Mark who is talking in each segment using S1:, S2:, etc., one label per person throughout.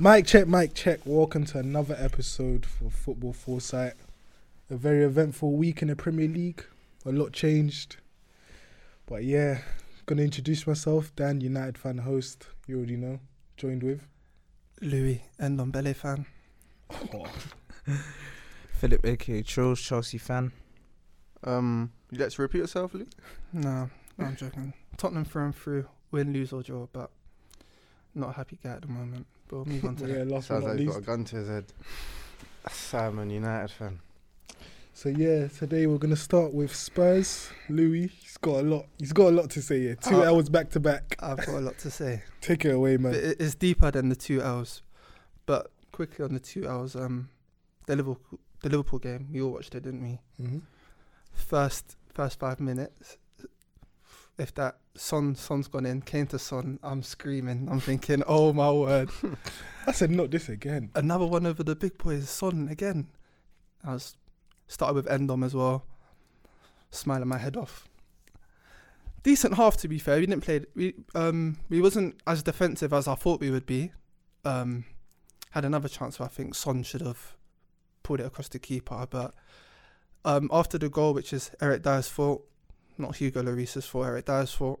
S1: Mike check, Mike check. Welcome to another episode for Football Foresight. A very eventful week in the Premier League. A lot changed. But yeah, gonna introduce myself, Dan United fan host, you already know. Joined with
S2: Louis and Ndombele fan.
S3: Philip, aka Trills, Chelsea fan.
S4: Um, you like to repeat yourself, Luke?
S2: No, no, I'm joking. Tottenham through and through, win, lose or draw, but not a happy guy at the moment. But we'll move on to
S1: yeah,
S2: that.
S1: last but
S4: Sounds
S1: not
S4: like he's got
S1: least.
S4: a gun to his head. Sam and United fan.
S1: So yeah, today we're gonna start with Spurs. Louis, he's got a lot he's got a lot to say here. Two
S2: Uh,
S4: Oh.
S1: hours back to back.
S2: I've got a lot to say.
S1: Take it away,
S2: But
S1: man.
S2: it- it's deeper than the two hours. But quickly on the two hours, um, the Liverpool, the Liverpool game, we all watched it, didn't we?
S1: hmm
S2: First, first five minutes. If that Son Son's gone in, came to Son, I'm screaming. I'm thinking, oh my word,
S1: I said not this again.
S2: another one over the big boys, Son again. I was started with Endom as well, smiling my head off. Decent half to be fair. We didn't play. We um we wasn't as defensive as I thought we would be. Um, had another chance where I think Son should have pulled it across the keeper, but um after the goal, which is Eric Dyer's fault, not Hugo Lloris's fault, Eric Dyer's fault.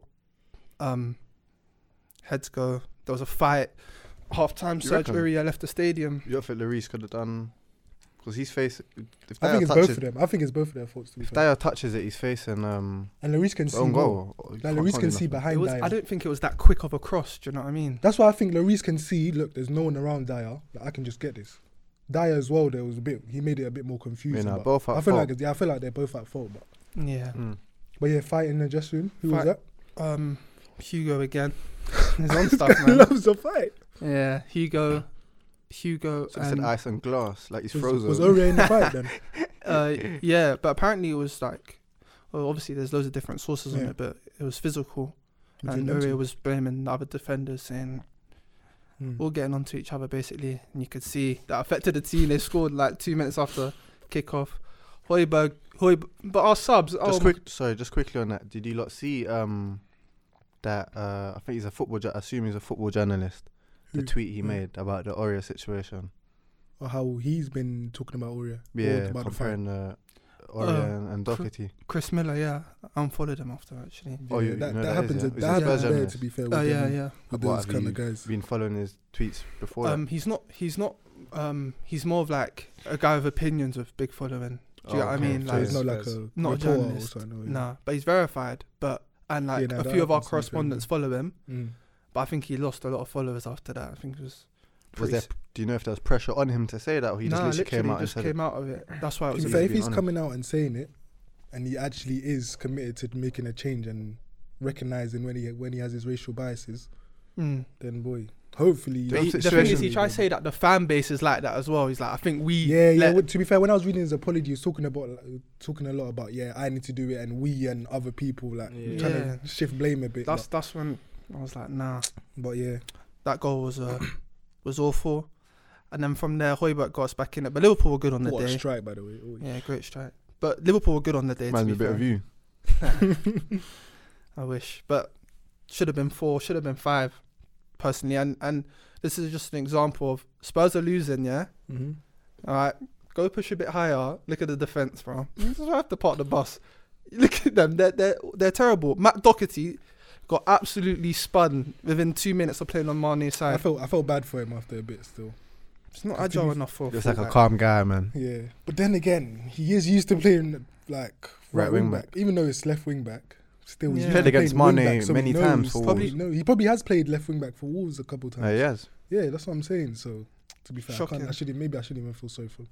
S2: Um, heads go. There was a fight. Half time,
S4: You
S2: Serge
S4: reckon?
S2: Aurier left the stadium.
S4: You don't think Lloris could have done? Because he's facing. If
S1: I think
S4: Dyer
S1: it's both
S4: touches,
S1: of them. I think it's both of their faults to be
S4: if
S1: fair.
S4: Dyer touches it, he's facing um
S1: And Lloris can see
S4: own
S1: more.
S4: goal. You
S1: Like
S4: can't-
S1: Lloris
S4: can't
S1: can
S4: do
S1: see
S4: nothing.
S1: behind
S2: It was,
S1: Dyer.
S2: I don't think it was that quick of a cross. Do you know what I mean?
S1: That's why I think Lloris can see. Look, there's no one around Dyer. Like, I can just get this. Dyer as well. There was a bit. He made it a bit more
S4: Yeah,
S1: confusing.
S4: nah,
S1: but
S4: uh, both at
S1: I feel
S4: fault.
S1: like yeah, I feel like they're both at fault. But
S2: Yeah.
S4: Mm.
S1: but yeah, fighting in the dressing room. Who was
S2: Fight.
S1: that?
S2: Um, Hugo again. His own stuff, man.
S1: Loves a fight.
S2: Yeah, Hugo. Hugo.
S4: So he
S2: and,
S4: said ice and glass, like he's
S1: Was,
S4: frozen.
S1: was Ore in the fight then?
S2: uh, yeah, but apparently it was like, well, obviously there's loads of different sources on
S1: Yeah.
S2: it, but it was physical,
S1: Would you
S2: and
S1: know
S2: Uriah
S1: to?
S2: was blaming the other defenders, saying
S1: Hmm.
S2: all getting onto each other basically, and you could see that affected the team. They scored like two minutes after kickoff. Hoiberg, Hoiberg, but our subs. oh,
S4: just
S2: my-
S4: quick, sorry, just quickly on that. Did you lot see um that? Uh, I think he's a football. Ju- I assume he's a football journalist. The
S1: Who?
S4: tweet he
S1: Hmm.
S4: made about the Oreo situation.
S1: Or how he's been talking about Ore.
S4: Yeah,
S1: about the fight.
S4: comparing the Oreo
S2: Uh,
S4: and, and
S2: cr-
S4: Doherty.
S2: Chris Miller, yeah, I unfollowed him after actually.
S4: Oh,
S1: Yeah,
S4: you-
S1: that,
S4: you
S1: that
S4: know that is,
S1: happens.
S4: yeah.
S1: That
S4: He's a
S1: happens
S4: Spurs
S1: there.
S4: journalist.
S1: To be fair, with,
S2: Oh yeah,
S1: them,
S2: yeah.
S1: with
S4: What
S1: those
S4: have
S1: kind
S4: you
S1: of guys.
S4: Been following his tweets before. that?
S2: Um, he's not. He's not. Um, he's more of like a guy with opinions with big following. Do you know what I
S4: Oh, Okay,
S2: mean?
S1: So
S2: Like,
S1: he's
S4: yeah.
S1: not like
S3: Spurs.
S1: a
S2: Not a
S1: reporter or
S2: journalist.
S1: something. or-
S2: Nah, but he's verified. But and like
S1: nah,
S2: a
S1: that
S2: few of our
S1: happens to be fair,
S2: correspondents
S1: yeah.
S2: follow him.
S1: Mm.
S2: But I think he lost a lot of followers after that. I think it was.
S4: Was
S2: pretty
S4: there,
S2: s-
S4: do you know if there was pressure on him to say that, or he
S2: nah,
S4: just literally, came out
S2: just
S4: and said
S2: came out of it. That's why it
S1: To
S2: was.
S1: be
S4: he's
S1: fair,
S2: easy.
S1: if
S4: being
S1: he's
S4: honest.
S1: coming out and saying it, and he actually is committed to making a change and recognizing when he when he has his racial biases,
S2: Mm.
S1: then boy, hopefully.
S4: But
S2: But
S4: Those
S2: he, the thing is,
S4: situations-
S2: he tried to say that the fan base is like that as well. He's like, I think we.
S1: Yeah, yeah.
S2: let-
S1: well, To be fair, when I was reading his apology, he was talking about like, talking a lot about yeah, I need to do it, and we and other people like
S3: Yeah.
S1: trying to shift blame a bit.
S2: That's that's when I was like, nah.
S1: but, but yeah,
S2: That goal was uh, was awful. And then from there, Hoiberg got us back in it. But Liverpool were good on the
S1: what a
S2: day.
S1: strike by the way. Oh,
S2: Yeah, great strike. But Liverpool were good on the day. to
S4: that? Reminds
S2: be
S4: me a bit
S2: fair.
S4: of you.
S2: I wish, but should have been four, should have been five, personally. And and this is just an example of Spurs are losing. Yeah,
S1: mhm.
S2: all right, go push a bit higher. Look at the defense, bro. You just have to park the bus. Look at them. They're they're they're terrible. Matt Doherty got absolutely spun within two minutes of playing on Mane's
S1: I
S2: side.
S1: felt I felt bad for him after a bit still.
S2: It's not
S1: I
S2: agile
S1: believe-
S2: enough for.
S4: Just
S2: for
S4: like a
S2: that.
S4: calm guy, man.
S1: Yeah, but then again, he is used to playing like right,
S4: Right
S1: wing,
S4: wing
S1: back. even though it's left wing back. Still, he's
S2: Yeah.
S1: used
S2: Played
S1: to
S4: against
S1: playing wing
S4: Mane
S1: back, so he
S4: many
S1: knows-
S4: times for
S1: probably
S2: Wolves.
S1: no, he probably has played left wing back for Wolves a couple
S4: Uh,
S1: times.
S4: yes.
S1: yeah. that's what I'm saying. So to be fair, I, can't, I
S2: Shocking.
S1: should maybe I shouldn't even feel sorry for. Him.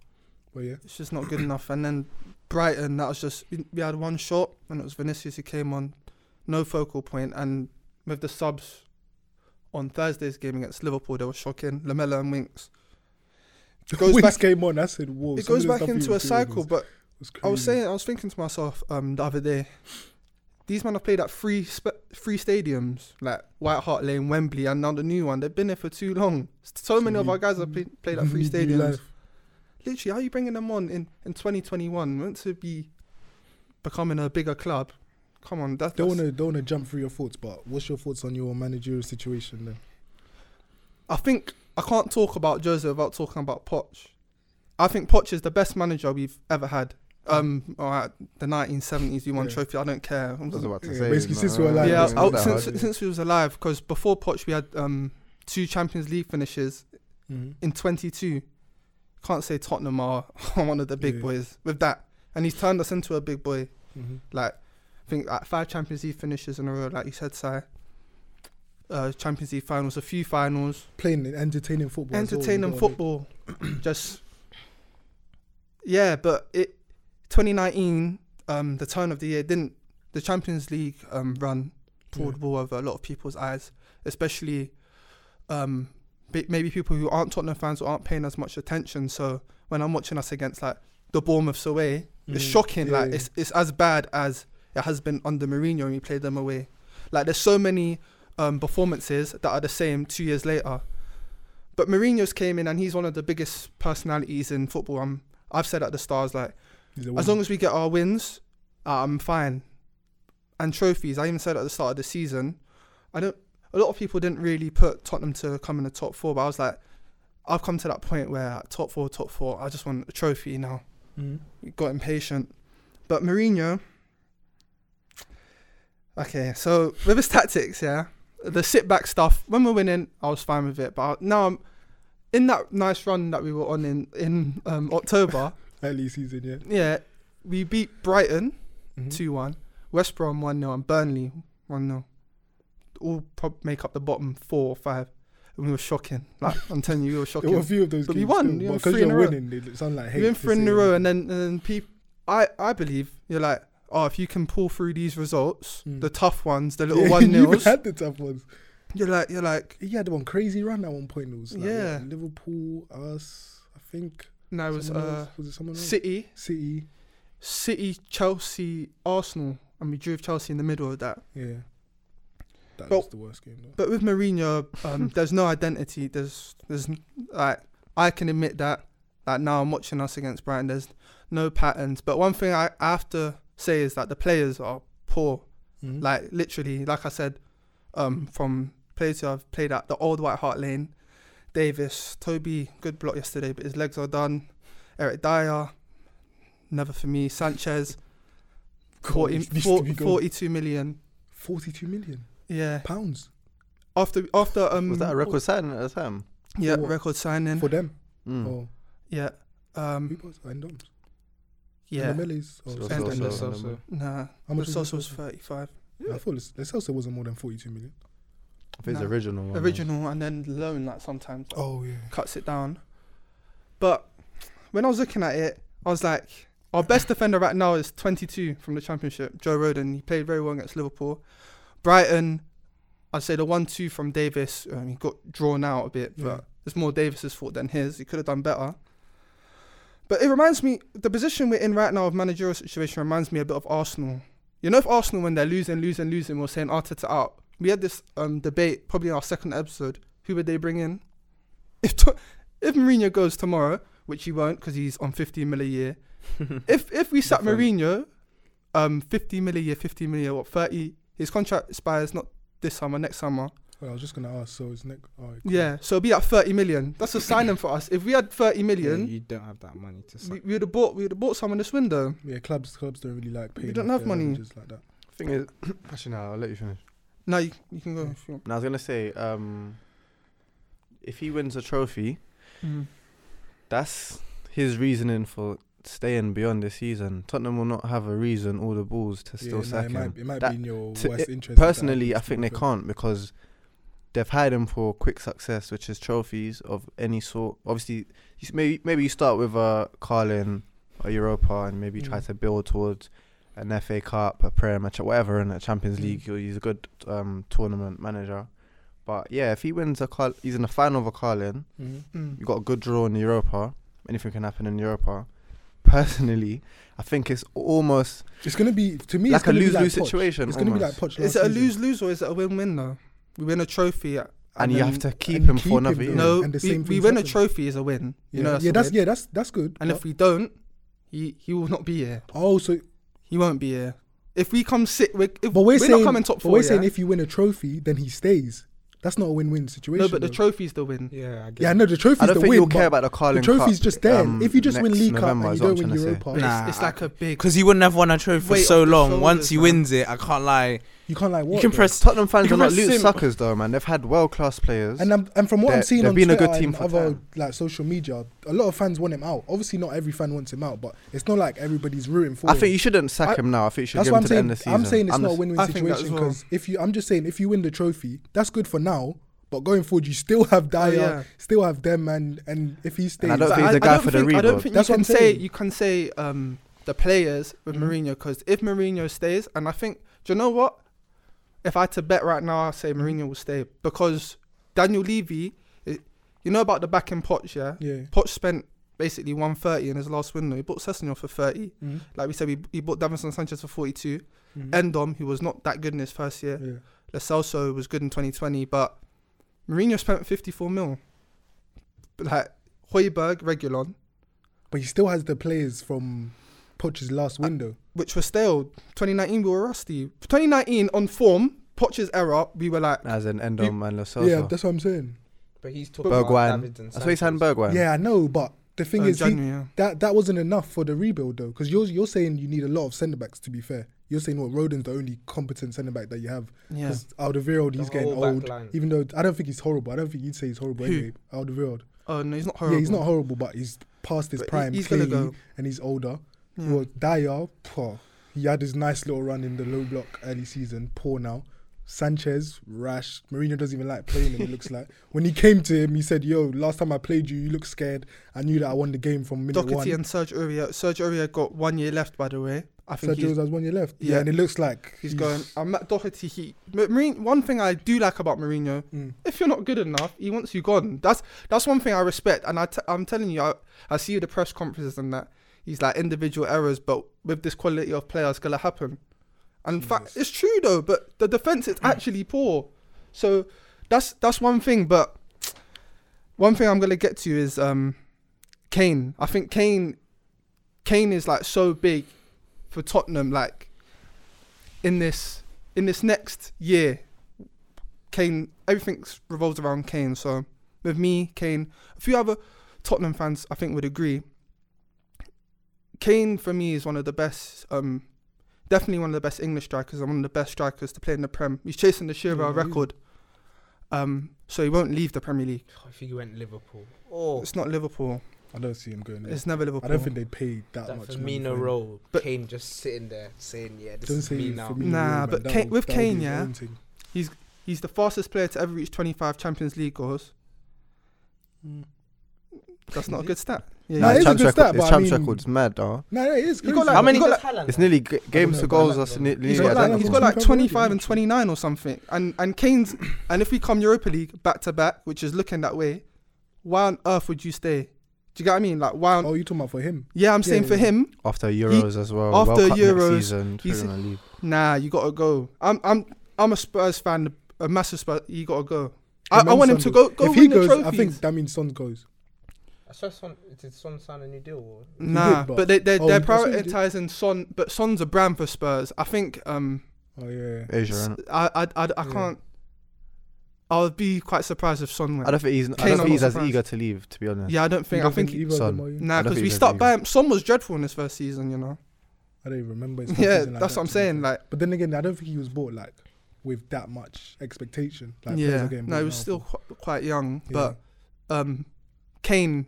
S1: But yeah,
S2: It's just not good enough. And then Brighton, that was just we- we had one shot, and it was Vinicius who came on, no focal point, and with the subs on Thursday's game against Liverpool, they were shocking. Lamella and Winks. It goes
S1: Winks
S2: back.
S1: came on. I said, "Whoa!"
S2: It
S1: Oh, some of
S2: goes
S1: the
S2: back
S1: stuff he
S2: into a
S1: was doing
S2: cycle.
S1: was-
S2: But
S1: was
S2: I was
S1: crazy.
S2: saying, I was thinking to myself um, the other day, these men have played at three sp- three stadiums like White Hart Lane, Wembley, and now the new one. They've been there for too long. So many of
S1: you-
S2: our guys have play- played at
S1: New-
S2: three
S1: new
S2: stadiums
S1: life.
S2: literally, how are you bringing them on in in 2021? Meant to be becoming a bigger club. Come on, that,
S1: Don't
S2: that's.
S1: wanna don't wanna jump through your thoughts, but what's your thoughts on your managerial situation then?
S2: I think I can't talk about Jose without talking about Poch. I think Poch is the best manager we've ever had. Um, all right, the 1970s, we won
S1: Yeah.
S2: trophy. I don't care.
S4: I was about to
S1: Yeah,
S4: say.
S1: basically,
S4: no,
S1: since we were
S4: no,
S1: alive,
S4: no,
S2: yeah,
S1: it's
S4: no,
S2: I,
S1: not
S4: no,
S2: since
S4: no.
S2: since we was alive, because before Poch, we had um two Champions League finishes
S1: Mm-hmm,
S2: in 22. Can't say Tottenham are one of the big
S1: Yeah.
S2: boys with that, and he's turned us into a big boy.
S1: Mhm.
S2: Like, I think like five Champions League finishes in a row, like you said, Si. Uh, Champions League finals, a few finals,
S1: Playing and entertaining football. as well, you
S2: entertaining
S1: gotta be-
S2: football, just yeah. But it 2019, um, the turn of the year didn't the Champions League um run poured
S1: Yeah.
S2: wool over a lot of people's eyes, especially um bi- maybe people who aren't Tottenham fans or aren't paying as much attention. So when I'm watching us against like the Bournemouths away, it's
S1: Mhm.
S2: shocking. Like
S1: Yeah.
S2: it's it's as bad as it has been under Mourinho when we played them away. Like there's so many um, performances that are the same two years later. But Mourinho's came in and he's one of the biggest personalities in football. i I've said at the stars like
S1: He's a
S2: as
S1: winner.
S2: long as we get our wins, uh, I'm fine. And trophies, I even said at the start of the season, I don't. A lot of people didn't really put Tottenham to come in the top four, but I was like, I've come to that point where top four, top four. I just want a trophy now.
S3: Mm-hmm.
S1: Mhm.
S2: Got impatient, but Mourinho. Okay, so with his tactics, yeah, the sit back stuff. When we're winning, I was fine with it, but I- now I'm in that nice run that we were on in in um, October.
S1: early season, yeah.
S2: Yeah, we beat Brighton
S1: Mhm.
S2: 2 1, West Brom 1 0, and Burnley 1 0. All prob- make up the bottom four or five. And we were shocking. Like, I'm telling you, we were
S1: There were a
S2: shocking.
S1: few of those
S2: But we
S1: games
S2: won,
S1: still,
S2: you know,
S1: but 'cause
S2: three in
S1: you're
S2: a row.
S1: winning, they sound like hate.
S2: We went
S1: to
S2: for in
S1: say.
S2: a row, and then, and then people, I, I believe you're like, oh, if you can pull through these results,
S1: Mm.
S2: the tough ones, the
S1: Yeah,
S2: little one
S1: you even
S2: nils,
S1: had the tough ones.
S2: you're like, you're like,
S1: He had one crazy run at one point. It was like, what,
S2: Yeah.
S1: Liverpool, us, I think.
S2: no, it was
S1: someone
S2: uh,
S1: else. was it someone else?
S2: City,
S1: City,
S2: City, Chelsea, Arsenal, and we drew with Chelsea in the middle of that.
S1: yeah. That
S2: But-
S1: was the worst game. Though.
S2: But with Mourinho, um, there's no identity. There's there's n- like I can admit that. Like now I'm watching us against Brighton. There's no patterns. But one thing I, I have to say is that the players are poor.
S1: Mhm.
S2: Like literally, like I said, um, from players who I've played at the old White Hart Lane, Davis, Toby, good block yesterday, but his legs are done. Eric Dyer, never for me. Sanchez,
S1: God,
S2: 40,
S1: it needs to be
S2: 40,
S1: gone.
S2: 42 million.
S1: 42 million
S2: Yeah.
S1: pounds
S2: After after um
S4: Was that a record signing at the time?
S2: yeah
S1: For what?
S2: record signing
S1: for them.
S4: Mm.
S1: Oh,
S2: Yeah.
S1: who
S2: Um.
S1: was and Doms?
S2: Yeah.
S1: And the Melees. Oh, Celso.
S4: So- so-
S2: And-
S4: so-
S3: so-
S4: so-
S3: so-
S2: Nah.
S1: How
S2: The
S1: much
S2: source was
S1: was it?
S2: thirty-five.
S1: I thought the Celso wasn't more than 42 million.
S4: I think it's
S2: No.
S4: original. one, yeah.
S2: Original and then loan like sometimes like,
S1: Oh, yeah.
S2: cuts it down. But when I was looking at it, I was like, our best defender right now is twenty-two from the championship, Joe Roden. He played very well against Liverpool. Brighton, I'd say the one-two from Davis. Um, he got drawn out a bit,
S1: Yeah.
S2: but it's more Davis's fault than his. He could have done better. But it reminds me, the position we're in right now of managerial situation reminds me a bit of Arsenal. You know, if Arsenal, when they're losing, losing, losing, we're saying Arteta out. We had this um, debate probably in our second episode. Who would they bring in? If to- if Mourinho goes tomorrow, which he won't because he's on 50 mil a year. if if we sat
S4: Different.
S2: Mourinho, um, 50 mil a year, 50 mil a year, what 30? His contract expires not this summer, next summer.
S1: Well, I was just going to ask. So it's oh, Nick. All right, cool.
S2: Yeah, so it'll be at 30 million. That's a signing for us. If we had 30
S3: Yeah,
S2: million,
S3: you don't have that money to
S2: we,
S3: sign.
S2: we would have bought we would have bought someone this window.
S1: Yeah, clubs clubs don't really like paying.
S2: don't
S1: off
S2: have
S1: their
S2: money.
S1: managers Like that.
S4: Thing is, actually, no, I'll let you finish.
S2: No, you, you can go if you want.
S4: No, I was gonna say, um, if he wins a trophy,
S1: Mm.
S4: that's his reasoning for staying beyond this season. Tottenham will not have a reason, all the balls, to
S1: Yeah,
S4: still
S1: nah,
S4: sack
S1: it might,
S4: him.
S1: it might
S4: That-
S1: be in your
S4: to-
S1: worst
S4: it-
S1: interest.
S4: Personally, I think they can't because they've hired him for quick success, which is trophies of any sort. Obviously, you s- maybe maybe you start with a Carlin, a Europa, and maybe try
S1: Mm.
S4: to build towards an FA Cup, a Premier match, whatever, and a Champions
S1: Mm.
S4: League. He'll- He's a good um, tournament manager. But yeah, if he wins a Carl, he's in the final of a Carlin.
S1: hmm
S2: Mm.
S4: You got a good draw in Europa. Anything can happen in Europa. Personally, I think it's almost
S1: It's gonna be to me. it's
S4: like a
S1: gonna be
S4: lose lose
S1: like Poch.
S4: situation.
S1: It's gonna be like
S4: almost.
S1: Poch.
S2: Is
S1: last
S2: it a
S1: season.
S2: lose lose or is it a win win though? We win a trophy. And,
S4: and, you
S2: then-
S4: have to keep
S1: and
S4: him
S1: keep
S4: for
S1: him
S4: another
S1: there.
S4: year.
S2: No,
S1: And the
S2: we,
S1: same
S2: we
S1: things
S2: win a
S1: happen.
S2: trophy is a win.
S1: Yeah,
S2: You know, that's
S1: yeah,
S2: a
S1: that's
S2: win.
S1: yeah, that's that's good.
S2: And if we don't, he he will not be here.
S1: oh, so
S2: He won't be here. If we come sit, we're, if
S1: but we're
S2: we're
S1: saying
S2: not coming top
S1: but
S2: four.
S1: we're saying
S2: yeah?
S1: if you win a trophy, then he stays. That's not a win-win situation.
S2: no, but the
S1: though.
S2: trophy's the win.
S3: Yeah, I get
S1: yeah, I know the trophy's
S4: I don't
S1: the
S4: think
S1: win.
S4: you'll
S1: but
S4: care about the Carling
S1: the trophy's
S4: Cup,
S1: just there.
S4: um,
S1: if you just win
S4: next
S1: League
S4: November
S1: Cup and
S4: is
S1: you
S4: what
S1: don't win
S4: I'm trying to say.
S1: Europa,
S2: But
S3: Nah,
S2: it's, it's like a big.
S3: Because he wouldn't have won a trophy for
S2: Weight
S3: so
S2: off the
S3: long. Once he
S2: shoulders, man.
S3: wins it, I can't lie.
S1: you can't like what?
S3: you can
S1: though?
S3: press.
S4: Tottenham fans
S3: You
S4: are not
S3: can
S4: loot
S3: sim-
S4: suckers though, man. They've had world class players.
S1: And I'm, and from what I'm
S4: They're-
S1: seeing
S4: they're
S1: on
S4: being a
S1: Twitter
S4: good team
S1: and
S4: for
S1: other
S4: time.
S1: like social media, a lot of fans want him out. Obviously, not every fan wants him out, but it's not like everybody's rooting for
S4: I
S1: him.
S4: think you shouldn't sack
S1: I-
S4: him now. I think you should
S1: that's
S4: give
S1: what
S4: him
S1: I'm
S4: to the
S1: saying.
S4: end of the season.
S1: I'm saying it's
S4: I'm
S1: not a
S4: just-
S1: win-win
S2: I think that
S1: situation
S2: as well.
S1: because if you, I'm just saying if you win the trophy, that's good for now. But going forward, you still have Dyer,
S2: yeah.
S1: still have them, and and if he stays,
S4: Oh, I don't
S2: But
S4: think he's
S2: I,
S4: the guy
S2: I don't
S4: for the
S2: think, I don't
S4: rebuild.
S2: think
S1: That's
S2: you
S1: what
S2: can
S1: I'm
S2: say
S1: saying.
S2: you can say um, the players with
S1: Mhm.
S2: Mourinho because if Mourinho stays, and I think, do you know what? If I had to bet right now, I say Mourinho will stay because Daniel Levy, it, you know about the back in Poch, yeah?
S1: yeah,
S2: Poch spent basically 130 in his last window. He bought Sessegnon for 30. Like we said, we, he bought Davinson Sanchez for 42. Endom, who was not that good in his first year.
S1: Mm-hmm. yeah.
S2: Lo Celso was good in 2020, but Mourinho spent 54 mil. But like Hoiberg, Regulon,
S1: But he still has the players from Poch's last window.
S2: which were stale. 2019 we were rusty. 2019 on form, Poch's era, we were like,
S4: As an Endom and Lo Celso.
S1: yeah, that's what I'm saying.
S3: But he's
S2: talking
S4: about Bergwijn. I saw he signed Bergwijn.
S1: Yeah, I know, but the thing
S2: uh,
S1: is, he,
S2: January, yeah.
S1: that that wasn't enough for the rebuild though, because you're you're saying you need a lot of centre backs. To be fair, you're saying what Roden's the only competent centre back that you have.
S2: yeah.
S1: Because Alderweireld, he's getting
S3: whole back
S1: old.
S3: line.
S1: Even though I don't think he's horrible, I don't think you'd say he's horrible
S2: Who?
S1: anyway. Alderweireld,
S2: Oh no, he's not horrible.
S1: yeah, he's not horrible, but he's past his
S2: But he-
S1: prime
S2: he's gonna
S1: clearly,
S2: go.
S1: and he's older.
S2: Yeah.
S1: Well, Dyer, poor. He had his nice little run in the low block early season. Poor now. Sanchez, rash. Mourinho doesn't even like playing him. It looks like when he came to him, he said, "Yo, last time I played you, you looked scared. I knew that I won the game from minute
S2: Doherty
S1: one."
S2: and Serge Aurier. Serge Aurier got one year left, by the way. I think
S1: Sergio
S2: he's,
S1: has one year left. Yeah.
S2: Yeah.
S1: and it looks like
S2: he's going. I'm at Doherty. He, Ma- Mourinho, one thing I do like about Mourinho,
S1: Mm.
S2: if you're not good enough, he wants you gone. That's that's one thing I respect, and I t- I'm telling you, I, I see the press conferences and that he's like individual errors, but with this quality of player, it's gonna happen. And in fact, it's true though, but the defense is actually poor. So that's that's one thing. But one thing I'm gonna get to is um, Kane. I think Kane, Kane is like so big for Tottenham. Like in this in this next year, Kane, everything revolves around Kane. So with me, Kane, a few other Tottenham fans, I think would agree. Kane for me is one of the best, um, definitely one of the best English strikers and one of the best strikers to play in the Prem. He's chasing the Shearer
S1: Yeah, he is.
S2: record, um, so he won't leave the Premier League.
S3: I think he went Liverpool. Oh,
S2: It's not Liverpool.
S1: I don't see him going. There.
S2: It's never Liverpool.
S1: I don't think they'd pay that,
S3: that
S1: much. money
S3: Firmino
S1: for him.
S3: role.
S2: But-
S3: Kane just sitting there saying, "Yeah, this
S1: Don't
S3: is
S1: say
S3: me
S1: Firmino
S3: now."
S1: role,
S2: Nah,
S1: man.
S2: but
S1: That
S2: Kane-
S1: will-
S2: with
S1: that will be
S2: Kane,
S1: his
S2: yeah?
S1: own thing.
S2: He's the fastest player to ever reach 25 Champions League goals. That's not a good stat. Yeah,
S1: Nah,
S4: Nah,
S1: it
S4: his
S1: is a
S4: champs
S1: good stat,
S4: record- his
S1: but I
S4: champs
S1: mean-
S4: record's mad, though.
S1: No, no, it is.
S2: You got
S1: crazy.
S2: like-
S3: How many
S2: He's
S3: got
S2: got
S3: like,
S4: It's nearly g- games
S1: know,
S4: to
S1: but I
S4: goals.
S1: like
S4: That's
S3: that.
S4: ne- nearly
S2: He's got, like,
S4: identical.
S2: he's got like
S1: Premier League,
S2: 25 and
S1: actually.
S2: 29 or something. And and Kane's and if we come Europa League back to back, which is looking that way, why on earth would you stay? Do you get what I mean? Like why? On,
S1: Oh, you talking about for him?
S2: yeah, I'm saying
S1: yeah,
S2: for
S1: yeah.
S2: him,
S4: after Euros as well.
S2: after
S4: World Cup next
S2: Euros,
S4: season,
S2: he's-
S4: Premier League.
S2: nah, you gotta go. I'm I'm I'm a Spurs fan, a massive Spurs. You gotta go. I, I
S1: Remember
S2: want him to
S1: Son
S2: go go
S1: if
S2: win
S1: he
S2: the
S1: goes,
S2: trophies.
S1: I think that means Son goes.
S3: I saw Son. Did Son sign a new deal? Or?
S2: nah,
S1: did, but-
S2: but, they they
S1: Oh,
S2: they're
S1: that's what he did.
S2: prioritizing Son, but Son's a brand for Spurs. I think um
S1: Oh yeah.
S4: Asia,
S2: s-
S4: innit?
S2: I I I, I
S1: Yeah.
S2: can't. I would be quite surprised if Son went.
S4: I don't think he's, I
S2: Kane,
S4: don't
S2: I'm
S4: think he's
S2: not
S4: as
S2: surprised.
S4: eager to leave, to be honest.
S2: yeah, I don't think. I think
S1: either of them
S4: Son.
S1: are you?
S2: Nah,
S4: I don't
S2: because
S4: think
S2: we
S4: he's
S2: stopped by
S4: ever
S2: him. Son was dreadful in his first season, you know.
S1: I don't even remember. his
S2: yeah,
S1: competition like
S2: that's
S1: that,
S2: what I'm
S1: to be
S2: saying.
S1: fair.
S2: Like,
S1: But then again, I don't think he was bought like with that much expectation. Like, players
S2: yeah,
S1: are getting
S2: no,
S1: bought
S2: he was
S1: now
S2: still
S1: for-
S2: qu- quite young.
S1: Yeah.
S2: But um, Kane,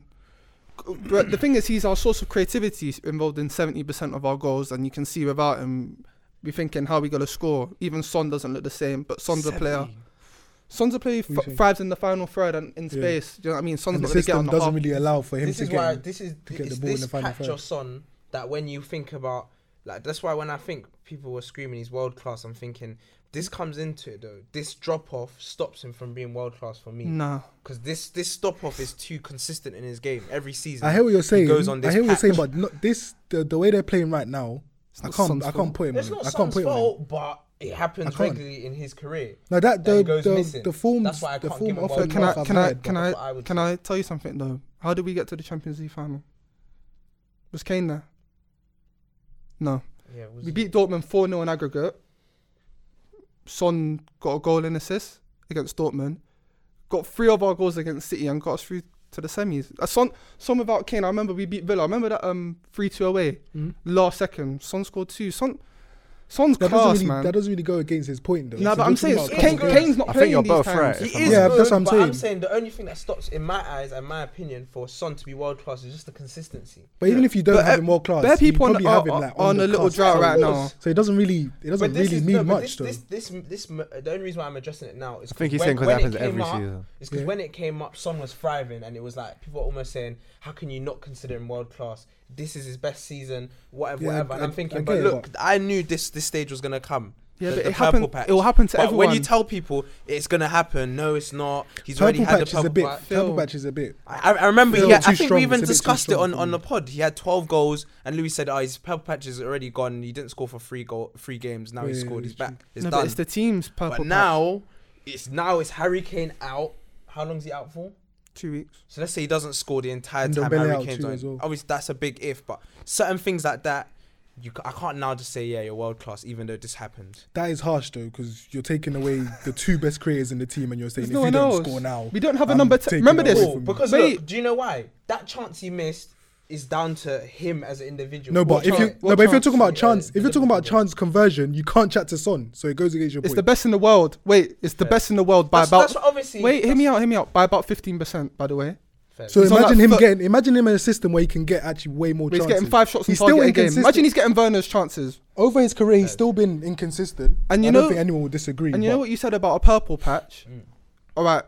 S2: but the thing is, he's our source of creativity. He's involved in 70% of our goals, and you can see without him, we're thinking how we gonna score. Even Son doesn't look the same, but Son's a player. Son's a player
S1: do
S2: who
S1: you
S2: f-
S1: think?
S2: thrives in the final third and in
S1: Yeah.
S2: space. Do you know what I mean? Son's
S1: and the
S2: not gonna get on
S1: system
S2: the
S1: doesn't
S2: half.
S1: really allow for him
S3: This
S1: to
S3: is why.
S1: get.
S3: This is
S1: to get
S3: it's
S1: the ball in
S3: this
S1: the final
S3: patch
S1: third.
S3: of Son that when you think about, like that's why when I think people were screaming he's world class, I'm thinking this comes into it though. This drop off stops him from being world class for me.
S1: Mm.
S2: Nah,
S3: Because this this stop off is too consistent in his game every season.
S1: I hear what you're saying.
S3: goes on
S1: I
S3: this
S1: hear what you're saying,
S3: patch.
S1: but not this the, the way they're playing right now,
S2: It's
S1: I
S2: not
S1: can't
S2: Son's
S1: I can't
S2: fault.
S1: put him. On
S3: it's
S1: him.
S3: not
S1: I can't
S3: Son's
S1: put him. on him.
S3: fault, but it
S1: I
S3: happens
S1: can't.
S3: regularly in his career.
S1: No, that
S3: that
S1: the
S3: he goes
S1: the,
S3: missing.
S1: the form
S3: That's why I
S1: the
S3: can't
S1: form
S3: give him
S1: off
S3: one
S1: and
S2: But can I
S1: off I've
S2: can I
S1: heard,
S2: can
S1: but-
S2: I
S3: That's what I would
S2: can
S3: say.
S2: I tell you something though? How did we get to the Champions League final? Was Kane there? No.
S3: Yeah, it was
S2: We beat Dortmund 4 0 in aggregate. Son got a goal and assist. against Dortmund, got three of our goals against City and got us through to the semis. Uh, Son, Son without Kane, I remember we beat Villa. I remember that um three two away
S4: Hmm?
S1: Mhm.
S2: last second. Son scored two. Son, Son's
S1: That
S2: class,
S1: doesn't, really,
S2: man.
S1: that doesn't really go against his point, though.
S2: No,
S1: So
S2: but I'm
S1: we're talking
S2: saying
S1: about a
S3: it's
S1: couple
S2: Kane,
S1: of
S3: Kane-
S1: games.
S2: Kane's not
S4: I think
S2: playing
S4: you're
S2: these
S4: both
S2: times.
S4: right.
S3: He
S4: if
S3: is
S4: I'm
S1: Yeah,
S3: good,
S1: that's what I'm
S3: but
S1: saying.
S3: I'm saying the only thing that stops, in my eyes and my opinion, for Son to be world class is just the consistency.
S1: But even if you don't
S2: But,
S1: have
S2: uh,
S1: him world class,
S2: Bare people
S1: you
S2: on,
S1: probably
S2: are,
S1: have him like
S2: are on
S1: the
S2: a little
S1: cusp.
S2: drought
S3: Of
S2: right now.
S3: course.
S1: So it doesn't really, it doesn't really
S3: is-
S1: mean
S3: no, but
S1: much
S3: this,
S1: though.
S3: This, this, this, m- the only reason why I'm addressing it now is
S4: I think he's
S3: when-
S4: saying 'cause
S3: when
S4: it happens
S3: came
S4: every
S3: up,
S4: season.
S3: It's because
S1: Yeah.
S3: when it came up, Son was thriving, and it was like people were almost saying, "How can you not consider him world class? This is his best season, whatever,
S1: Yeah,
S3: whatever." And
S1: I-
S3: I'm thinking,
S1: I
S3: but
S1: get it,
S3: look, I knew this this stage was gonna come.
S2: Yeah,
S3: the,
S2: but
S3: the
S2: it
S3: purple
S2: happened.
S3: patch.
S2: It will happen to
S3: but
S2: everyone.
S3: when you tell people it's gonna happen, no, it's not. He's already
S1: purple
S3: had
S1: patch
S3: the
S1: is a
S3: purple
S1: bit.
S3: patch.
S1: Purple
S2: Phil.
S1: patch is a bit.
S3: I, I remember.
S1: Feel
S3: Yeah, I
S1: too
S3: think
S1: strong,
S3: we even
S1: it's a bit too
S3: discussed it
S1: strong
S3: on,
S1: for
S3: on
S1: me.
S3: the pod. He had twelve goals, and Louis said, "Oh, his purple patch is already gone. He didn't score for three goal, three games. Now he's
S1: Yeah,
S3: scored. He's
S1: that's
S3: back. It's
S2: no,
S3: done."
S2: but it's the team's
S3: But
S2: purple. patch.
S3: now it's now it's Harry Kane out. How long's he out for?
S2: two weeks.
S3: So let's say he doesn't score the entire
S1: And
S3: time.
S1: Ndombele
S3: Harry
S1: out
S3: Kane's
S1: too
S3: on.
S1: as well.
S3: Obviously, that's a big if, but certain things like that, you ca- I can't now just say yeah, you're world class, even though this happened.
S1: That is harsh though, because you're taking away the two best creators in the team, and you're saying
S2: There's
S1: if
S2: no
S1: you
S2: one
S1: don't
S2: else.
S1: score now,
S2: We don't have a
S1: I'm
S2: number. T-
S1: taking
S2: remember
S1: it
S2: this.
S1: away
S3: Oh,
S1: from you.
S3: because
S2: Mate.
S3: look, do you know why? That chance he missed is down to him as an individual.
S1: No, but
S2: What
S1: if you
S2: chance?
S1: no,
S2: What
S1: but if you're
S2: chance?
S1: talking about
S3: Yeah,
S1: chance,
S3: it
S1: if you're talking
S3: doesn't
S1: about
S3: matter.
S1: chance conversion, you can't chat to Son, so it goes against your
S2: It's
S1: point.
S2: the best in the world. Wait, it's the
S3: Fair.
S2: best in the world by
S3: that's,
S2: about.
S3: that's obviously.
S2: wait, hear
S3: that's
S2: me out. Hear me out. By about fifteen percent, by the way.
S3: fair.
S1: so
S2: He's on
S1: imagine
S2: that
S1: him
S2: foot.
S1: getting, imagine him in a system where he can get actually way more
S2: But he's
S1: chances.
S2: getting five shots on
S1: He's
S2: target
S1: still
S2: a game.
S1: inconsistent.
S2: Imagine he's getting Werner's chances.
S1: Over his career, he's
S3: Fair.
S1: still been inconsistent.
S2: And you
S1: I
S2: know-
S1: don't think anyone will disagree.
S2: And you know
S1: but-
S2: what you said about a purple patch.
S3: Mm.
S2: All right,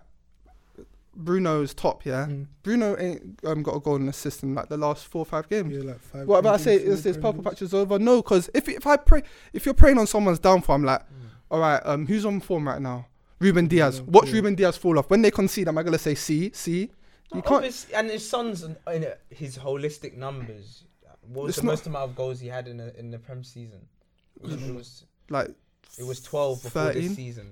S2: Bruno's top. Yeah,
S1: Mm.
S2: Bruno ain't um, got a goal and assist in like the last four or five games.
S1: Yeah, like five,
S2: What about I
S1: three,
S2: say
S1: four,
S2: is this
S1: five
S2: purple
S1: goals.
S2: patch is over? No, because if if I pray if you're praying on someone's downfall, I'm like,
S3: Mm.
S2: all right, um, who's on form right now? Ruben Diaz.
S1: Yeah,
S2: Watch
S1: yeah.
S2: Ruben Diaz fall off. When they concede, am I gonna say see see? You
S3: No,
S2: can't.
S3: obvious- and his son's in in his holistic numbers. What was
S2: It's
S3: the
S2: not-
S3: most amount of goals he had in the in the Prem season? It was, it was
S2: Like
S3: it was twelve before this
S2: 13?
S3: season.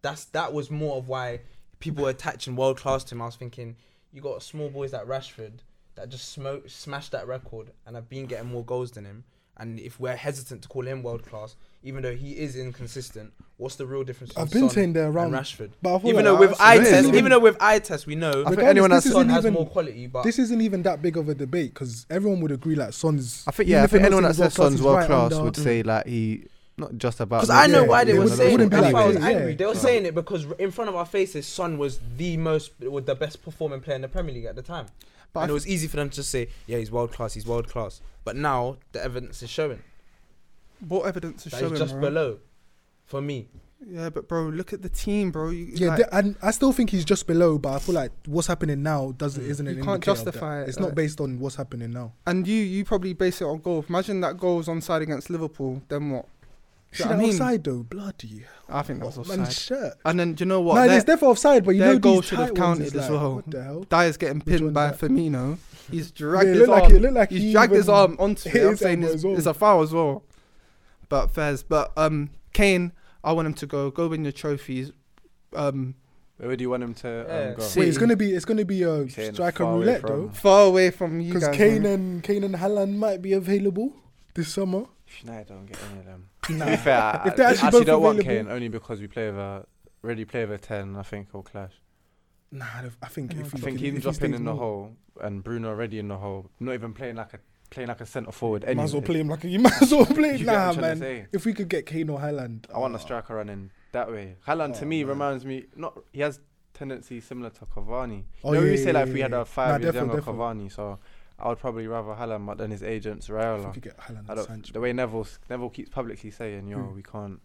S3: That's that was more of why people were attaching world class to him. I was thinking, you got small boys like Rashford that just smoke smashed that record and have been getting more goals than him. And if we're hesitant to call him world class, even though he is inconsistent, what's the real difference?
S1: I've
S3: between
S1: been
S3: Son
S1: saying they're
S3: and
S1: around,
S3: Rashford.
S1: but I feel
S3: Even
S1: like
S3: though with
S1: that's-
S3: eye
S1: this
S3: test,
S1: isn't
S3: even though with eye test, we know
S4: I think
S1: regardless,
S4: anyone
S1: this
S4: that's-
S1: isn't
S3: Son has
S1: even-
S3: more quality. But
S1: This isn't even that big of a debate because everyone would agree like Son's.
S4: I think
S1: even
S4: yeah. I
S1: if they're
S4: think
S1: not
S4: anyone
S1: saying
S4: that
S1: he's
S4: says Son's world class
S1: under-
S4: would say like he not just about.
S3: Because I know
S1: Yeah,
S3: why they
S1: they
S3: were
S1: wouldn't-
S3: saying it.
S1: wouldn't be
S3: That's
S1: like
S3: why I was
S1: this,
S3: angry.
S1: yeah.
S3: They were
S1: Yeah.
S3: saying it because r- in front of our faces, Son was the most, was the best performing player in the Premier League at the time.
S2: But I
S3: and it was easy for them to say, yeah, he's world class, he's world class. But now the evidence is showing
S2: what evidence is
S3: that
S2: showing?
S3: he's just
S2: bro?
S3: below. For me,
S2: Yeah, but bro, look at the team, bro. You,
S1: Yeah,
S2: like,
S1: th- and I still think he's just below, but I feel like what's happening now doesn't isn't
S2: Mm. You
S1: an
S2: can't
S1: indicator of that.
S2: justify it,
S1: It's
S2: like-
S1: not based on what's happening now.
S2: and you you probably base it on goal. Imagine that goal was onside against Liverpool. Then what?
S1: See
S2: I
S1: that
S2: mean-
S1: offside though, bloody
S2: I think that was
S1: hell. Man,
S2: offside.
S1: shirt.
S2: And then do you know what?
S1: No,
S2: Their-
S1: it's definitely offside, but you
S2: their
S1: know
S2: goal
S1: these
S2: should have
S1: tight ones, it's
S2: counted as
S1: like,
S2: well.
S1: What the hell?
S2: Dyer's getting pinned
S1: one's
S2: by
S1: that?
S2: Firmino. He's
S1: Yeah,
S2: dragged
S1: it
S2: his
S1: looked
S2: arm.
S1: like it looked like
S2: he's
S1: he
S2: dragged his
S1: even-
S2: arm onto
S1: hit
S2: it. I'm
S1: his
S2: saying
S1: elbow
S2: it's,
S1: as well.
S2: it's a foul as well. But fairs. But um, Kane, I want him to go. Go win your trophies. Um,
S4: Where do you want him to
S3: Yeah.
S4: um, go?
S2: See-
S1: Wait, it's
S2: City.
S1: gonna be it's gonna be a
S4: Saying
S1: striker
S4: far away
S1: roulette
S4: from-
S1: though,
S2: far away from you
S1: because
S2: guys.
S1: Kane
S2: man.
S1: and Kane and Haaland might be available this summer.
S4: Schneider don't get any of them.
S1: Nah.
S4: To be fair, I,
S1: If they're
S4: I
S1: actually
S4: actually
S1: both
S4: don't want
S1: available-
S4: Kane only because we play with a already play with a ten. and I think he'll clash.
S1: Nah, I think
S2: I
S1: if
S4: I
S1: he
S4: think
S1: can- if
S4: him
S1: he
S4: dropping
S1: stays
S4: in the
S1: more-
S4: hole and Bruno already in the hole. Not even playing like a playing like a centre forward. Anyway.
S1: Might as well play him like a, you might as well play
S4: You
S1: him.
S4: get what I'm
S1: Nah,
S4: trying to
S1: man.
S4: say?
S1: If we could get Kane or Haaland,
S4: I want
S1: oh.
S4: a striker running that way. Haaland to
S1: Oh,
S4: me
S1: man.
S4: reminds me not he has tendencies similar to Cavani.
S1: Oh,
S4: you know,
S1: yeah,
S4: we
S1: yeah,
S4: say like
S1: yeah,
S4: if we had
S1: yeah.
S4: a five
S1: Nah,
S4: years
S1: defo,
S4: younger
S1: defo.
S4: Cavani, so I would probably rather Haaland, but then his agent's
S1: If we
S4: Raiola.
S1: could get Haaland
S4: I
S1: and
S4: don't,
S1: Sancho.
S4: the way Neville Neville keeps publicly saying, "Yo,
S1: Hmm.
S4: we can't."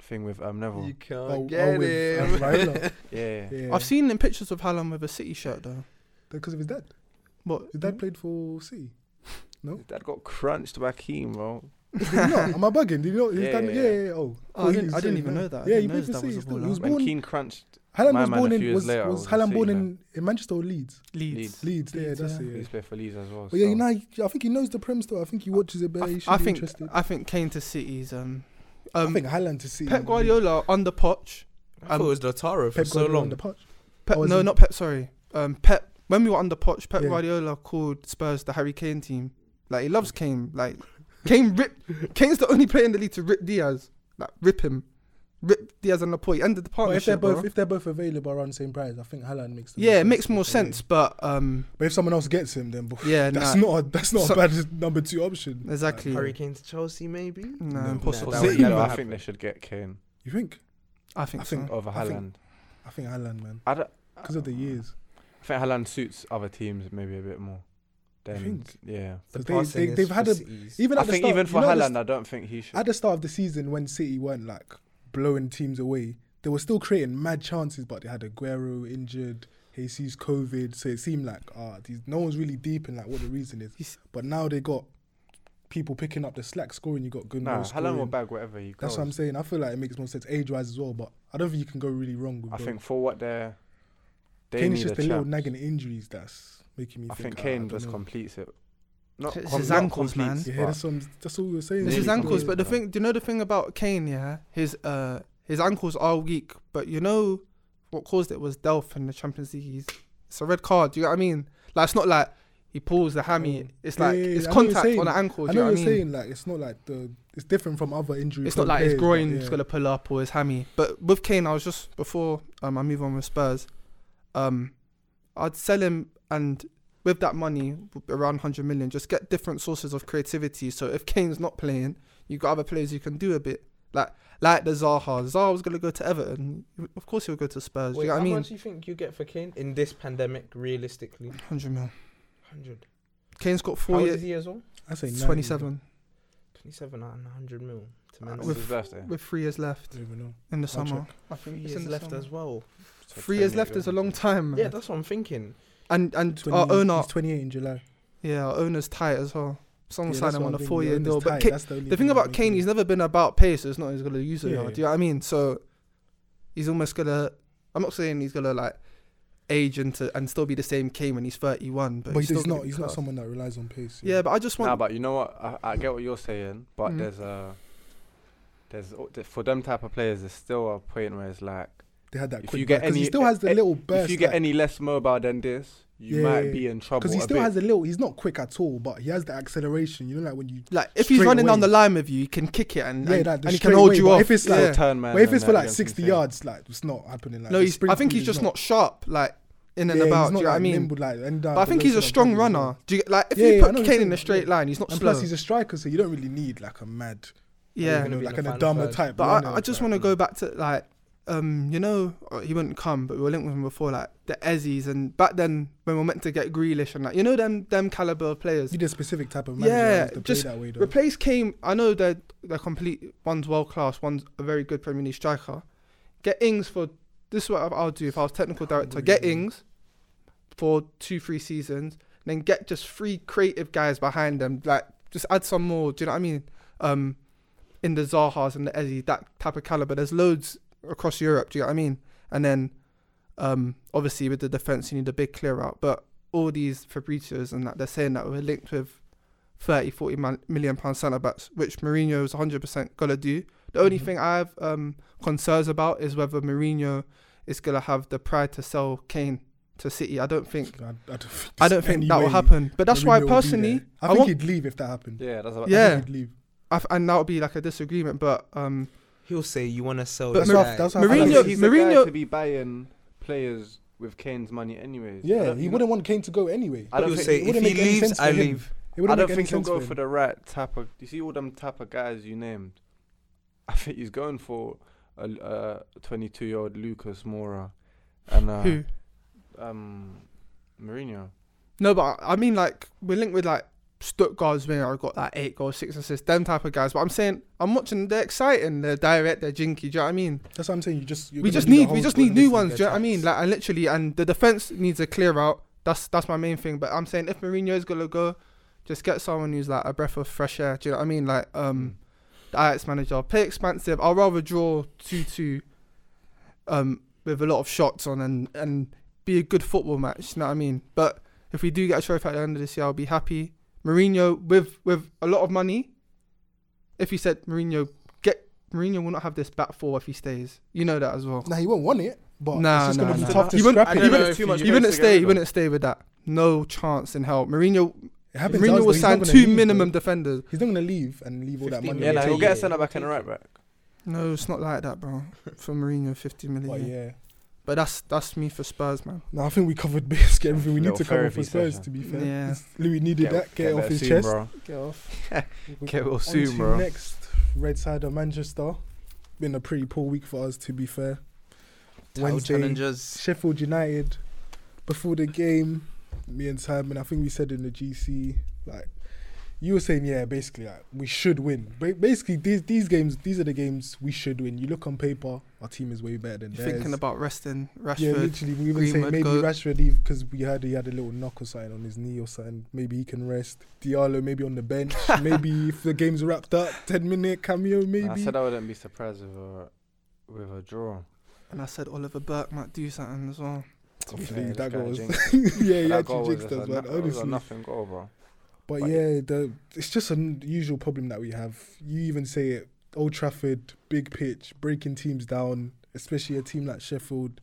S4: Thing with um Neville.
S3: can't
S1: Oh, oh, with, uh, Raiola.
S4: yeah.
S1: yeah,
S2: I've seen in pictures of Haaland with a City shirt though.
S1: because of his dad.
S2: But
S1: His dad played for City.
S4: His dad got crunched by Keane, bro.
S1: Did he not? Am I bugging? Did he not? His
S4: Yeah,
S1: dad,
S4: yeah,
S1: yeah,
S4: yeah.
S1: yeah, yeah. Oh,
S2: Oh, I didn't-
S1: he's
S2: I didn't
S1: saying
S2: even
S1: that.
S2: know that. I
S1: Yeah,
S2: didn't
S1: he
S2: know
S1: played
S2: his
S1: for
S2: dad was
S1: City.
S2: a
S1: still.
S2: baller.
S1: He was
S4: When
S1: born.
S4: Keane crunched,
S1: Haaland
S4: my
S1: was
S4: man a
S1: born
S4: few
S1: in
S4: years
S1: was
S4: later
S1: was
S4: was
S1: Haaland born
S4: City,
S1: in in Manchester or Leeds?
S2: Leeds.
S4: Leeds.
S1: Leeds. Yeah,
S2: Leeds,
S1: that's
S2: yeah.
S1: it.
S4: he's
S1: Yeah.
S4: played for Leeds as well.
S1: But yeah,
S4: so-
S1: you know, he- I think he knows the Prem still. I think he watches it,
S2: I,
S1: but he
S2: th-
S1: should
S2: I
S1: be
S2: think
S1: interested.
S2: I think Kane to City is um
S1: I
S2: um
S1: think Haaland to City.
S2: Pep Guardiola under Poch.
S3: I thought it was Lautaro for
S1: Pep
S3: so
S1: Guardiola on
S3: long.
S1: the patch.
S2: Pep,
S1: Oh, is
S2: no,
S1: he?
S2: not Pep. Sorry, um, Pep. When we were under Poch, Pep
S1: Yeah.
S2: Guardiola called Spurs the Harry Kane team. Like he loves Kane. Like Kane rip. Kane's the only player in the league to rip Diaz. Like rip him, rip Diaz and Laporte. End of
S1: But
S2: the
S1: if
S2: partnership.
S1: they're both
S2: bro.
S1: if they're both available around the same price, I think Haaland makes. the
S2: yeah, it
S1: most
S2: makes
S1: sense.
S2: more sense, but um,
S1: But if someone else gets him, then boy,
S2: yeah,
S1: that's
S2: nah,
S1: not a, that's not
S2: So-
S1: a bad number two option.
S2: exactly.
S1: Like,
S2: Harry
S3: Hurricane to Chelsea, maybe.
S2: nah,
S1: No,
S2: impossible.
S3: that
S4: City,
S3: would never
S4: though, I
S3: happen.
S4: think they should get Kane
S1: you think?
S2: I think
S1: I think-
S2: so.
S4: over
S1: I think-
S4: Haaland.
S1: I think Haaland, man,
S4: I don't
S1: because of the years.
S4: I think Haaland suits other teams maybe a bit more.
S1: You
S4: Than,
S1: think?
S4: Yeah.
S3: The
S1: 'Cause they-
S3: passing
S1: they-
S3: is
S1: they've
S3: for
S1: had a-
S3: City's-
S1: Even at
S4: I
S1: the
S4: think
S1: start,
S4: even for
S1: you know, at the
S4: Haaland, I don't think he should.
S1: at the start of the season when City weren't like blowing teams away, they were still creating mad chances, but they had Aguero injured, Jesus COVID, so it seemed like ah, these no one's really deep in like what the reason is.
S2: He's-
S1: But now they got people picking up the slack scoring. You got good
S4: Nah, Haaland will
S1: scoring.
S4: bag whatever he goes.
S1: That's what I'm saying. I feel like it makes more sense age wise as well, but I don't think you can go really wrong with.
S4: I
S1: both.
S4: think for what they're they
S1: Kane's
S4: need
S1: just
S4: a
S1: the little
S4: chance.
S1: nagging injuries that's making me
S4: I think
S1: think. ah,
S4: Kane
S1: don't
S4: just
S1: know.
S4: completes it. Not
S2: It's
S4: com-
S2: his
S4: not
S2: ankles, man.
S4: completes,
S1: Yeah,
S4: but-
S1: that's, what I'm- that's all we were saying.
S2: It's his
S4: Nearly
S2: ankles,
S4: completed,
S2: but the
S4: man.
S2: thing, do you know the thing about Kane? Yeah, his uh, his ankles are weak, but you know what caused it was Delph in the Champions League. He's, it's a red card. Do you know what I mean? Like it's not like he pulls the hammy.
S1: Oh.
S2: It's like
S1: Yeah, yeah,
S2: it's
S1: yeah, I know what you're
S2: contact on
S1: saying.
S2: the ankle.
S1: I
S2: Do you
S1: know
S2: know
S1: what
S2: what
S1: you're
S2: I
S1: saying.
S2: mean?
S1: Like it's not like the it's different from other injuries.
S2: It's not like his groin's gonna pull up or his hammy. But with Kane, I was just before um, I move on with Spurs, um, I'd sell him and with that money around 100 million, just get different sources of creativity. So if Kane's not playing, you got other players you can do a bit like like the Zaha. Zaha was gonna go to Everton. Of course he'll go to Spurs.
S3: Wait,
S2: do you know what
S3: how
S2: I mean?
S3: much do you think you get for Kane in this pandemic? Realistically,
S2: 100 mil.
S3: hundred.
S2: Kane's got
S3: How
S2: four
S3: old
S2: years,
S3: is he as well?
S1: I say 90.
S2: 27
S3: Twenty-seven out and hundred mil to
S4: This
S3: Man
S4: is
S3: City.
S4: his birthday.
S2: with three years left
S1: I don't even know.
S2: in the
S1: I'll
S2: summer.
S1: check.
S2: I think
S3: Three
S2: it's in
S3: years
S2: the
S3: left
S2: summer.
S3: as well.
S4: So
S2: Three years
S4: 28
S2: left is a
S4: grand.
S2: long time. Man.
S3: Yeah, that's what I'm thinking.
S2: and and
S1: 20,
S2: our owner
S1: he's 28 in July.
S2: Yeah, our owner's tight as well.
S1: Yeah,
S2: Someone
S1: that's
S2: signed him
S1: what I'm
S2: on a
S1: thinking.
S2: four year
S1: owner's
S2: deal. But
S1: tight,
S2: Ka-
S1: that's only
S2: the
S1: thing
S2: thing
S1: that
S2: about
S1: makes
S2: Kane,
S1: me-
S2: he's never been about pace, so it's not he's gonna use it.
S1: Yeah,
S2: now,
S1: yeah.
S2: Do you know what I mean? So he's almost gonna I'm not saying he's gonna like age into and still be the same Kane when he's thirty one, but,
S1: But he's,
S2: still gonna
S1: not.
S2: be
S1: He's not
S2: class.
S1: someone that relies on pace.
S2: Yeah, but I just want
S4: Nah, but you know what? I, I get what you're saying, but
S2: Mm.
S4: there's a there's al- th- for them type of players, there's still a point where it's like
S1: they had that.
S4: if
S1: quick
S4: you get
S1: burst, 'cause he
S4: any-
S1: still has the
S4: eh,
S1: little burst.
S4: if you get any less mobile than this, you
S1: Yeah,
S4: might
S1: yeah,
S4: be in trouble.
S1: because he
S4: a
S1: still
S4: bit.
S1: has a little. He's not quick at all, but he has the acceleration. You know, like when you.
S2: like if he's
S1: straight
S2: running down
S1: away.
S2: the line with you, he can kick it and
S1: Yeah,
S2: and,
S1: like the
S2: and he can
S1: straight
S2: hold
S1: away,
S2: you
S1: but
S2: off.
S1: if it's
S4: Still
S1: like-
S2: yeah.
S4: turn man.
S1: But if
S4: and
S1: it's for
S4: that,
S1: like
S4: you know what I'm
S1: 60
S4: saying?
S1: yards, like it's not happening. Like
S2: no,
S1: the
S2: he's I
S1: sprint
S2: think
S1: through
S2: he's
S1: is
S2: just not sharp, like in and
S1: yeah, he's
S2: about. Do
S1: not,
S2: you know what I
S1: like,
S2: mean?
S1: nimble, like, and down
S2: But I
S1: the
S2: think
S1: low
S2: he's a
S1: side of
S2: strong
S1: things as well.
S2: runner. Do you like if
S1: Yeah,
S2: you
S1: yeah, I know
S2: put
S1: what
S2: Kane
S1: you're
S2: in a
S1: saying,
S2: straight
S1: yeah.
S2: line, he's not
S1: And
S2: slow.
S1: plus, he's a striker, so you don't really need like a mad,
S2: yeah,
S1: you know,
S3: Gonna be
S1: like
S3: the
S1: an
S3: final
S1: Adama
S3: third.
S1: type.
S2: But
S1: runner,
S2: I, I just
S1: like,
S2: want to
S1: you
S2: go
S1: know.
S2: back to like, um, you know, uh, he wouldn't come, but we were linked with him before, like the Ezzies, and back then when we were meant to get Grealish and like, you know, them them caliber of players.
S1: You need a specific type of manager
S2: Yeah,
S1: to play
S2: just
S1: that way, though.
S2: Replace Kane. I know they're they're complete. One's world class. One's a very good Premier League striker. Get Ings for this. Is what I'll do if I was technical director. Get
S1: Unbelievable.
S2: Ings for two three seasons. Then get just three creative guys behind them. Like just add some more. Do you know what I mean? Um, in the Zaha's and the Ezzy, that type of caliber. There's loads across Europe. Do you know what I mean? And then, um, obviously with the defense, you need a big clear out. But all these Fabricios and that they're saying that we're linked with 30, 40 man, million pound centre backs, which Mourinho is 100 percent gonna do. The only
S4: Mm-hmm.
S1: Mhm.
S2: thing I have um, concerns about is whether Mourinho is gonna have the pride to sell Kane to City. I don't think
S1: I, I don't think,
S2: I don't think that will happen. But that's why personally
S1: I,
S2: I
S1: think
S2: want-
S1: he'd leave if that happened.
S4: Yeah, that's about
S2: Yeah.
S1: I think he'd leave.
S2: I f and that would be like a disagreement. But um,
S3: He'll say you want to sell.
S2: But
S3: this
S1: Mar-
S3: guy."
S1: that's how I feel.
S2: Mourinho,
S4: Mourinho, he's the guy
S2: Mourinho,
S4: to be buying players with Kane's money, anyways. I
S1: Yeah,
S4: don't-
S1: he
S4: you know-
S1: wouldn't want Kane to go anyway.
S4: I don't
S3: He'll
S4: think.
S3: say
S1: it
S3: if
S1: wouldn't
S3: he
S1: make any
S3: leaves,
S1: sense
S3: I
S1: for him. It
S3: leave.
S4: I
S1: wouldn't
S4: don't
S1: make any
S4: think he'll
S1: sense
S4: go
S1: him.
S4: for the right type of. You see all them type of guys you named. I think he's going for a l- uh, 22 year old Lucas Moura and uh,
S2: who?
S4: um Mourinho.
S2: No, but I I mean like we're linked with like Stuttgart's winner. I've got like eight goals, six assists, them type of guys. But I'm saying I'm watching. They're exciting. They're direct. They're jinky. Do you know what I mean?
S1: That's what I'm saying. You just you're
S2: we
S1: gonna
S2: just need
S1: a
S2: we
S1: whole
S2: just
S1: squad
S2: need
S1: of
S2: new
S1: different
S2: ones. Do you know what I mean?
S1: attacks.
S2: Like, and literally, and the defense needs a clear out. That's that's my main thing. But I'm saying if Mourinho is gonna go, just get someone who's like a breath of fresh air. Do you know what I mean? Like
S1: Mm.
S2: um, the Ajax manager, play expansive. I'll rather draw two two, um, with a lot of shots on and and be a good football match. You know what I mean? But if we do get a trophy at the end of this year, I'll be happy. Mourinho with with a lot of money. If you said Mourinho get Mourinho will not have this back four if he stays. You know that as well.
S1: Nah, he won't want it, but
S2: Nah,
S1: it's just
S2: nah,
S1: gonna be
S2: nah.
S1: tough to
S2: You wouldn't-
S1: scrap
S2: I
S1: it.
S2: don't know
S4: it's
S3: if you-
S2: You wouldn't
S4: to get
S2: stay.
S4: rid
S2: You
S4: of.
S2: wouldn't stay with that. No chance in hell. Mourinho.
S1: It happens to us,
S2: Mourinho
S1: though.
S2: will
S1: He's not
S2: sign
S1: gonna
S2: two
S1: leave, though.
S2: minimum defenders.
S1: He's not gonna leave and leave all that
S3: 15
S1: money.
S4: Yeah,
S3: Yeah,
S4: nah,
S1: on the
S4: he'll
S1: table.
S3: take
S4: get a
S3: it.
S4: centre back and a right back.
S2: No, it's not like that, bro. For Mourinho, 50 million.
S1: But
S2: yeah.
S1: yeah.
S2: But that's that's me for Spurs, man.
S1: No, I think we covered basically everything we need
S4: Little
S1: to cover for
S4: therapy
S1: Spurs,
S4: session.
S1: to be fair.
S2: Yeah.
S1: It's- Louis needed that, get it off his chest.
S4: Bro.
S2: Get off.
S4: Get well
S1: On
S4: soon,
S1: to
S4: bro.
S1: Next, red side of Manchester. Been a pretty poor week for us, to be fair.
S3: Title
S1: Wednesday.
S3: challengers.
S1: Sheffield United. Before the game, me and Simon, I think we said in the GC, like you were saying, yeah, basically, like, we should win. Ba- basically, these these games, these are the games we should win. You look on paper, our team is way better than
S2: You're
S1: theirs.
S2: thinking about resting
S1: yeah,
S2: Rashford.
S1: literally, we even say
S2: Greenwood
S1: maybe
S2: go-
S1: Rashford because we heard he had a little knock or something on his knee or something. Maybe he can rest. Diallo maybe on the bench. maybe if the game's wrapped up, ten minute cameo maybe.
S4: I said I wouldn't be surprised with a with a draw.
S2: and I said Oliver Burke might do something as well.
S1: To be
S4: Yeah,
S1: fair,
S4: this
S1: that
S4: guy
S1: goal was
S4: jinxed
S1: yeah, he
S4: But that
S1: actually
S4: goal
S1: jinxed
S4: was
S1: us,
S4: a
S1: man.
S4: no- it was a
S1: Honestly,
S4: nothing goal, bro.
S1: But
S4: But
S1: yeah, the it's just an usual problem that we have. You even say it, Old Trafford, big pitch, breaking teams down, especially a team like Sheffield.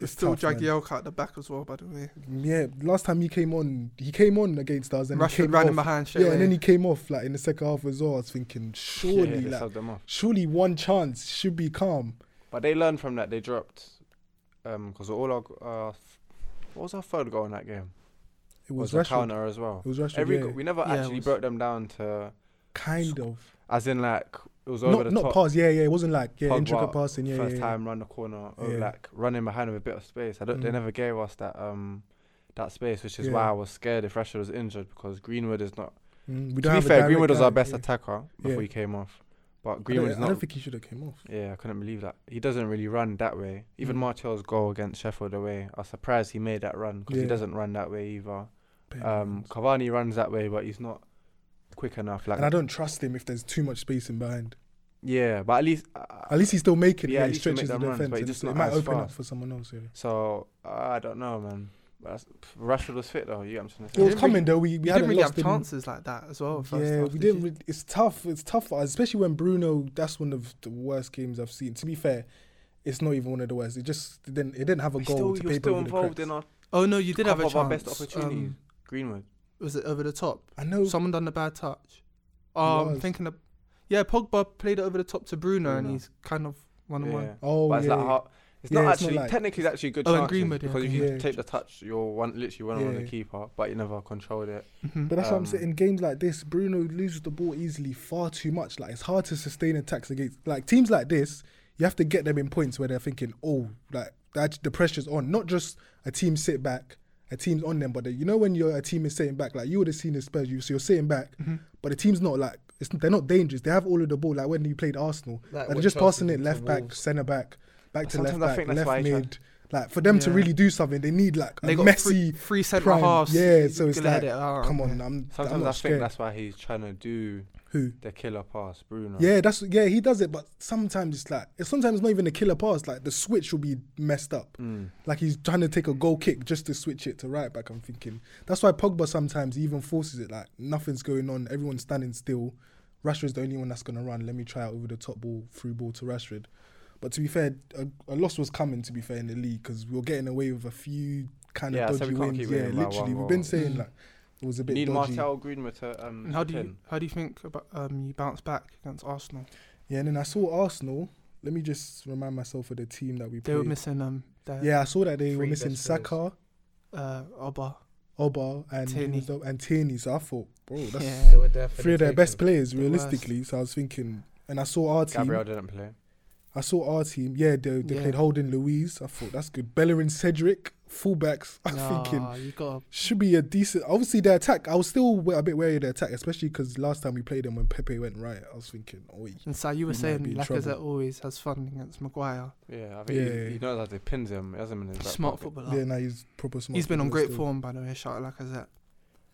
S2: It's still
S1: tough, man.
S2: Jagielka at the back as well, by the way.
S1: Yeah, last time he came on, he came on against us, and he
S2: Rashford
S1: came
S2: ran
S1: off.
S2: him behind straight
S1: yeah, and
S2: away.
S1: then he came off like in the second half as well. I was thinking, surely,
S4: yeah, they
S1: like,
S4: subbed them off.
S1: surely one chance should be calm.
S4: But they learned from that. They dropped because all our g- uh, f- what was our third goal in that game?
S1: It was,
S4: a
S1: Rashford.
S4: counter as well.
S1: It was Rashford.
S4: Every
S1: yeah.
S4: go- we never
S2: Yeah, it
S4: actually
S2: was-
S4: broke them down to
S1: kind of.
S4: as in like it was over
S1: Not
S4: the
S1: not
S4: top.
S1: pass. Yeah, yeah. It wasn't like yeah
S4: Pogba,
S1: intricate passing. Yeah,
S4: first
S1: yeah, yeah.
S4: time round the corner, or
S1: Yeah.
S4: like running behind with a bit of space. I don't. They
S1: Mm.
S4: never gave us that um that space, which is why
S1: Yeah.
S4: I was scared if Rashford was injured because Greenwood is not.
S1: Mm, we
S4: to be
S1: have a
S4: fair,
S1: direct
S4: Greenwood was our
S1: guy,
S4: best
S1: yeah.
S4: attacker before
S1: Yeah.
S4: he came off, but
S1: I don't,
S4: Greenwood is
S1: I don't
S4: not.
S1: think he should have came off.
S4: Yeah, I couldn't believe that he doesn't really run that way. Even
S1: Mm.
S4: Martial's goal against Sheffield away, I was surprised he made that run because
S1: Yeah.
S4: he doesn't run that way either.
S1: But-
S4: Um, Cavani runs that way, but he's not quick enough. Like,
S1: and I don't trust him if there's too much space in behind.
S4: yeah, but at least uh,
S1: At least he's still making
S4: Yeah,
S1: yeah,
S4: at
S1: it. He
S4: least he'll make
S1: stretches the
S4: them runs,
S1: defense,
S4: but he's
S1: and
S4: just
S1: so it
S4: not
S1: might
S4: as
S1: open up
S4: fast.
S1: for someone else. Yeah.
S4: So I don't know, man. That's, Rashford was fit though. You get what
S1: It
S4: I'm trying to
S1: was
S4: say?
S2: didn't really-
S1: coming though. We we
S2: You
S1: hadn't
S2: didn't really
S1: lost
S2: have
S1: him.
S2: chances like that as well. First
S1: yeah,
S2: half,
S1: we
S2: did
S1: didn't.
S2: you?
S1: really- it's tough. It's tough for us, especially when Bruno. That's one of the worst games I've seen. To be fair, it's not even one of the worst. It just it didn't. It didn't have a
S4: We
S1: goal
S4: still,
S1: to
S4: you're
S1: paper
S4: still
S1: over the
S4: involved
S1: cracks.
S4: in our
S2: Oh no, you did have a
S4: couple
S2: chance.
S4: of our best opportunities.
S2: Um,
S4: Greenwood.
S2: was it over the top?
S1: I know.
S2: Someone done the bad touch. Oh, I'm
S1: was.
S2: thinking of. Yeah, Pogba played it over the top to Bruno, and
S4: Bruno.
S2: he's kind of one on
S4: Yeah.
S2: one.
S1: oh
S4: But it's
S1: yeah.
S4: like how, it's
S1: Yeah,
S4: not
S1: it's not
S4: actually
S1: like-
S4: technically it's actually good
S2: Oh, and
S4: chances
S2: Greenwood, yeah,
S4: because if you
S1: Greenwood.
S4: take the touch, you're one literally one on
S1: Yeah.
S4: the keeper, but you never controlled it.
S2: Mm-hmm.
S1: but that's what I'm
S4: um,
S1: saying. In games like this, Bruno loses the ball easily, far too much. Like it's hard to sustain attacks against like teams like this. You have to get them in points where they're thinking, oh, like that the pressure's on. Not just a team sit back, a team's on them, but the, you know when your a team is sitting back, like you would have seen the Spurs. You so you're sitting back,
S2: Mm-hmm.
S1: but the team's not like it's, they're not dangerous. They have all of the ball. Like when you played Arsenal,
S3: Like
S1: like, they're
S3: what
S1: just
S3: Chelsea
S1: passing
S3: did
S1: it
S3: to
S1: left back,
S3: Wolves.
S1: centre back, back to left
S4: sometimes I
S1: back,
S4: think that's
S1: left
S4: why he tried-
S1: mid. Like for them to
S2: Yeah.
S1: really do something, they need like
S2: They
S1: a
S2: got
S1: messy.
S2: three, three centre
S1: prime.
S2: halves.
S1: Yeah, so it's
S2: Glad
S1: like,
S2: it out,
S1: Come
S2: yeah.
S1: on, I'm. I'm
S4: Oh, Sometimes
S1: not
S4: I think
S1: scared.
S4: that's why he's trying to do
S1: Who?
S4: the killer pass, Bruno.
S1: Yeah, that's yeah. He does it, but sometimes it's like it's sometimes not even a killer pass. Like the switch will be messed up.
S4: Mm.
S1: Like he's trying to take a goal kick just to switch it to right back. I'm thinking that's why Pogba sometimes he even forces it. Like nothing's going on. Everyone's standing still. Rashford's the only one that's gonna run. Let me try out over the top ball, through ball to Rashford. But to be fair, a, a loss was coming. To be fair, in the league because we are getting away with a few kind of
S4: Yeah, so
S1: dodgy
S4: we can't
S1: wins.
S4: keep
S1: Yeah,
S4: winning by
S1: literally,
S4: one
S1: we've been
S4: goal.
S1: saying
S2: Mm.
S1: like it was a
S4: You
S1: bit
S4: need
S1: dodgy.
S4: Martel Greenwood to um.
S2: And how do
S4: chip
S2: you
S4: in.
S2: how do you think about um you bounce back against Arsenal?
S1: Yeah, and then I saw Arsenal. Let me just remind myself of the team that we
S2: They
S1: played.
S2: were missing um their,
S1: yeah, I saw that they were
S3: Three
S1: missing
S3: best players.
S1: Saka,
S2: uh Oba.
S1: Oba, and
S2: Tierney.
S1: Tierney. and Tierney. So I thought, bro, that's
S2: Yeah.
S3: They were there for
S1: three of their best
S3: taking.
S1: players
S2: The worst.
S1: realistically. So I was thinking, and I saw our team.
S4: Gabriel didn't play.
S1: I saw our team. Yeah, they, they
S2: Yeah.
S1: played Holden Louise. I thought that's good. Bellerin Cedric, fullbacks. I'm thinking
S2: Nah, you got
S1: should be a decent. Obviously, their attack. I was still a bit wary of their attack, especially because last time we played them when Pepe went right. I was thinking, oi.
S2: and so you were
S1: We might
S2: saying
S1: be in
S2: Lacazette
S1: trouble.
S2: always has fun against Maguire.
S4: Yeah, I think he-
S1: Yeah.
S4: he, knows how to pins him. He hasn't been in his back
S2: Smart
S4: pocket.
S2: footballer.
S1: Yeah, now he's proper smart.
S2: He's been on
S1: footballer
S2: great
S1: still.
S2: form by the way, shout out Lacazette.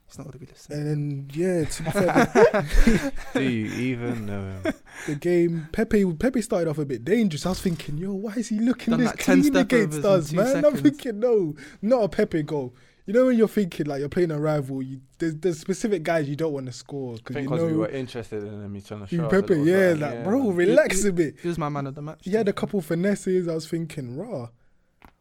S2: He's not gonna be listening.
S1: And then Uh, yeah, to be fair,
S4: Do you even know him?
S1: the game. Pepe Pepe started off a bit dangerous. I was thinking, yo, why is he looking
S2: Done
S1: this
S2: like 10
S1: clean
S2: step
S1: against
S2: overs
S1: us,
S2: in two
S1: man? I'm
S2: seconds.
S1: thinking, no, not a Pepe goal. You know when you're thinking like you're playing a rival, you, there's, there's specific guys you don't want to score
S4: I
S1: because
S4: think
S1: you
S4: 'cause we were
S1: know
S4: interested in him. He's trying to show
S1: you
S4: us a
S1: Pepe,
S4: little
S1: yeah, like
S4: something,
S1: bro,
S4: man.
S1: relax a bit.
S2: He was my man of the match.
S1: He had
S2: to
S1: a
S2: be fair.
S1: couple finesses. I was thinking, raw.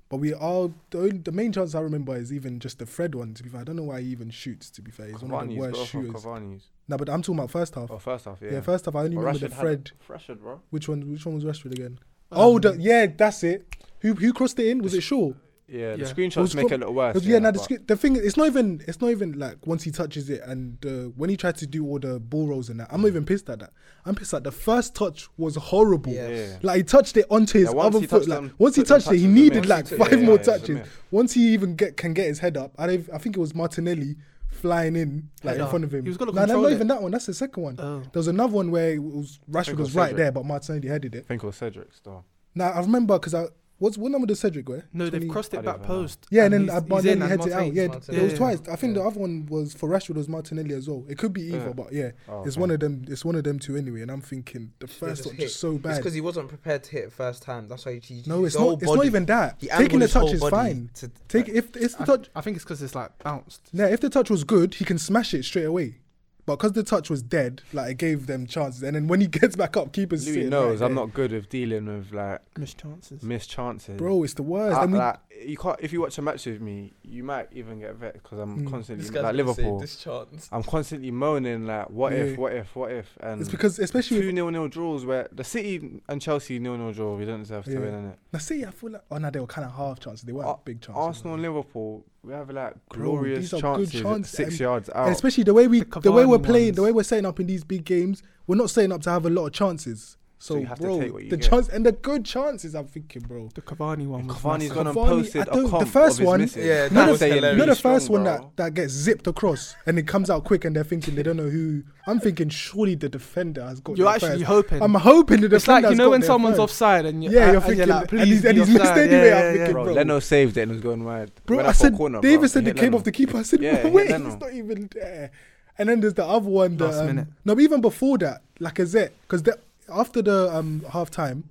S1: But we are the, only, the main chance I remember is even just the Fred one. To be fair, I don't know why he even shoots. To be fair, he's one of the
S4: Cavani's,
S1: worst
S4: bro, from
S1: shooters.
S4: Cavani's.
S1: No, but I'm talking about first half.
S4: Oh, first half, yeah.
S1: yeah. first half I only
S4: But
S1: remember
S4: Rashford
S1: the
S4: had a-
S1: Fred.
S4: Rashford, bro.
S1: Which one? Which one was Rashford again? oh, the, yeah, that's it. Who who crossed it in? Was it Shaw?
S4: Yeah, the
S2: Yeah.
S4: screenshots
S1: Was
S4: make it
S1: Cro-
S4: a little worse.
S1: yeah, now the,
S4: but-
S1: sc- the thing is, it's not even it's not even like once he touches it and uh, when he tried to do all the ball rolls and that, I'm not even pissed at that. I'm pissed at the first touch was horrible.
S3: Yeah.
S4: Yeah.
S1: Like he touched it onto his
S4: Yeah, once
S1: other
S4: he
S1: foot.
S4: touched
S1: Like
S4: them-
S1: once he
S4: took them
S1: touched it, he
S4: touches, it
S1: needed
S3: was
S1: like
S3: a
S1: five
S3: myth.
S1: more
S4: Yeah, yeah, it's a
S1: touches.
S4: myth.
S1: Once he even get can get his head up, I don't, I think it was Martinelli flying in like in
S2: Header.
S1: front of him.
S2: He was gonna
S1: no, no,
S2: control
S1: not
S2: it.
S1: even that one. That's the second one.
S2: Oh.
S1: there was another one where it was, Rashford
S4: Uh, Think
S1: was
S4: of
S1: right
S4: Cedric.
S1: there, but Martinelli headed it.
S4: I think it was Cedric's, though.
S1: Now I remember because I what's what number did Cedric wear?
S2: No, they've
S1: 20
S2: crossed
S4: I
S2: it
S4: don't
S2: back
S4: even know.
S2: post.
S1: Yeah, and, then
S2: he's-
S1: uh,
S2: he's in
S1: Martinelli
S3: and
S1: heads it out.
S3: Martinelli-
S1: Yeah,
S3: Martinelli.
S1: there was
S2: Yeah.
S1: twice. I think
S3: Yeah.
S1: the other one was for Rashford was Martinelli as well. It could be either,
S4: Yeah.
S1: but yeah,
S4: Oh,
S1: it's
S4: okay.
S1: one of them. It's one of them two anyway. And I'm thinking the
S3: just
S1: first one
S3: hit.
S1: just so
S3: It's
S1: bad.
S3: because he wasn't prepared to hit it first time. That's why he. he
S1: No,
S3: his
S1: it's
S3: whole
S1: not. It's not
S3: body-
S1: even that.
S3: he
S1: Taking
S3: angled
S1: the
S3: his whole
S1: touch is
S3: body
S1: fine.
S3: to-
S1: Take if if the
S2: I,
S1: touch.
S2: I think it's because it's like bounced.
S1: Yeah, if the touch was good, he can smash it straight away. But because the touch was dead, like it gave them chances. And then when he gets back up, keepers.
S4: Louis
S1: sitting
S4: knows
S1: right
S4: I'm
S1: there.
S4: not good with dealing with like
S2: Missed chances.
S4: missed chances.
S1: Bro, it's the worst.
S4: I-
S1: and we,
S4: like, you can't. If you watch a match with me, you might even get vexed because I'm
S1: Mm.
S4: constantly
S3: This guy's
S4: like
S3: gonna say
S4: Liverpool.
S3: This chance.
S4: I'm constantly moaning like, what
S1: Yeah.
S4: if, what if, what if, and
S1: it's because especially with
S4: two nil nil draws where the City and Chelsea nil nil draw. We don't deserve to
S1: Yeah.
S4: win in it.
S1: now see, I feel like oh no, they were kind of half chances. They weren't
S4: Ar-
S1: big chances.
S4: Arsenal and Liverpool, we have like
S1: Bro,
S4: glorious
S1: these are good
S4: chances, at
S1: chances,
S4: six
S1: and-
S4: yards
S1: And
S4: out.
S1: especially the way we the,
S2: The
S1: way we're
S2: Cavani
S1: playing, the
S2: ones.
S1: way we're setting up in these big games, we're not setting up to have a lot of chances. So,
S4: So you have to
S1: bro,
S4: take what you
S1: the
S4: get.
S1: chance and the good chances, I'm thinking, bro.
S2: The Cavani one. Was
S4: Cavani's
S2: massive.
S4: gone and
S1: Cavani,
S4: posted
S1: I don't-
S4: a
S1: the
S4: comp
S1: first
S4: of his
S1: one-
S3: Yeah,
S4: misses.
S3: that
S4: That's
S3: was
S4: saying
S3: hilarious.
S1: You know the
S4: he's strong,
S1: first one
S4: bro.
S1: that, that gets zipped across and it comes out quick and they're thinking they don't know who. I'm thinking surely the defender has got.
S2: You're
S1: there
S2: actually
S1: first.
S2: hoping.
S1: I'm hoping the defender.
S2: it's like you
S1: has
S2: know
S1: got
S2: when
S1: there
S2: someone's
S1: first.
S2: offside and
S1: Yeah,
S2: and-
S1: you're
S2: and
S1: thinking,
S2: like,
S1: and
S2: please
S1: he's- and
S2: be
S1: he's missed
S2: offside."
S1: anyway,
S2: Yeah,
S1: I'm
S2: yeah, yeah.
S1: thinking,
S4: Bro,
S1: bro.
S4: Leno saved it and was going wide.
S1: Bro,
S4: Went
S1: I
S4: up for a
S1: said
S4: corner,
S1: they
S4: bro.
S1: even said
S4: Hit
S1: it came
S4: Leno.
S1: off the keeper. I said,
S4: Yeah,
S1: wait,
S4: hit Leno.
S1: it's not even there. And then there's the other one. That,
S2: Last minute.
S1: um, no, but even before that, like I said, because after the um, half time,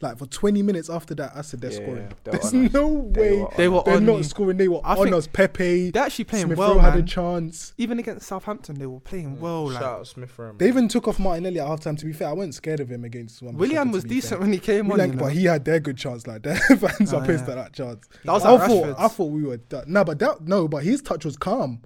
S1: like for 20 minutes after that, I said they're
S4: Yeah,
S1: scoring.
S4: they were
S1: There's
S4: on us.
S1: no
S4: They
S1: way
S4: were
S2: They
S4: on
S2: were
S4: us.
S1: they're
S2: on.
S1: not
S2: you.
S1: scoring. They were
S2: I
S1: on
S2: think
S1: us. Pepe,
S2: They're actually playing
S1: Smith
S2: well,
S1: Rowe had a
S2: man.
S1: chance.
S2: Even against Southampton, they were playing well. Like
S3: Shout out Smith Rowe.
S1: They even took off Martinelli at half time, to be fair. I wasn't scared of him against one.
S2: William was decent when he came on.
S1: Like,
S2: you know.
S1: but he had their good chance. Like their fans
S2: Oh,
S1: are pissed
S2: yeah.
S1: at that chance.
S2: That was
S1: I
S2: like
S1: thought I
S2: Rashford's.
S1: thought we were done. No, but that no, but his touch was calm.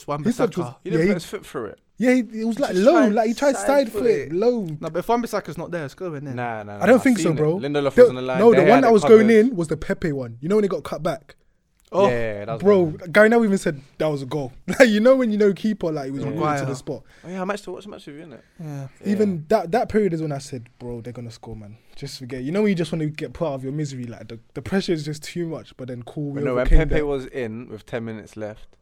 S1: His touch was
S2: Wan-Bissaka.
S4: He
S1: yeah,
S4: didn't put
S1: he-
S4: his foot through it.
S1: Yeah, he, it was like
S3: just
S1: low,
S3: tried
S1: like he tried
S3: side
S1: side
S3: foot
S1: flip,
S3: it.
S1: low.
S2: No, but if Wan-Bissaka's not there, it's going in.
S4: Nah, nah.
S1: I don't
S4: nah,
S1: think so,
S4: seen it.
S1: bro.
S4: Lindelof
S1: The-
S4: was on the line.
S1: no, the
S4: They
S1: one
S4: had
S1: that
S4: it
S1: was
S4: covered.
S1: going in was the Pepe one. You know when it got cut back,
S2: Oh,
S4: yeah, that was
S1: bro.
S4: one.
S1: Gary Neville even said that was a goal. Like you know when you know keeper, like he was
S4: Yeah.
S1: really to
S2: Maguire.
S1: the spot.
S4: Oh, yeah, I matched to watch a match with you, innit?
S2: yeah.
S4: Yeah.
S1: Even that that period is when I said, bro, they're gonna score, man. Just forget. You know when you just want to get put out of your misery, like the, the pressure is just too much. But then cool, we
S4: But no, when
S1: overcame
S4: Pepe
S1: that.
S4: was in with 10 minutes left,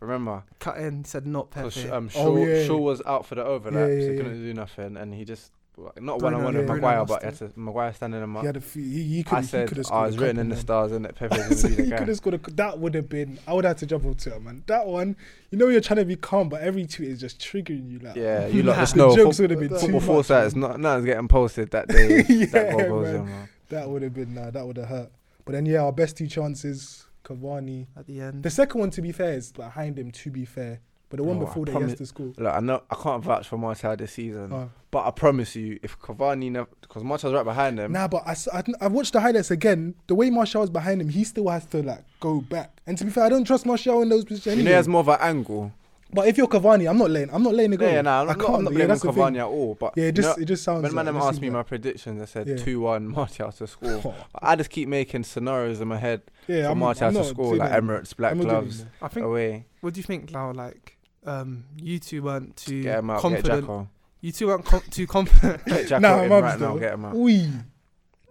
S4: remember?
S2: Cut in, said not
S4: 'Cause
S2: Pepe.
S4: Sh- um, Shaw,
S1: Oh, yeah.
S4: Shaw was out for the overlap,
S1: Yeah, yeah,
S4: so he
S1: yeah.
S4: couldn't do nothing, and he just, like, not one
S2: Bruno-
S4: on one
S1: yeah.
S4: with
S1: Bruno
S4: Maguire,
S2: must
S4: but he had to, Maguire standing him
S1: He
S4: up.
S1: had a few, he, he could
S4: I
S1: he
S4: said,
S1: could have scored.
S4: I
S1: a
S4: was written
S1: couple,
S4: in the
S1: man.
S4: stars, innit? Pepe's
S1: so
S4: going
S1: he
S4: to be the
S1: could
S4: guy.
S1: have scored. A, cou- that would have been. I would have to jump on Twitter, man. That one. You know you're trying to be calm, but every tweet is just triggering you. Like,
S4: Yeah, you lot,
S2: Nah.
S4: just
S1: The
S4: know.
S1: jokes
S4: fo-
S1: would have been too
S4: Football
S1: much,
S4: foresight is
S1: man.
S4: not, nothing's getting posted that day. that
S1: Yeah,
S4: goal goes
S1: man.
S4: in, man.
S1: That would have been nah, that would have hurt. But then yeah, our best two chances, Cavani.
S2: at the end.
S1: The second one to be fair is behind him to be fair. But the one
S4: No, Oh, I
S1: before that he
S4: promise-
S1: has to score.
S4: Look, I know I can't vouch for Martial this season,
S1: Oh.
S4: but I promise you, if Cavani never, because Martial's right behind him,
S1: Nah, but I, s- I, didn't- I watched the highlights again. The way Martial was behind him, he still has to like go back. And to be fair, I don't trust Martial in those positions.
S4: you know he
S1: anyway.
S4: has more of an angle.
S1: but if you're Cavani, I'm not letting I'm not letting it go.
S4: Yeah, yeah, nah, I'm
S1: I
S4: not, I'm not
S1: yeah,
S4: blaming
S1: that's the thing.
S4: Cavani at all. But
S1: Yeah, it just
S4: you
S1: it just
S4: know,
S1: sounds.
S4: when
S1: like,
S4: man
S1: it just
S4: asked me
S1: seems
S4: my
S1: like-
S4: predictions, I
S1: Yeah.
S4: said two one Martial to score.
S1: Oh,
S4: But I just keep making scenarios in my head
S1: yeah,
S4: for
S1: I'm,
S4: Martial
S1: I'm
S4: to
S1: not
S4: score,
S1: doing
S4: like
S1: it.
S4: Emirates black
S1: I'm not doing it
S4: gloves
S1: anymore.
S2: I think.
S4: away,
S2: What do you think now? Like, um, you two weren't too
S4: get him out, get
S2: confident.
S4: Jacko,
S2: You two weren't com- too confident.
S4: get Jacko
S1: Nah,
S4: in
S1: mum's
S4: right now,
S1: still-
S4: get him out.
S1: Ui,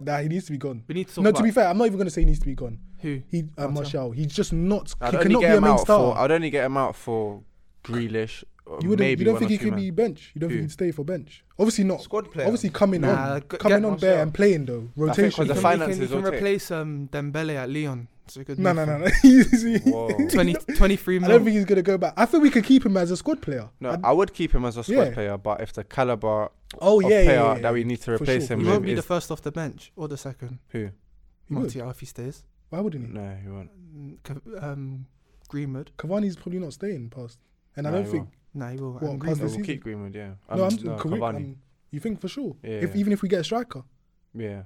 S1: nah, he needs to be gone.
S2: we need to talk
S1: No,
S2: about
S1: to be fair, I'm not even gonna say he needs to be gone.
S2: who.
S1: He uh,
S2: Martial.
S1: Martial, he's just not.
S4: I'd
S1: he
S4: only
S1: cannot be
S4: get
S1: a
S4: him
S1: main
S4: out
S1: star.
S4: for. I'd only get him out for Grealish. or
S1: you wouldn't.
S4: maybe
S1: You don't
S4: one
S1: think
S4: or
S1: he
S4: two
S1: could
S4: man.
S1: be bench? You don't
S4: Who?
S1: think he'd stay for bench? Obviously not.
S3: squad player.
S1: Obviously coming
S2: Nah,
S1: on,
S2: g-
S1: coming
S2: get
S1: on
S3: Martial.
S1: bare and playing though rotation.
S4: because the
S2: He
S4: fi-
S2: can- he can,
S4: finances
S2: he can
S4: will take.
S2: replace um Dembele at Leon. So he could
S1: no, no,
S2: move
S1: no,
S2: him.
S1: no. He's- he-
S4: Whoa.
S2: 20, 23
S1: I don't
S2: mil.
S1: think he's gonna go back. I think we could keep him as a squad player.
S4: No,
S1: I'd-
S4: I would keep him as a squad
S1: Yeah.
S4: player, but if the caliber
S1: oh
S4: of
S1: yeah, yeah,
S4: player
S1: yeah,
S4: that we need to
S1: For
S4: replace
S1: sure.
S4: him
S2: He
S1: He
S2: won't
S4: with
S2: be the
S4: is
S2: first off the bench or the second.
S4: who?
S1: He would.
S2: Martial if he stays.
S1: Why wouldn't he?
S4: No, he won't.
S2: Mm, Cav- Um, Greenwood.
S1: Cavani's probably not staying past, and I
S4: No,
S1: don't
S4: he
S1: think.
S2: Nah, he will.
S1: What,
S2: And
S1: Costa
S4: No,
S2: Greenwood.
S1: this
S4: Oh, we'll
S1: season?
S4: keep Greenwood, yeah.
S1: no,
S4: Um,
S1: I'm
S4: no,
S1: Kawi-
S4: Cavani.
S1: um, You think for sure?
S4: Yeah.
S1: If even if we get a striker,
S4: yeah.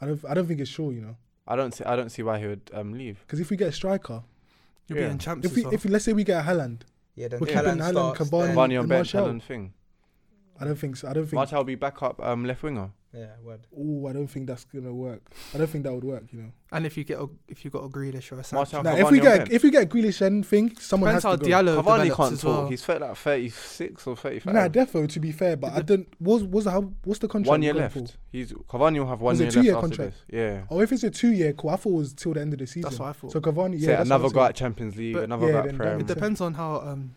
S1: I don't. I don't think it's sure. You know.
S4: I don't see. I don't see why he would um leave.
S1: Because if we get a striker,
S2: You'll
S4: Yeah.
S2: be in champs.
S1: if we
S2: as well.
S1: if we, let's say we get a Haaland,
S3: Yeah, then
S1: We're
S3: Haaland
S1: keeping Haaland,
S3: starts,
S1: Cavani.
S3: then-
S1: Cavani.
S4: Cavani on
S1: and
S4: bench,
S1: Martial.
S4: Haaland thing.
S1: I don't think so. I don't think.
S4: Martial will be back up um left winger.
S3: Yeah, word.
S1: Oh, I don't think that's gonna work. I don't think that would work. You know.
S2: and if you get a, if you got a Grealish or a
S4: Martial
S2: Sancho,
S1: Nah,
S4: Cavani
S1: if we
S4: on
S1: get
S4: bench.
S1: if we get a Grealish and thing, someone
S2: depends how
S1: has to go.
S2: Diallo
S4: Cavani
S2: develops
S4: can't
S2: as
S4: talk.
S2: well.
S4: He's fit like 36 or 35.
S1: Nah, defo to be fair, but I don't. What's what's how what's the contract?
S4: one year
S1: we're
S4: left.
S1: going
S4: He's Cavani will have one
S1: Was it
S4: year
S1: two-year
S4: left after
S1: contract?
S4: this. Yeah.
S1: For? Oh, if it's a two year, cool. I thought it was till the end of the season.
S2: that's what I thought.
S1: So Cavani, yeah,
S4: Say
S1: that's what
S4: another
S1: I'm
S4: go
S1: saying.
S4: at Champions League,
S2: But-
S4: another
S1: Yeah,
S4: go at
S1: then
S4: Prem.
S1: that-
S2: it depends on how um,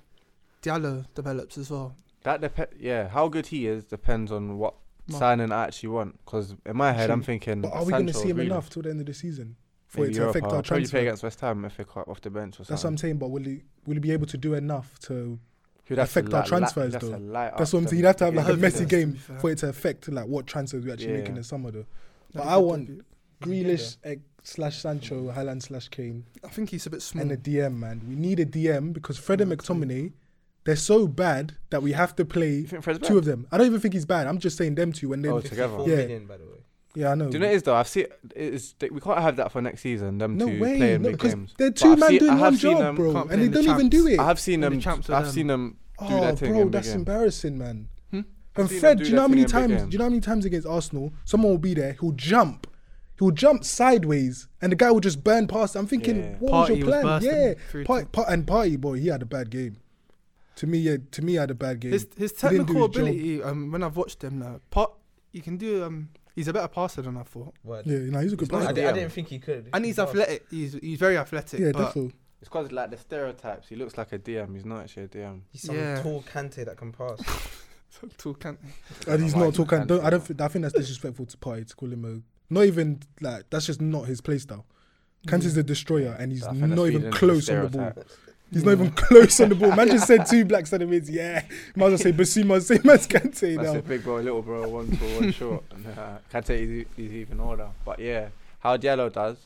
S2: Diallo develops as well.
S4: That dep- yeah, how good he is depends on what
S2: Mar-
S4: signing I actually want. Because in my head, I'm thinking.
S1: But are we
S4: going to
S1: see him enough till the end of the season for
S4: Maybe
S1: it to
S4: Europa.
S1: affect our
S4: Probably play
S1: transfer?
S4: against West Ham if they cut off the bench or
S1: That's what
S4: something.
S1: I'm saying. But will he will he be able to do enough to?
S4: He'd have to
S1: affect our
S4: li- li-
S1: transfers,
S4: he'd have to
S1: though.
S4: light
S1: That's
S4: up
S1: what I'm
S4: the-
S1: saying. You'd have to have
S4: the
S1: like a
S4: game.
S1: messy
S2: Hopefully,
S1: game
S2: to be fair.
S1: for it to affect like what transfers we actually make in
S4: Yeah.
S1: the summer though.
S2: That'd
S1: But
S2: be
S1: I
S2: good
S1: want-
S2: debut.
S1: Grealish eh, slash Sancho, Haaland slash Kane,
S2: I think he's a bit small.
S4: Hmm.
S1: and a DM man. We need a DM because Fred and
S2: Yeah, that's it.
S1: McTominay, they're so bad that we have to play
S4: You think Fred's
S1: two
S4: back?
S1: of them. I don't even think he's bad. I'm just saying them two. And then
S4: Oh,
S1: yeah,
S4: together.
S3: 54
S1: Yeah.
S3: million, by the way.
S1: I know.
S4: Do you know what it is though? I've seen it's, we can't have that for next season. Them
S1: no
S4: two
S1: way,
S4: playing
S1: no,
S4: big
S1: 'cause
S4: games.
S1: they're two
S4: I've
S1: men
S4: seen- I
S1: doing
S4: have
S1: one
S4: seen um,
S1: job,
S4: them-
S1: bro,
S2: Can't play
S1: and they
S2: in the
S1: don't even do it.
S4: I have seen
S2: Only
S4: them.
S2: champs are
S4: I've
S2: them.
S4: seen them. do their
S1: oh,
S4: thing
S1: bro,
S4: in big
S1: that's
S4: games.
S1: embarrassing, man.
S2: Hmm?
S1: And
S4: seen them
S1: Fred,
S4: do
S1: do you
S4: their
S1: know how many
S4: thing in big
S1: times? Do
S4: games.
S1: you know how many times against Arsenal, someone will be there, he'll jump, he'll jump sideways, and the guy will just burn past. I'm thinking,
S4: Yeah.
S1: what
S2: Party
S1: was your plan?
S2: bursting
S1: yeah,
S2: through
S1: Par-
S2: to-
S1: par- and party boy, he had a bad game. To me, yeah, to me, he had a bad game.
S2: his his
S1: He didn't do
S2: technical
S1: his job.
S2: ability. Um, when I've watched him now, pot he can do. Um, he's a better passer than I thought,
S3: Word.
S1: yeah, you know, he's a good
S3: I,
S4: not
S1: player.
S4: a
S3: di- I
S4: DM.
S3: didn't think he could.
S2: and he's
S3: Well,
S2: athletic. He's he's very athletic.
S1: Yeah,
S2: but
S1: definitely.
S4: It's because like the stereotypes. He looks like a DM. He's not actually a DM.
S3: He's some
S2: Yeah.
S3: tall Kante that can pass.
S2: tall can't-
S1: And he's
S4: I
S1: not
S4: like
S1: talking.
S4: Kante,
S1: Don't, I don't.
S4: though.
S1: Think, I think that's disrespectful to party to call him a. Not even like that's just not his play style. Kante's a destroyer, and he's
S4: So I think that's
S1: not
S4: feeding
S1: even
S4: into
S1: close on the ball.
S4: stereotype.
S1: He's not even close on the ball. Man just said two black centimeters. Yeah, might as well say Basuma, same as Kante
S4: That's
S1: now.
S4: a big boy, little bro, one tall, one short. Nah, Kante is, is even older. But yeah, how Diallo does.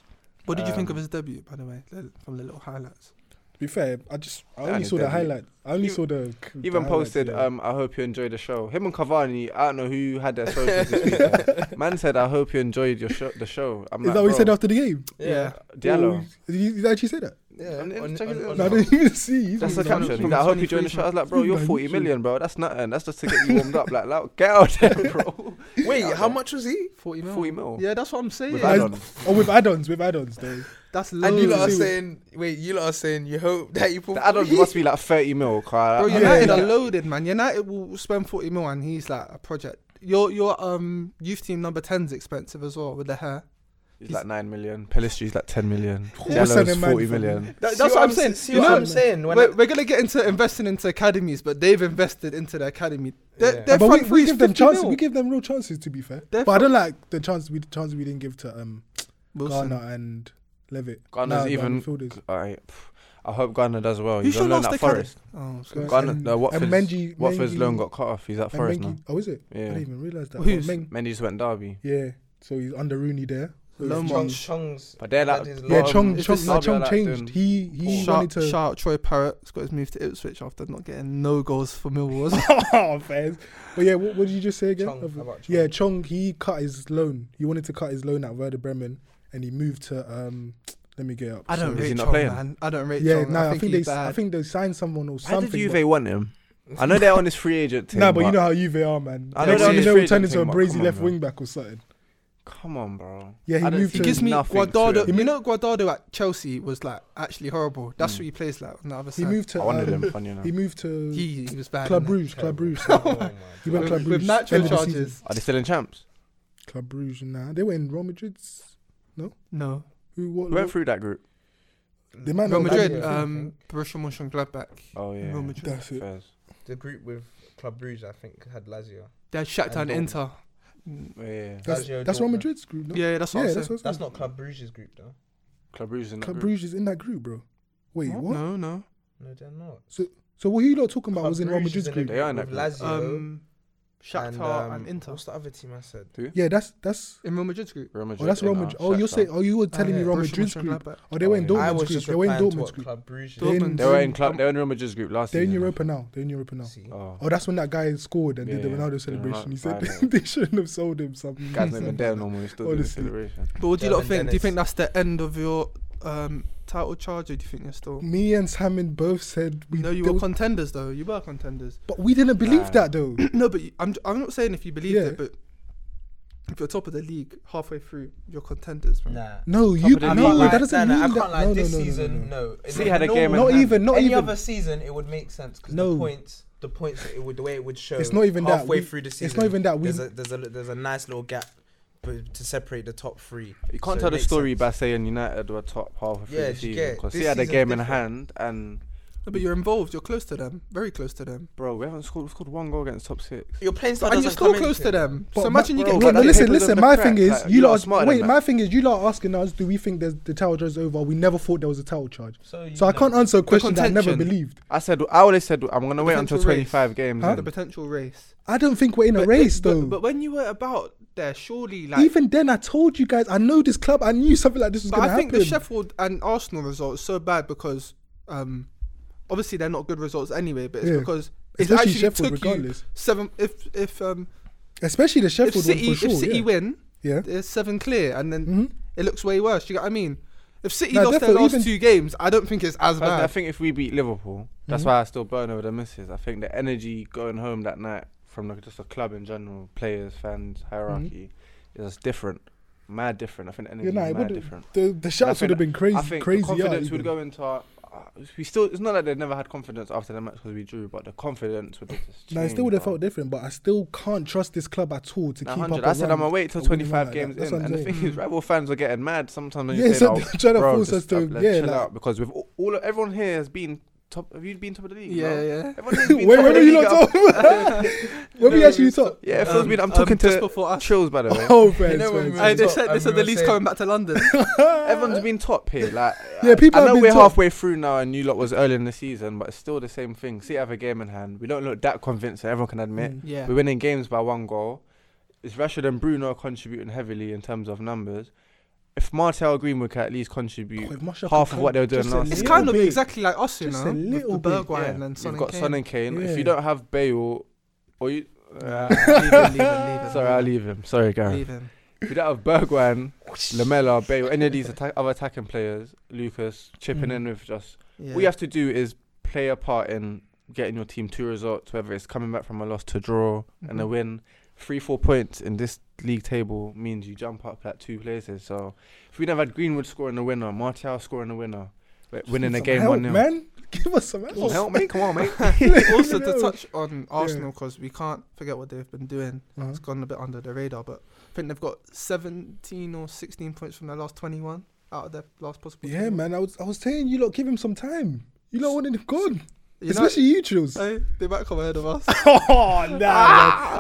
S2: What did you think of
S4: Um,
S2: his debut, by the way, the- from the little highlights?
S1: To be fair, I just I
S4: Yeah,
S1: only
S4: he's
S1: saw the
S4: deadly.
S1: highlight. I only
S4: He-
S1: saw the. the
S4: Even
S1: highlights,
S4: posted,
S1: yeah.
S4: um, I hope you enjoyed the show. Him and Cavani, I don't know who had their socials this weekend. Man said, I hope you enjoyed your show, the show. I'm
S1: Is
S4: like,
S1: that what he said
S4: "Bro,
S1: after the game?
S2: Yeah.
S4: Diallo.
S1: Did he, did he actually say that?
S3: Yeah.
S4: On-
S3: on-
S4: check
S3: on-
S4: it out.
S3: on-
S1: No, I didn't even see. He's
S4: That's the
S1: been-
S2: From-
S4: caption.
S2: from
S4: He's like, I hope
S2: 23
S4: you joined the show. I was like, bro,
S1: from
S4: you're
S1: the
S4: 40
S1: YouTube.
S4: million, bro. That's nothing. That's just to get you warmed up. Like, like get out there, bro.
S3: Wait,
S4: out
S3: how
S4: there.
S3: much was he?
S2: 40 mil.
S4: 40 mil.
S2: Yeah, that's what I'm saying.
S4: With
S1: Yeah.
S4: add-on.
S1: Oh, with add-ons, with add-ons though.
S2: That's low.
S3: And you lot are
S1: see-
S3: saying, wait, you lot are saying you hope that you pull.
S4: The add-ons must be like 30 mil, Kyle.
S2: Bro,
S1: Yeah,
S2: United
S1: Uh, yeah.
S2: are loaded, man. United will spend 40 mil and he's like a project. Your your um youth team number 10's expensive as well with the hair.
S4: He's like 9 million. Pelestri's like 10 million.
S1: Who's sending
S4: Diallo's
S1: man
S4: 40
S1: from-
S4: million.
S2: That-
S3: See
S2: that's what I'm
S3: s-
S2: saying.
S3: See
S2: You
S3: what
S2: know-
S3: I'm saying? When
S2: We're,
S3: I-
S2: we're going to get into investing into academies, but they've invested into the academy. They're,
S3: Yeah.
S2: they're
S1: but we,
S2: front
S1: we
S2: three's
S1: give them
S2: 50
S1: chances.
S2: mil.
S1: We give them real chances. To be fair,
S2: They're
S1: but I don't like the chance we the chance we didn't give to um
S2: Wilson.
S1: Garner and Levitt.
S4: Ghana's
S1: Nah,
S4: even.
S1: the midfielders.
S4: Alright, pff, I hope Ghana does well.
S2: Who
S4: He's
S2: shot
S4: on loan
S2: last
S4: at
S2: decade?
S4: Forest.
S2: Oh, it's
S1: Yeah.
S2: good.
S4: Ghana,
S1: And-
S4: no, Watford's,
S1: and Mengi,
S4: Watford's
S1: Mengi-
S4: loan got cut off. He's at
S1: And
S4: Forest now.
S1: Mengi- Oh, is it? I
S4: Yeah.
S1: didn't even realize that.
S2: Who's-
S1: Meng-
S4: Mendy just went Derby.
S1: yeah, so he's under Rooney there. So it's
S2: Lomond.
S1: Chung-
S3: Chong- Chong's.
S4: But they're like. um,
S3: That is
S1: Yeah,
S3: Lomond.
S1: Chong,
S2: Is
S1: Chong,
S2: this-
S1: no, Chong
S4: Like,
S1: changed.
S4: doing-
S1: He he
S2: Shout,
S1: wanted to.
S2: shout out Troy Parrott's got his move to Ipswich after not getting no goals for Millwall.
S1: oh, fairs. But yeah, what, what did you just say again?
S3: Chong,
S1: Of-
S3: how about Chong?
S1: Yeah, Chong. He cut his loan. He wanted to cut his loan at Werder Bremen, and he moved to. um Let me get it up.
S2: I don't
S4: Is he
S2: rate
S4: not
S2: Chong,
S4: playing?
S2: man. I don't rate
S1: Yeah,
S2: Chong.
S1: no,
S2: I think,
S1: they.
S2: he's bad.
S1: I think they signed someone or
S4: Why
S1: something.
S4: did Juve want him? I know they're on this free agent
S1: but,
S4: team.
S1: nah, but you know how Juve are, man.
S4: I
S2: know
S1: Next thing
S2: they're
S1: you
S2: on
S1: know,
S4: the
S1: he turned
S4: free
S1: into a
S4: agent team,
S1: brazy
S4: but
S1: left
S4: come on,
S1: wing back or something.
S4: Come on, bro.
S1: Yeah, he
S4: I don't
S1: moved
S2: He
S4: think
S1: to-
S2: gives me
S4: nothing to
S2: Guardado.
S4: it.
S2: You know, Guardado at Chelsea was like actually horrible. That's what he plays like on the other
S1: He
S2: side.
S1: moved to.
S4: I wanted
S1: um,
S4: him, funny enough.
S1: He moved to
S2: He, he was bad.
S1: Club
S2: innit?
S1: Bruges.
S3: Terrible.
S1: Club Bruges.
S3: Oh my
S1: He
S3: God.
S1: went Club
S2: With, with
S1: Bruges.
S2: natural
S1: end of the season.
S2: charges.
S4: Are they still in champs?
S1: Club Bruges. Nah, they were in Real Madrid's.
S2: No.
S1: Who? What?
S4: We went through that group.
S1: They might
S2: Real
S1: not be
S2: Madrid.
S1: good.
S2: Um, Borussia Mönchengladbach.
S4: Oh yeah.
S2: Real Madrid.
S1: That's it.
S4: Fairs.
S3: the group with Club Bruges, I think, had Lazio.
S2: They had Shakhtar and
S3: And
S2: Inter.
S4: Oh, yeah.
S1: That's,
S3: Lazio,
S1: that's Real
S3: Dortmund.
S1: Madrid's group. No?
S2: Yeah, that's what
S1: yeah,
S2: I
S1: that's
S2: said.
S1: what
S3: That's not Club Bruges' group, though.
S4: Club Bruges in that
S1: Club
S4: group.
S1: Bruges is in that group, bro. Wait, what?
S2: No, no.
S3: No, they're not.
S1: So what are you lot talking about
S3: Club
S1: was in Real Madrid's
S3: Bruges is in a
S1: group?
S4: They are in
S3: with
S4: that
S3: Lazio,
S2: Um, Shakhtar and,
S3: and, um,
S2: Inter.
S3: What's the other team I said?
S1: Yeah, that's that's.
S2: In Real Madrid's group.
S4: Real
S1: Oh,
S4: Madrid,
S1: that's Real
S4: Inter,
S1: Madrid. Oh, you're
S4: Shakhtar.
S1: saying? Oh, you were telling
S2: Ah,
S1: me
S2: yeah,
S1: Real
S2: Borussia
S1: Madrid's group.
S2: Mönchengladbach.
S1: Oh, they were in
S4: Oh, yeah.
S3: I
S1: Dortmund's
S3: was
S1: group.
S3: just
S1: They were in
S3: replying to
S1: Dortmund's
S3: what
S1: group.
S3: Club Brugge
S1: They're
S3: did.
S1: in,
S4: They were
S1: they're
S4: in club. They were in Real Madrid's group last.
S1: in
S4: season.
S1: Europa now. They're in Europa now.
S3: See?
S4: Oh,
S1: Oh, that's when that guy scored and did the
S4: Yeah,
S1: Ronaldo
S4: yeah.
S1: celebration. He said
S4: Ronaldo.
S1: they shouldn't have sold him something.
S4: guys not even there no more. He's still doing the
S1: Honestly.
S4: celebration.
S2: But what do you lot
S3: Devin
S2: think? Do you
S3: Dennis.
S2: think that's the end of your um, title charge, or do you think you're still?
S1: Me and Hammond both said we
S2: no, you
S1: there
S2: were
S1: was-
S2: contenders though. You were contenders.
S1: but we didn't believe
S4: Nah.
S1: that though.
S2: no, but you, I'm I'm not saying if you believe
S1: Yeah.
S2: it, but if you're top of the league halfway through, you're contenders, man.
S3: Nah.
S1: No,
S4: Top
S1: you
S4: of the
S1: no,
S3: I
S4: league.
S3: can't lie.
S1: that doesn't
S3: no, no,
S1: mean
S3: I
S1: that.
S3: can't lie.
S1: no,
S3: this
S1: no, no, no,
S3: season,
S1: no.
S3: no.
S4: See, had a
S3: No,
S4: game in
S1: Not
S4: hand.
S1: even, not
S3: Any
S1: even.
S3: other season, it would make sense because
S1: No.
S3: the points, the points, it would the way it would show.
S1: It's not even that.
S3: halfway
S1: We-
S3: through the season.
S1: It's not even that. We
S3: there's a there's a there's a nice little gap b- to separate the top three.
S4: You can't
S3: So
S4: tell
S3: it
S4: the
S3: makes
S4: story
S3: sense.
S4: by saying United were top half of
S3: Yeah,
S4: the
S3: do you
S4: season
S3: get-
S4: because
S3: this
S4: he had a
S3: season's
S4: game in
S3: different.
S4: hand and
S2: No, but you're involved. You're close to them. Very close to them.
S4: bro, we haven't scored. We've scored one goal against top six.
S3: Your playing style
S2: and you're
S3: doesn't
S2: still
S3: come
S2: close
S3: into
S2: to
S3: it.
S2: them.
S1: But
S2: so
S1: my-
S2: imagine you
S4: bro,
S2: get
S1: no,
S4: that
S1: no,
S2: close.
S1: listen,
S4: paper's
S1: listen.
S4: under
S1: My
S4: crack,
S1: thing is,
S4: like,
S1: you
S4: you lot are
S1: lot.
S4: smarter
S1: Wait,
S4: than
S1: my thing is, you lot are asking us, do we think there's the towel charge is over? We never thought there was a towel charge,
S3: So, you
S1: so I
S3: know.
S1: can't answer a question that I never
S2: contention.
S1: believed.
S4: I said I always said I'm gonna wait until
S2: Potential race.
S4: 25 games.
S1: Huh?
S4: in.
S2: the potential race.
S1: I don't think we're in a
S2: But-
S1: race
S2: but-
S1: though.
S2: But, when you were about there, surely like.
S1: Even then, I told you guys, I know this club. I knew something like this was
S2: but
S1: going to
S2: I
S1: happen.
S2: think the Sheffield and Arsenal result is so bad because um, obviously they're not good results anyway. But it's
S1: Yeah.
S2: because it
S1: Especially
S2: actually
S1: Sheffield,
S2: took you
S1: regardless.
S2: seven. If if um
S1: Especially the
S2: if
S1: Sheffield
S2: City
S1: one for sure.
S2: if City
S1: yeah.
S2: win,
S1: yeah.
S2: there's seven clear, and then
S1: Mhm.
S2: it looks way worse. You get what I mean? If City
S1: No,
S2: lost their
S1: definitely,
S2: last
S1: even-
S2: two games, I don't think it's as
S4: Personally, I
S2: bad.
S4: think if we beat Liverpool, that's
S1: Mhm.
S4: why I still burn over the misses. I think the energy going home that night from the, just the club in general, players, fans, hierarchy, is just different. Mad different. I think the energy
S1: Yeah, nah,
S4: is
S1: Mm-hmm. it
S4: mad
S1: would,
S4: different.
S1: the the shouts would
S4: think
S1: have been crazy,
S4: I think
S1: crazy.
S4: the confidence
S1: yeah,
S4: would
S1: even.
S4: go into our. Uh, we still. It's not like they never had confidence after the match because we drew, but the confidence would have just.
S1: Nah, it still
S4: changed,
S1: would have
S4: bro.
S1: felt different, but I still can't trust this club at all to
S4: Nah,
S1: keep up.
S4: 100. I said
S1: around
S4: I'm gonna wait till
S1: a winning run
S4: 25
S1: like that.
S4: games
S1: That's
S4: in,
S1: what I'm
S4: and the
S1: saying.
S4: thing is,
S2: Mm.
S4: rival fans are getting mad sometimes. When you
S1: Yeah,
S4: say,
S1: so
S4: "Oh,
S1: they're trying to
S4: bro,
S1: force us
S4: just,
S1: to.
S4: uh,
S1: Yeah,
S4: chill
S1: like,
S4: out," because with all, all everyone here has been top. Have you been top of the league?
S2: yeah,
S4: bro?
S2: yeah.
S4: Everyone here's
S1: Wait,
S4: been
S1: where
S4: top of
S1: were
S4: the
S1: you
S4: league,
S1: not
S4: I'm-
S1: talking? Where were
S3: No,
S1: you actually
S3: we
S1: talking?
S4: Yeah, Phil's been.
S2: um,
S4: I'm talking
S2: just
S4: to
S2: before us.
S4: Chills, by the way.
S1: Oh, fair,
S3: You know
S1: fair,
S3: when we
S1: fair.
S2: Hey,
S3: were
S2: they
S3: top,
S2: said they
S3: and
S2: said
S3: we
S2: the
S3: were
S2: league's
S3: saying-
S2: coming back to London.
S4: Everyone's been top here. Like,
S1: Yeah, people
S4: I
S1: have
S4: know
S1: been
S4: we're
S1: top.
S4: halfway through now, and you lot was early in the season, but it's still the same thing. See, have a game in hand. We don't look that convincing. Everyone can admit
S1: Mm.
S2: yeah.
S4: we're winning games by one goal. It's Rashford and Bruno contributing heavily in terms of numbers. If Martel Greenwood can at least
S1: Oh,
S4: contribute,
S1: if Martial
S4: half
S1: can
S4: of what they were
S1: just
S4: doing
S1: a
S4: last
S2: It's
S1: little
S2: kind of
S1: bit.
S2: exactly like us, you
S1: Just
S2: know,
S1: a
S2: with
S1: little
S2: the
S1: bit,
S2: Bergwijn
S4: yeah,
S2: and Son
S4: you've got
S2: and
S4: Son
S2: Kane.
S4: and Kane. If
S1: Yeah.
S4: you don't have Bale, or you,
S2: Nah,
S4: uh,
S2: leave him, leave him, leave him.
S4: sorry, I'll leave him. Sorry, Gary.
S2: Leave him.
S4: If you don't have Bergwijn, Lamella, Bale, any of these atta- other attacking players, Lucas chipping
S1: Mm.
S4: in with just
S2: Yeah.
S4: what you have to do is play a part in getting your team two results, whether it's coming back from a loss to draw and a
S2: Mhm.
S4: win. Three, four points in this league table means you jump up like two places. So if we never had Greenwood scoring a winner, Martial scoring a winner, like, winning a
S1: Some
S4: game
S1: help,
S4: one 0
S1: Man, give us some help.
S4: help mate, come on mate.
S2: also to
S1: No.
S2: touch on Arsenal because we can't forget what they've been doing.
S1: Uh-huh.
S2: It's gone a bit under the radar, but I think they've got 17 or 16 points from their last 21 out of their last possible.
S1: Yeah,
S2: 21.
S1: man. I was I was telling you, lot, give him some time. You lot wanted him gone,
S2: You know,
S1: especially you, Jules.
S2: eh, they might come ahead of us.
S1: oh nah, man.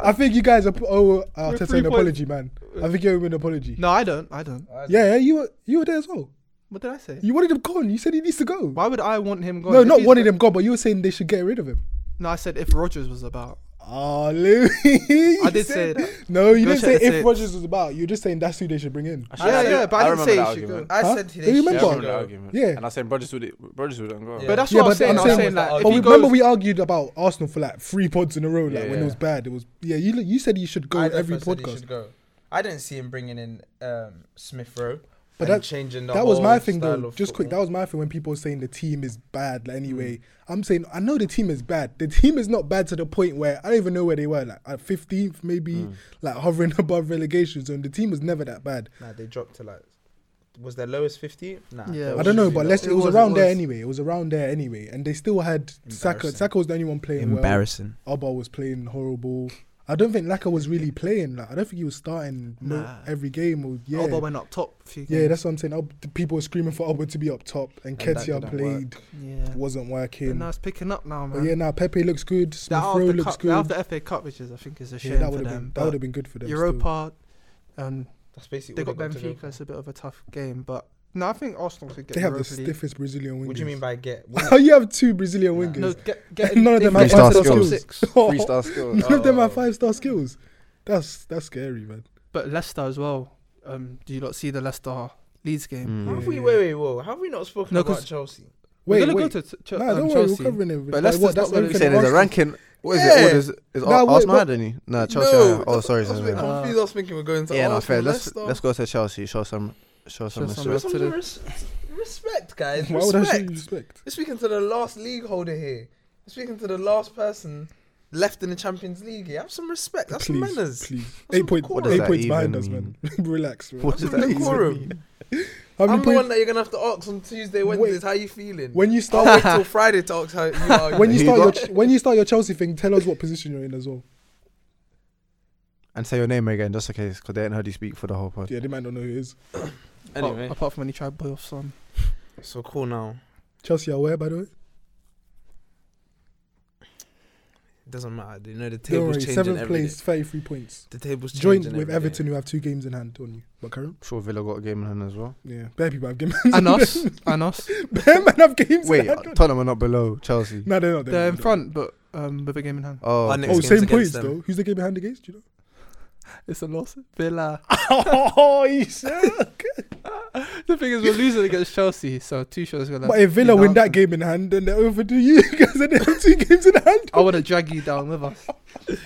S1: I think you guys are. Oh,
S2: Ah! We're
S1: Arteta
S2: three
S1: an
S2: points-
S1: apology, man. I think you owe him an apology.
S2: No, I don't. I don't.
S1: Yeah, yeah, you were you were there as well.
S2: What did I say?
S1: You wanted him gone. You said he needs to go.
S2: Why would I want him gone?
S1: no,
S2: If
S1: not
S2: he's
S1: wanted
S2: go-
S1: him gone, but you were saying they should get rid of him.
S2: No, I said if Rogers was about.
S1: Oh, Louis. you
S2: I did say
S1: said-
S2: that.
S1: No, you
S2: Go
S1: didn't say
S2: check the
S1: if
S2: stats.
S1: Rodgers was about. You're just saying that's who they should bring in.
S4: Actually,
S2: Yeah,
S4: do-
S2: yeah, but I didn't
S4: remember
S2: say
S4: that
S2: he should go.
S4: argument.
S3: I
S1: Huh?
S3: said
S1: Do
S3: they
S1: you
S3: should
S4: Yeah, I
S1: remember?
S3: go.
S4: remember that argument.
S1: Yeah.
S4: And I said Rodgers would Rodgers wouldn't go.
S3: Yeah.
S2: But that's
S1: Yeah,
S2: what I'm
S1: but
S2: saying.
S1: I'm
S2: I'm saying,
S1: saying-
S2: like,
S3: Oh,
S2: if
S1: But
S2: he
S1: we,
S2: goes-
S1: remember we argued about Arsenal for like three pods in a row, like
S4: Yeah,
S1: when it was
S4: yeah.
S1: bad. It was yeah. You you said you should go
S3: I
S1: every
S3: definitely said he
S1: podcast.
S3: should go. I didn't see him bringing in um, Smith Rowe.
S1: But
S3: But
S1: that-
S3: that changing the
S1: That was my
S3: whole
S1: thing
S3: style
S1: though.
S3: of
S1: Just quick, that
S3: football.
S1: was my thing when people were saying the team is bad. Like, anyway, I'm saying I know the team is bad. The team is not bad to the point where I don't even know where they were. Like at 15th, maybe like hovering above relegation zone. The team was never that bad.
S3: Nah, they dropped to like. Was their lowest 50? Nah.
S2: Yeah.
S3: they
S1: I don't know,
S3: shouldn't
S1: but
S3: do
S1: let's,
S3: that.
S1: it was,
S2: It was,
S1: around
S2: it
S1: there
S2: was.
S1: anyway. It was around there anyway, and they still had Saka.
S3: Embarrassing.
S1: Saka was the only one playing well.
S3: Embarrassing.
S1: Abba was playing horrible. I don't think Laka was really playing. Like I don't think he was starting mo-
S2: Nah.
S1: every game. Or yeah,
S2: Alba went up top. a few
S1: yeah,
S2: games.
S1: that's what I'm saying. Ob- the people were screaming for Alba to be up top, and,
S4: that
S1: Ketia
S4: didn't
S1: played,
S2: yeah.
S1: wasn't
S2: But
S1: working.
S2: now it's picking up now,
S1: But
S2: man.
S1: yeah, now Pepe looks good.
S2: They're
S1: Smith
S2: out,
S1: Rowe
S2: of the
S1: looks
S2: cup,
S1: good.
S2: they're out of the FA Cup, which is I think is a shame
S1: yeah, that
S2: for
S1: would have
S2: them.
S1: been
S2: but
S1: that would have been good for them. still.
S2: Europa, and
S3: That's basically
S2: they
S3: all
S2: got
S3: to go
S2: Benfica.
S3: for.
S2: It's a bit of a tough game, but No, I think Arsenal could get
S1: They have the
S2: Europa League.
S1: stiffest Brazilian wingers.
S3: What do you mean by get?
S1: Oh, you have two Brazilian
S3: Nah.
S1: wingers.
S2: No, get, get
S1: None of them have
S2: they
S4: five-star
S2: finished in the top
S4: skills.
S2: six.
S1: Oh,
S4: Freestyle skill.
S1: none of them
S3: Oh.
S1: have five star skills. That's that's scary, man.
S2: But Leicester as well. Um, do you not see the Leicester Leeds game?
S3: How
S4: Mm.
S3: have we? Wait, wait, whoa. How have we not spoken
S2: No,
S3: about
S2: 'cause-
S3: Chelsea?
S2: We're
S1: Wait,
S2: gonna
S1: wait.
S2: go to Ch-
S1: nah, don't
S2: um,
S1: worry, we're
S2: Chelsea.
S1: covering it.
S2: But Leicester's
S1: what, that's
S2: not gonna
S4: You're
S2: be-
S1: everything
S4: saying there's a
S1: Arsenal-
S4: ranking. What is
S3: Yeah.
S4: it? What is, is
S1: Nah,
S4: Ar-
S1: wait,
S4: Arsenal
S1: but-
S4: had any? No, Chelsea. had- oh, sorry.
S3: I was a
S4: sorry,
S3: bit
S4: sorry.
S2: Uh,
S3: confused. I was thinking we're going to
S4: yeah, no,
S3: Arsenal,
S4: fair. Let's
S3: Leicester.
S4: let's go to Chelsea. Show some show some
S2: Show some
S4: respect.
S3: Show some
S2: to the-
S3: res- respect, guys.
S1: Why would I show you
S3: respect.
S1: respect?
S3: We're speaking to the last league holder here. We're speaking to the last person left in the Champions League here. Have some respect. Have some
S1: Please,
S3: manners.
S1: please.
S3: That's
S1: Eight,
S3: some
S1: point,
S3: decorum.
S4: What does
S1: eight
S4: that
S1: points behind
S4: even
S1: us, man. Relax, man.
S4: What
S3: Have
S4: does
S3: some
S4: that even
S3: decorum.
S1: How many
S3: I'm the
S1: points?
S3: one that you're gonna have to ask on Tuesday,
S1: Wait.
S3: Wednesdays. How you feeling?
S1: When you
S3: I'll
S1: start,
S3: wait till Friday to ask how you are.
S1: when you
S4: Who
S1: start your
S4: got-
S1: ch- when you start your Chelsea thing, tell us what position you're in as well.
S4: And say your name again, just in case, because they ain't heard you speak for the whole pod.
S1: Yeah, they might not know who it is.
S2: Apart- Oh, apart from when he tried boy off son.
S3: Oh, so cool now.
S1: Chelsea are where, by the way?
S3: It doesn't matter. You know the
S1: Don't
S3: table's
S1: worry,
S3: changing
S1: seventh
S3: every day.
S1: place, thirty-three points.
S3: The table's
S1: Joined
S3: changing
S1: with
S3: every day.
S1: Everton, who have two games in hand on you. But current,
S4: sure Villa got a game in hand as well.
S1: yeah, bare people have games.
S2: And us, and us.
S1: bare men have games.
S4: Wait,
S1: in hand
S3: uh,
S1: on-
S4: Tottenham are not below Chelsea.
S1: no, they're not.
S2: They're in
S1: not.
S2: front, but um, with a game in hand.
S4: Oh,
S3: Our
S4: okay.
S3: next
S1: Oh,
S3: game's
S1: same
S3: against
S1: points
S3: them.
S1: though. Who's the game in hand against? Do you know?
S2: It's a loss. Villa.
S1: oh, you suck.
S2: the thing is, we're losing against Chelsea, so two shows gonna.
S1: But if Villa
S2: be
S1: win
S2: down.
S1: that game in hand, then they're overdue you because they have two games in hand.
S2: I want to drag you down with us.
S4: And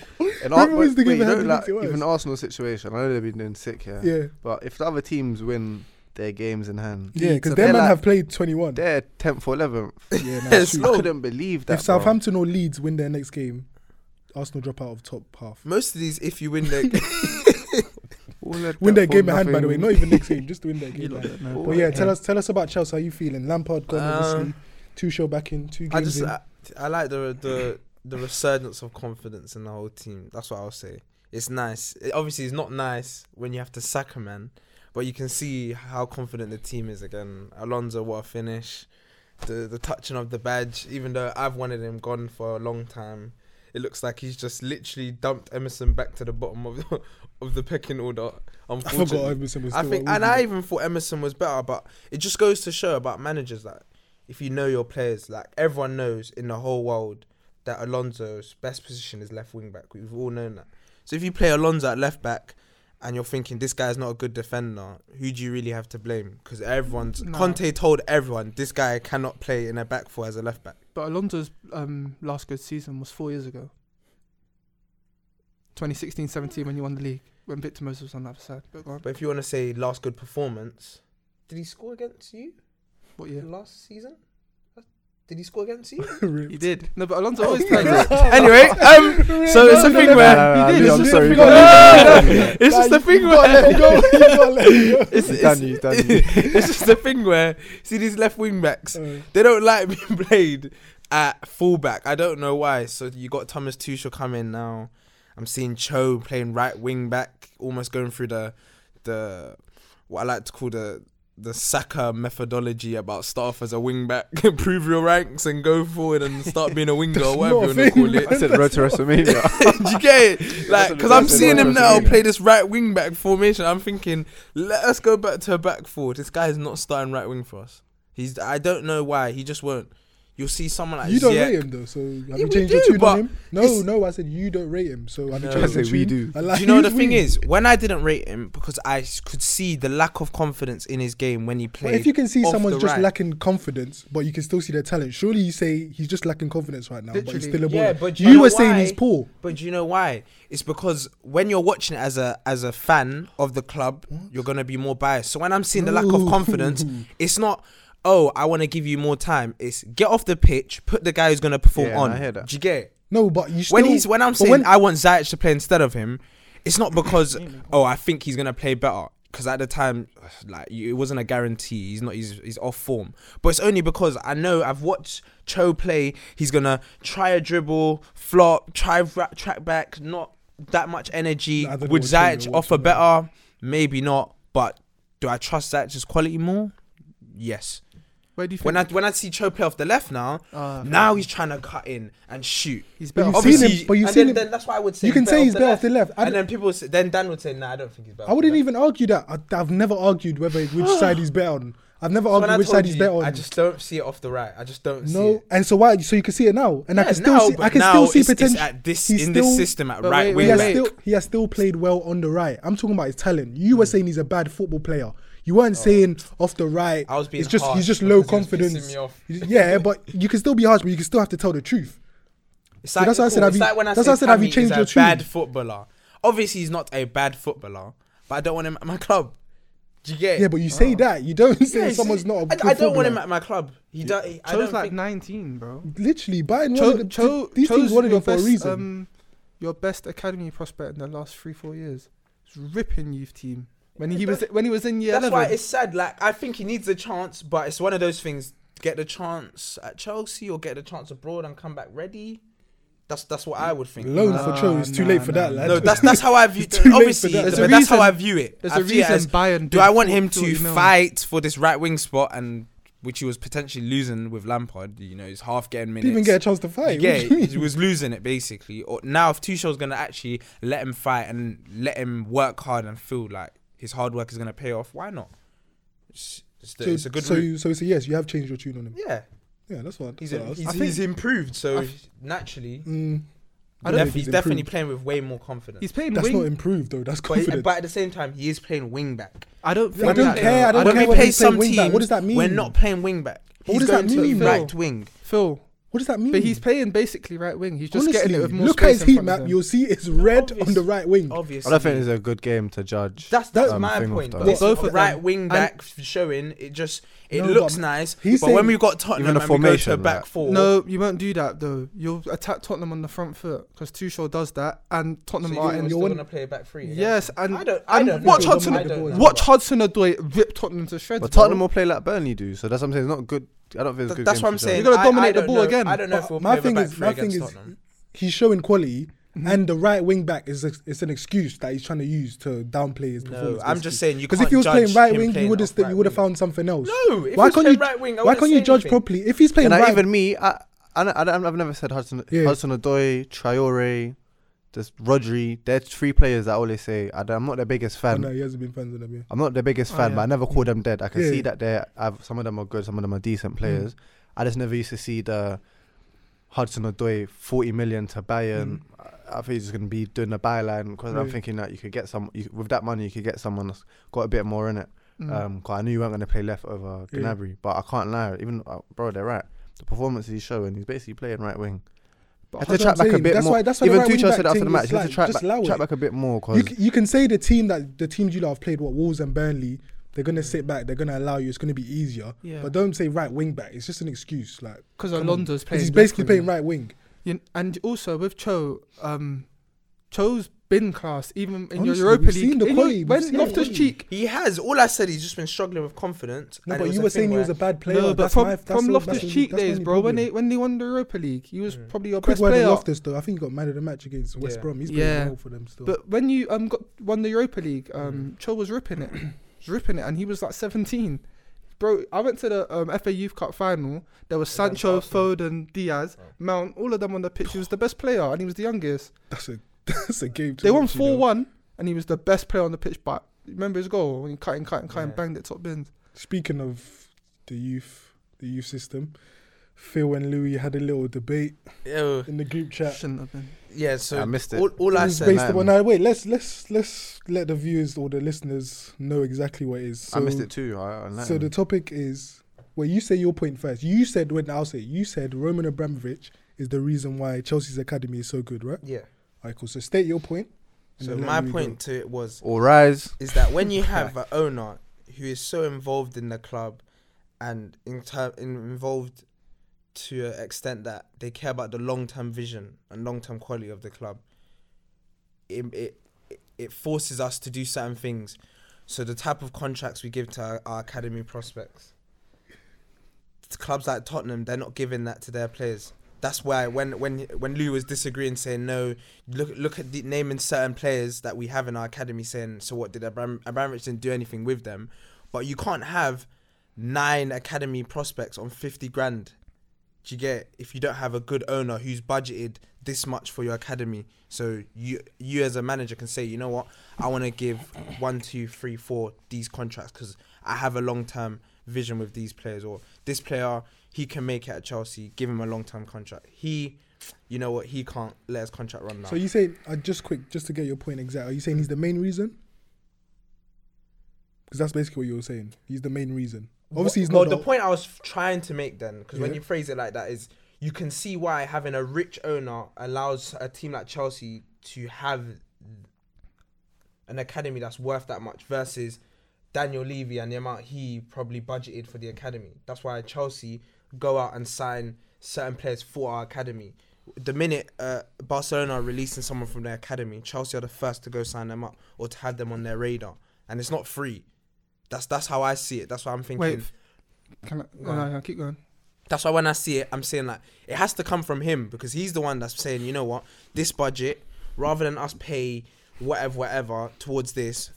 S1: Remember
S4: Ar-
S1: who's the game
S4: wait, you
S1: that
S4: know,
S1: had
S4: like,
S1: the biggest
S4: even
S1: worst?
S4: Arsenal situation. I know they've been doing sick here,
S1: Yeah,
S4: but if the other teams win their games in hand,
S1: yeah,
S2: Leeds
S1: because
S2: are
S1: their
S4: they're
S1: man
S4: like-
S1: have played 21.
S4: they're tenth or eleventh.
S1: Yeah, nah,
S3: Yes,
S1: true.
S4: I
S3: no.
S4: couldn't believe that.
S1: if Southampton or Leeds win their next game, Arsenal drop out of top half.
S3: Most of these, if you win their
S1: Win their game in hand, by the way. Not even next game, just win their
S2: You
S1: game.
S2: lot
S1: in hand.
S2: don't know.
S4: Oh,
S1: But yeah,
S4: yeah.
S2: um,
S1: tell us, tell us about Chelsea. How you feeling? Lampard gone, obviously.
S3: Um,
S1: Two show back in, two games
S3: I just uh,
S1: in.
S3: I, I like the the the resurgence of confidence in the whole team. That's what I'll say. It's nice. It, obviously, it's not nice when you have to sack a man, but you can see how confident the team is again. Alonso, what a finish! The the touching of the badge. Even though I've wanted him gone for a long time, it looks like he's just literally dumped Emerson back to the bottom of the, of the pecking order.
S1: I
S3: Unfortunately,
S1: forgot Emerson was
S3: I
S1: still.
S3: think,
S1: at
S3: and I
S1: Wolves.
S3: even thought Emerson was better, but it just goes to show about managers that if you know your players, like everyone knows in the whole world that Alonso's best position is left wing back. We've all known that. So if you play Alonso at left back and you're thinking this guy's not a good defender, who do you really have to blame? Because everyone's
S2: No.
S3: Conte told everyone this guy cannot play in a back four as a left back.
S2: But Alonso's um, last good season was four years ago. 2016-17 when you won the league, when Victor Moses was on the other side. But go on.
S3: But if you want to say last good performance, did he score against you
S2: What year?
S3: last season? Did he score against you?
S1: Ripped.
S2: He did. No, but Alonso always
S1: Yeah.
S2: turns up.
S3: anyway, um, so it's
S1: No,
S3: a
S1: no,
S3: thing
S1: no,
S3: where-
S1: no,
S2: He
S1: no, no,
S2: did, it's
S1: no,
S2: just
S1: sorry,
S2: a
S1: we
S2: thing
S1: gotta
S2: where-
S1: leave it.
S3: It's just
S1: Nah,
S3: a thing
S1: you gotta let it go, you gotta let it
S3: It's, it's,
S4: Done you, done you.
S3: it's just a thing where see these left wing backs
S1: go. Uh,
S3: they don't like being played at fullback. I don't know why. So you got Thomas Tuchel coming now. I'm seeing Cho playing right wing back, almost going through the the what I like to call the the Saka methodology about start off as a wing back, improve your ranks and go forward and start being a winger or
S1: That's
S3: whatever
S1: not
S3: you want
S1: a
S3: to call
S1: thing,
S3: it.
S4: I said road to WrestleMania.
S3: Do you get it? Like, because I'm
S4: That's a-
S3: seeing him
S4: that's
S3: now
S4: a-
S3: play this right wing back formation. I'm thinking, let us go back to a back four. This guy is not starting right wing for us. He's. I don't know why. He just won't. You'll see someone like
S1: you don't
S3: Ziyech.
S1: rate him though, so have
S3: we
S1: you changed your
S3: do,
S1: tune
S3: but
S1: on him? No,
S3: it's-
S1: no, I said you don't rate him, so have you
S3: No.
S1: changed
S4: I
S1: your
S4: say we
S1: tune?
S4: do.
S1: I like-
S3: Do you know the
S1: we.
S3: thing is? When I didn't rate him because I s- could see the lack of confidence in his game when he
S1: But
S3: played.
S1: if you can see
S3: off
S1: someone's
S3: the
S1: just
S3: right.
S1: lacking confidence, but you can still see their talent, surely you say he's just lacking confidence right now, but he's
S2: Literally.
S1: still a baller.
S3: Yeah, but you
S1: you
S3: know
S1: were saying he's
S3: why?
S1: poor.
S3: But do you know why? It's because when you're watching it as a as a fan of the club, you're gonna be more biased. So when I'm seeing the lack of confidence, it's not. Oh, I want to give you more time. It's get off the pitch, put the guy who's gonna perform
S4: Yeah, no,
S3: on.
S4: I hear that.
S3: Do you get it?
S1: No, but you still.
S3: when he's when I'm
S1: but
S3: saying
S1: when-
S3: I want Zayech to play instead of him, it's not because oh I think he's gonna play better because at the time like you, it wasn't a guarantee. He's not he's he's off form, but it's only because I know I've watched Cho play. He's gonna try a dribble, flop, try ra- track back, not that much energy.
S1: I don't know
S3: Would
S1: what Cho you're
S3: Zayech offer
S1: watching,
S3: better? Maybe not. But do I trust Zayech's quality more? Yes.
S2: Where do you think?
S3: When I when I see Cho play off the left now,
S2: Ah,
S3: now he's trying to cut in and shoot.
S2: he's
S1: But
S2: better.
S1: you've
S2: off-
S1: seen him-
S3: Obviously,
S1: but you've
S3: and
S1: seen
S3: then,
S1: him-
S3: then that's why I would say.
S1: you can
S3: he's better
S1: say he's better off
S3: left.
S1: the left. I
S3: And then people, say, then Dan would say, "Nah, I don't think he's better."
S1: I wouldn't even argue that. I, I've never argued whether which side he's better on. I've never
S3: So when I
S1: argued which
S3: told
S1: side he's
S3: you,
S1: better on.
S3: I just don't see it off the right. I just don't see
S1: no,
S3: it.
S1: and so why? So you can see it now, and I
S3: Yeah,
S1: can still
S3: now,
S1: see. I
S3: but
S1: can
S3: now
S1: still see
S3: it's- it's
S1: potential.
S3: at this
S1: He's
S3: in this
S1: still-
S3: system at
S2: But
S3: right
S2: wait,
S1: he
S3: wing
S2: wait,
S1: has
S3: back.
S2: wait.
S1: still he has still played well on the right. I'm talking about his talent. You
S3: Hmm.
S1: were saying he's a bad football player. You weren't saying off the right.
S3: Oh. I was being
S1: it's just
S3: harsh
S1: he's just low
S3: because he was pissing
S1: confidence.
S3: me off.
S1: You- Yeah, but you can still be harsh, but you can still have to tell the truth.
S3: It's
S1: So that's why I said, have
S3: it's
S1: you-
S3: like when I
S1: that's
S3: said
S1: why I said, have you
S3: Tammy
S1: changed
S3: is
S1: your
S3: a bad
S1: tune?
S3: footballer. Obviously, he's not a bad footballer, but I don't want him at my club. Do you get? it?
S1: Yeah, but you say that you don't
S3: Oh. Yeah,
S1: say
S3: you
S1: someone's
S3: see,
S1: not. a good
S3: I, I don't want him
S1: footballer.
S3: at my club. He does. I
S2: Cho's
S3: don't
S2: like
S3: think-
S2: 19, bro.
S1: Literally, Bayern
S2: Cho,
S1: wanted
S2: Cho,
S1: them, these
S2: Cho's
S1: teams wanted
S2: your
S1: him for a
S2: best,
S1: reason.
S2: Um, your best academy prospect in the last three, four years. It's ripping youth team. When he
S3: Yeah,
S2: was when he was in year
S3: That's
S2: 11.
S3: why it's sad. Like I think he needs a chance, but it's one of those things. Get the chance at Chelsea or get the chance abroad and come back ready. That's that's what I would think.
S1: Loan
S2: Nah,
S1: for Cho is too
S2: nah,
S1: late for
S2: nah,
S1: that,
S2: nah.
S1: lad.
S3: No, that's that's how I view.
S1: It's too late for
S3: obviously,
S1: that.
S3: but
S2: There's a
S3: that's how I
S2: reason-
S3: view it.
S2: There's
S3: I
S2: a
S3: view it
S2: reason
S3: as,
S2: Bayern.
S3: Do
S2: did
S3: I want
S2: four-
S3: him
S2: 40
S3: to
S2: mil.
S3: fight for this right wing spot and which he was potentially losing with Lampard? You know, he's half getting minutes.
S1: Didn't even get a chance to
S3: You
S1: fight. What
S3: get
S1: do you mean?
S3: it? he was losing it basically. Or now, if Tuchel's gonna actually let him fight and let him work hard and feel like his hard work is gonna pay off, why not? It's, it's, the-
S1: so,
S3: it's a good
S1: so,
S3: route.
S1: you, so it's a yes. You have changed your tune on him.
S3: yeah,
S1: Yeah, that's what. That's
S3: he's
S1: what I
S3: he's,
S1: was-
S2: I
S3: he's,
S2: think-
S3: improved. So
S2: I-
S3: naturally,
S1: Mm,
S2: I
S1: don't know
S3: def-
S1: if
S3: he's
S1: he's
S3: definitely
S1: improved.
S3: playing with way more confidence.
S2: He's playing
S1: that's
S2: wing.
S1: not improved though. That's
S3: but, he-
S1: confident.
S3: but at the same time, he is playing wing back.
S2: I don't.
S1: I don't
S2: think that-
S1: care, I don't
S3: when
S1: care
S3: we
S1: whether
S3: play
S1: he's playing
S3: some
S1: wing back.
S3: teams,
S1: What does that mean?
S3: We're not playing wing back.
S1: But
S3: He's
S1: what does that
S3: going to
S1: mean,
S3: Right
S2: though?
S3: wing.
S2: Phil.
S1: what does that mean?
S2: But he's playing basically right wing. He's just
S1: Hmm. Honestly,
S2: getting it with more
S1: look at
S2: space
S1: his
S2: in
S1: heat
S2: front of
S1: map.
S2: him.
S1: You'll see it's red
S3: Obvious-
S1: on the right wing.
S3: Obviously,
S4: I don't think it's a good game to judge.
S3: That's that's
S1: That-
S3: my
S4: Um,
S3: point.
S4: thing of
S3: This
S2: Both of
S3: right
S2: them.
S3: wing back f- showing it just it
S1: No,
S3: looks
S1: but
S3: nice.
S1: he's
S3: But when
S1: saying-
S3: we got Tottenham
S4: Even a
S3: and we go to a
S4: formation,
S3: back
S4: like-
S3: four,
S2: No, you won't do that though. You'll attack Tottenham on the front foot because Tuchel does that, and Tottenham
S3: so
S2: are
S3: you're
S2: in.
S3: still
S1: one-
S3: gonna play a back three. again.
S2: Yes, and
S3: I don't. I
S2: and
S3: don't.
S2: watch
S3: know.
S2: Hudson-
S3: I don't know
S2: watch
S3: that.
S2: Hudson Odoi rip Tottenham to shreds.
S4: But
S2: bro.
S4: Tottenham will play like Burnley do, so that's what I'm saying. It's not good. I don't think it's
S3: Th-
S4: a good.
S3: That's
S4: game
S3: what
S4: to
S3: I'm
S4: judge.
S3: saying.
S2: You're gonna
S3: I- I
S2: dominate the
S3: don't
S2: ball
S3: know.
S2: again.
S3: I don't know if
S1: But
S3: we'll
S1: my
S3: play a
S1: thing
S3: back
S1: is-
S3: three
S1: my
S3: against
S1: thing is-
S3: Tottenham.
S1: He's showing quality, and the right wing back is a, it's an excuse that he's trying to use to downplay his
S3: No,
S1: performance.
S3: I'm just saying you
S1: because if he was playing right wing, you would have you would have found something else.
S3: No,
S1: why
S3: if he was
S1: can't
S3: playing
S1: you
S3: right wing, I
S1: why
S3: wouldn't
S1: can't
S3: say
S1: you judge
S3: anything.
S1: properly? If he's playing
S4: And I,
S1: right,
S4: even me, I, I, I, don't- I've never said Hudson,
S1: Yeah.
S4: Hudson Odoi, Traore, just Rodri. They're three players that I always say I, am not their biggest
S1: oh,
S4: fan.
S1: no, he hasn't been fans of them. Yeah.
S4: I'm not their biggest
S2: Oh,
S4: fan, but
S2: yeah.
S4: I never call them dead. I can
S1: Yeah. Mm.
S4: see that they have some of them are good, some of them are decent players. I just never used to see the Hudson Odoi 40 million to Bayern. I I think he's just gonna be doing the byline because I'm
S1: Mm. Yeah.
S4: thinking that you could get some you, with that money. You could get someone that's got a bit more in it.
S2: Mm.
S4: Um, 'cause I knew you weren't going to play left over
S1: Yeah.
S4: Gnabry, but I can't lie. Even uh, bro, they're right. The performance he's showing, he's basically playing right wing.
S2: But
S4: Had to
S1: That's what
S4: track
S1: I'm
S4: back a
S1: saying.
S4: bit
S1: That's
S4: more.
S1: why- that's why the
S4: Even
S1: right wing
S4: Tuchel
S1: back
S4: said after
S1: thing
S4: the
S1: is
S4: match, he had
S1: like,
S4: to track
S1: just
S4: back,
S1: allow
S4: track
S1: it.
S4: back a bit more
S1: You,
S4: because
S1: c- you can say the team that the teams you lot have played, what Wolves and Burnley, they're gonna sit back. They're gonna allow you. It's gonna be easier.
S2: yeah,
S1: But don't say right wing back. It's just an excuse. Like
S2: because
S1: come on.
S2: Alonso's playing.
S1: because he's
S2: left
S1: basically
S2: wing.
S1: playing right wing.
S2: You- and also with Cho, um, Cho's been classed even in your
S1: Honestly,
S2: Europa
S1: we've
S2: League.
S1: seen the
S2: in your-
S1: quality, we've
S2: when
S1: seen the
S2: Loftus
S1: quality.
S2: Cheek,
S3: He has. All I said, he's just been struggling with confidence.
S1: No,
S3: and it
S1: but
S3: was
S1: you
S3: a
S1: were
S3: thing
S1: saying he
S3: where-
S1: was a bad player.
S2: no, but
S1: That's
S2: from,
S1: my- that's
S2: from
S1: all-
S2: Loftus
S1: that's the-
S2: Cheek
S1: that's my
S2: days,
S1: only
S2: bro. When
S1: problem.
S2: they when they won the Europa League, he was
S3: Mm.
S2: probably your
S1: Quick
S2: best
S1: word
S2: player.
S1: on Loftus though. I think he got man of the match against West
S3: Yeah.
S1: Brom. He's
S2: Yeah.
S1: playing well for them still.
S2: But when you um got won the Europa League,
S1: Mm.
S2: um, Cho was ripping it, was ripping it, and he was like 17. Bro, I went to the um, FA Youth Cup final. There was
S3: Against
S2: Sancho,
S3: Arsenal.
S2: Foden, Diaz,
S3: Oh.
S2: Mount, all of them on the pitch. He was the best player, and he was the youngest.
S1: that's a that's a game. To
S2: They won
S1: watch, you know.
S2: four one, and he was the best player on the pitch. But remember his goal when he cut and cut and cut and
S3: Yeah.
S2: banged it top bins.
S1: Speaking of the youth, the youth system, Phil and Louis had a little debate
S3: Ew.
S1: in the group chat.
S2: Shouldn't have been.
S3: Yeah, so
S4: I missed it.
S3: All, all
S1: It
S3: I
S1: was
S3: said,
S1: based
S4: man.
S1: upon. Now wait, let's let's let's let the viewers or the listeners know exactly what it is. So,
S4: I missed it too. I, I
S1: So the topic is well, you say your point first. You said when I'll say it, you said Roman Abramovich is the reason why Chelsea's academy is so good, right?
S3: yeah.
S1: Alright, cool. So state your point. and
S3: So
S1: then let
S3: my
S1: Louis go.
S3: point to it was
S4: or rise.
S3: is that when you have an owner who is so involved in the club and in ter- in involved to an extent that they care about the long term vision and long term quality of the club, it, it it forces us to do certain things. So the type of contracts we give to our, our academy prospects, clubs like Tottenham, they're not giving that to their players. That's why when when when Lou was disagreeing, saying no, look look at the, naming certain players that we have in our academy, saying so what did Abram, Abramovich didn't do anything with them, but you can't have nine academy prospects on fifty grand. Do you get it? if you don't have a good owner who's budgeted this much for your academy? So you you as a manager can say, you know what, I want to give one, two, three, four these contracts because I have a long term vision with these players or this player he can make it at Chelsea. Give him a long term contract. He, you know what? He can't let his contract run now.
S1: So you say uh, just quick, just to get your point exact. Are you saying he's the main reason? Because that's basically what you were saying. He's the main reason. Obviously, he's
S3: well,
S1: not.
S3: Oh, the point I was trying to make then, because when
S1: Yeah.
S3: you phrase it like that, is you can see why having a rich owner allows a team like Chelsea to have an academy that's worth that much versus Daniel Levy and the amount he probably budgeted for the academy. That's why Chelsea go out and sign certain players for our academy. The minute uh, Barcelona are releasing someone from their academy, Chelsea are the first to go sign them up or to have them on their radar, and it's not free. That's that's how I see it. That's why I'm thinking.
S2: Wait, Can I,
S3: Go on.
S2: Oh, no, no, keep going.
S3: That's why when I see it, I'm saying like it has to come from him because he's the one that's saying, you know what, this budget, rather than us pay whatever, whatever towards this,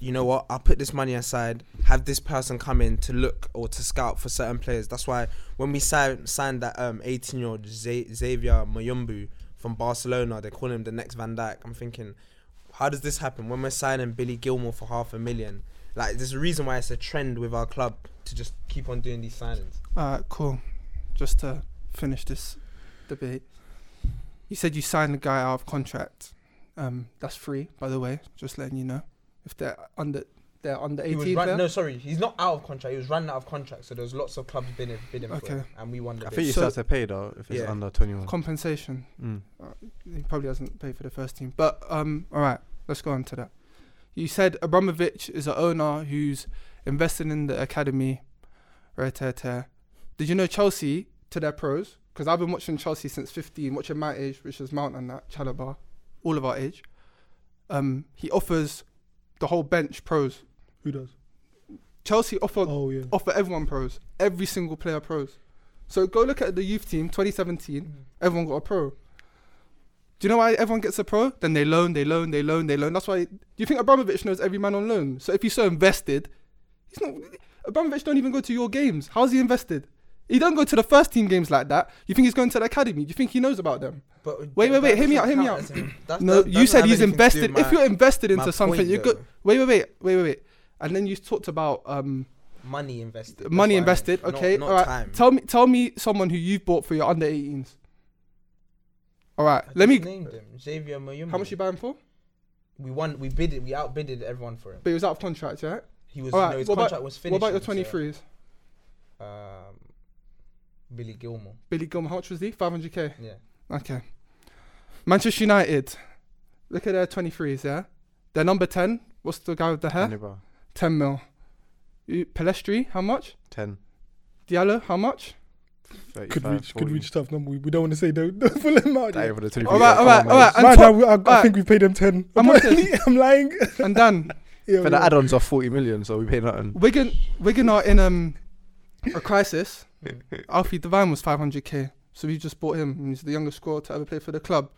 S3: you know what, I'll put this money aside, have this person come in to look or to scout for certain players. That's why when we signed, signed that um 18 year old Xavier Mayumbu from Barcelona, they call him the next Van Dijk. I'm thinking, how does this happen when we're signing Billy Gilmore for half a million? Like there's a reason why it's a trend with our club to just keep on doing these signings.
S2: Alright, cool. Just to finish this debate, you said you signed the guy out of contract. Um, that's free, by the way. Just letting you know, if they're under, they're under
S3: He was
S2: eighteen.
S3: run,
S2: player?
S3: no, sorry, he's not out of contract. He was running out of contract, so there was lots of clubs bidding, bidding for
S2: Okay.
S3: him, and we won the
S4: I
S3: bid.
S4: think you
S2: So-
S4: still have to pay though if it's
S3: Yeah.
S4: under 21.
S2: compensation.
S4: mm.
S2: he probably hasn't paid for the first team. But um, all right, let's go on to that. You said Abramovich is an owner who's invested in the academy. Right, tear, tear. Did you know Chelsea to their pros? Because I've been watching Chelsea since 15, watching my age, which is Mount and that Chalabar, all of our age. Um, he offers the whole bench pros.
S1: Who does?
S2: Chelsea offer
S1: Oh yeah.
S2: offer everyone pros, every single player pros. So go look at the youth team 2017.
S3: Mm.
S2: Everyone got a pro. Do you know why everyone gets a pro? Then they loan, they loan, they loan, they loan. That's why. Do you think Abramovich knows every man on loan? So if he's so invested, he's not. Abramovich don't even go to your games. How's he invested? He don't go to the first team games like that. You think he's going to the academy? Do you think he knows about them?
S3: But
S2: Wait, wait,
S3: that
S2: wait, hear me
S3: doesn't
S2: out, hear me
S3: count
S2: out.
S3: as him. That's-
S2: no,
S3: that
S2: you
S3: doesn't
S2: said
S3: have
S2: he's
S3: anything to do
S2: invested.
S3: with
S2: if
S3: my-
S2: you're invested
S3: my
S2: into something,
S3: point,
S2: you good.
S3: though.
S2: Wait, wait, wait, wait, wait, wait. And then you talked about um,
S3: money invested. that's
S2: money
S3: what I mean,
S2: invested.
S3: not-
S2: okay,
S3: not
S2: all right.
S3: time.
S2: Tell me, tell me someone who you've bought for your under 18s. All right,
S3: I
S2: let me.
S3: just named him Xavier Mayumbu.
S2: How much you buy him for?
S3: We won. We bidded. We outbidded everyone for him.
S2: But he was out of contract, right?
S3: He was.
S2: All right,
S3: No, his
S2: what about-
S3: contract was finished.
S2: what about your 23s?
S3: um, Billy Gilmore.
S2: Billy Gilmore, how much was he? 500k.
S3: Yeah.
S2: Okay. Manchester United. Look at their 23s, yeah? Their number 10, what's the guy with the hair?
S4: Anibal,
S2: 10 mil. You- Pelestri, how much?
S4: 10.
S2: Diallo, how much?
S4: 35,
S1: Could reach,
S4: 40.
S1: could reach tough number. We, we don't want to say no, no full amount.
S4: That
S1: Yeah.
S4: ain't for the 23.
S2: All right, all right,
S4: Come on,
S2: all
S4: man.
S2: right. And,
S1: Man, I,
S2: top,
S1: I, I
S2: alright.
S1: think we paid him ten.
S2: I'm
S1: I'm,
S2: not saying-
S1: lying.
S2: and Dan,
S1: Yeah,
S4: But
S1: yeah.
S4: the add-ons are 40 million, so we pay nothing.
S2: Wigan, Wigan are in um, a crisis. Alfie Devine was 500k, so we just bought him. and He's the youngest scorer to ever play for the club.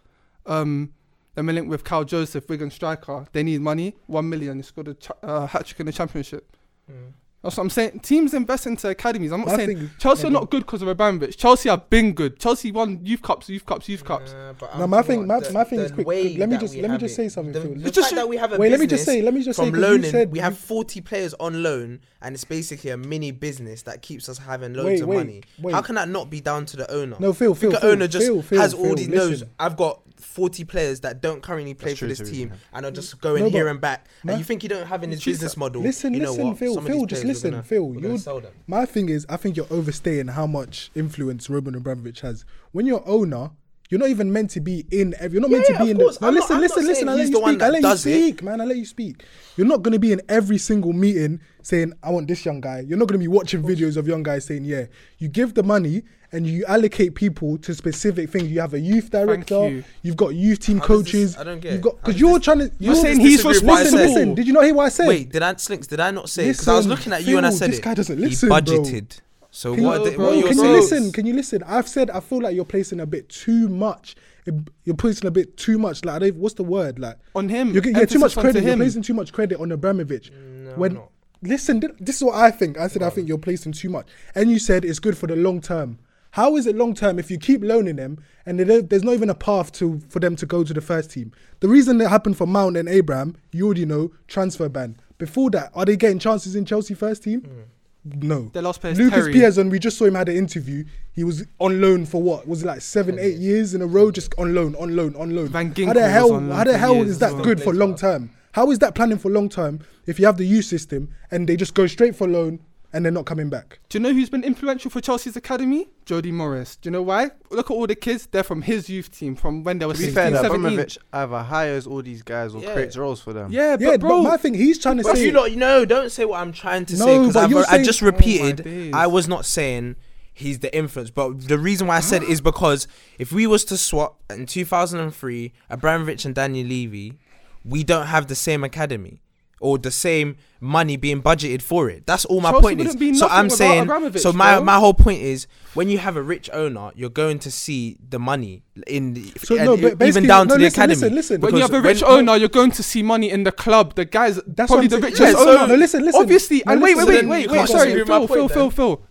S2: Um, then we linked with Cal Joseph, Wigan striker. They need money, one million. He scored a ch- uh, hat trick in the championship.
S3: Mm.
S2: That's what I'm saying. Teams invest into academies. I'm not
S1: I
S2: saying
S1: think-
S2: Chelsea are not good because of Abramovich. Chelsea have been good. Chelsea won youth cups, youth cups, youth cups.
S3: Nah, but
S1: No,
S3: I'm
S1: my
S3: talking
S1: thing-
S3: about
S1: my-
S3: the-
S1: my thing is
S3: the
S1: quick, quick.
S3: way
S1: Let me
S3: that
S1: just-
S3: we
S1: let me
S3: have
S1: just
S3: it.
S1: say something,
S3: The,
S1: Phil.
S3: the
S1: Just
S3: fact
S2: say-
S3: that we have a
S1: Wait, let me just
S3: business
S1: say. Let me just say.
S3: from
S1: 'cause you
S3: loaning,
S1: said-
S3: we have 40 players on loan, and it's basically a mini business that keeps us having loads
S1: Wait,
S3: of
S1: wait,
S3: money.
S1: wait.
S3: How can that not be down to the owner?
S1: No, Phil, Phil.
S3: the
S1: Phil,
S3: owner just
S1: Phil, Phil,
S3: has all
S1: Phil,
S3: these knows.
S1: listen.
S3: I've got 40 players that don't currently play
S4: That's
S3: for
S4: true,
S3: this
S4: too,
S3: team
S4: yeah.
S3: and are just going
S1: No,
S3: here
S1: but-
S3: and back.
S1: my-
S3: and you think you don't have in his
S1: Jesus.
S3: business model?
S1: Listen,
S3: you know
S1: listen,
S3: what?
S1: Phil,
S3: Some of these
S1: Phil, just
S3: players, we're
S1: listen,
S3: gonna-
S1: Phil,
S3: we're gonna
S1: you'd-
S3: sell them.
S1: My thing is, I think you're overstating how much influence Roman Abramovich has. When you're owner, you're not even meant to be in. Every, you're not meant
S3: yeah,
S1: to be
S3: of
S1: in.
S3: course.
S1: The, no,
S3: I'm not-
S1: listen,
S3: I'm not
S1: listen, listen.
S3: saying
S1: I let
S3: he's
S1: you
S3: the one
S1: speak. I
S3: that
S1: let you
S3: does it.
S1: speak, man. I let you speak. You're not going to be in every single meeting saying, "I want this young guy." You're not going to be watching videos of young guys saying, "Yeah." You give the money and you allocate people to specific things. You have a youth
S2: you.
S1: director. You. have got youth team
S3: How does this-
S1: coaches.
S3: I don't get
S1: You've
S3: it.
S1: got
S3: How
S1: because
S3: does
S1: you're
S3: this-
S1: trying to.
S2: You're
S1: you're-
S2: saying he's
S3: disagree with what I
S1: Listen,
S3: said.
S1: listen. Did you not hear what I said?
S3: Wait, did I Slinks? Did I not say? Because I was
S1: Listen,
S3: looking at you and I
S1: Phil,
S3: said
S1: this
S3: it.
S1: guy doesn't
S3: He
S1: listen, bro.
S3: budgeted. So
S1: Can
S3: what?
S1: you,
S3: are
S2: No,
S3: they-
S2: bro,
S3: what are your
S1: can you
S2: saying is-
S1: listen? Can you listen? I've said I feel like you're placing a bit too much. You're placing a bit too much. Like, I don't- what's the word? Like
S2: On him,
S1: You're, get- yeah, too
S2: emphasis
S1: much
S2: onto
S1: credit. You're
S2: him.
S1: placing too much credit on Abramovich.
S3: Mm, No, I'm
S1: when
S3: not.
S1: listen, th- this is what I think. I said I think you're placing too much, and you said it's good for the long term. How is it long term if you keep loaning them and they don't- there's not even a path to for them to go to the first team? The reason that happened for Mount and Abraham, you already know, transfer ban. Before that, are they getting chances in Chelsea first team?
S3: Mm.
S1: No.
S2: Their last player is
S1: Lucas
S2: Terry.
S1: Piazon, we just saw him had an interview. He was on loan for what? Was it like seven,
S3: Ten
S1: eight
S3: years.
S1: years in a row? Just on loan, on loan, on loan.
S2: Van
S1: how
S2: Ginkel
S1: the
S2: was
S1: hell?
S2: on loan
S1: How the
S2: for
S1: hell
S2: years
S1: is
S2: as
S1: that
S2: well.
S1: good for long term? How is that planning for long term if you have the youth system and they just go straight for loan and they're not coming back?
S2: Do you know who's been influential for Chelsea's academy? Jody Morris. Do you know why? Look at all the kids. They're from his youth team from when they were
S4: To be
S2: 16,
S4: fair, that
S2: 17.
S4: Abramovich either hires all these guys or
S3: Yeah.
S4: creates roles for them.
S2: Yeah, but
S1: yeah,
S2: bro,
S1: but my thing, he's trying to
S3: But
S1: say.
S3: you lot, no, don't say what I'm trying to say
S1: No,
S3: because
S1: but you're
S3: I
S1: saying-
S3: just
S2: Oh my
S3: repeated.
S2: days.
S3: I was not saying he's the influence, but the reason why I said is because if we was to swap in 2003, Abramovich and Daniel Levy, we don't have the same academy or the same money being budgeted for it. That's all my
S2: Chelsea
S3: point is.
S2: wouldn't be
S3: so
S2: nothing
S3: I'm
S2: without
S3: saying.
S2: Abramovich,
S3: So my
S2: bro.
S3: my whole point is when you have a rich owner, you're going to see the money in the,
S1: So,
S3: and
S1: no,
S3: e-
S1: but
S3: even
S1: basically-
S3: down
S1: no,
S3: to the
S1: listen,
S3: academy.
S1: listen, listen.
S2: when you
S3: Because
S2: have a rich
S3: when-
S2: owner, you're going to see money in the club. The guys,
S1: That's
S2: probably
S1: what
S2: the
S1: I'm
S2: richest
S1: saying. Yeah, so-
S2: owner.
S1: no, listen, listen.
S2: Obviously,
S1: No,
S2: and wait, wait,
S1: listen,
S2: wait,
S1: then
S2: wait,
S1: you
S2: wait.
S1: can't
S2: Sorry,
S3: disagree
S2: Phil,
S3: with my
S2: Phil, Phil,
S3: point
S2: Phil,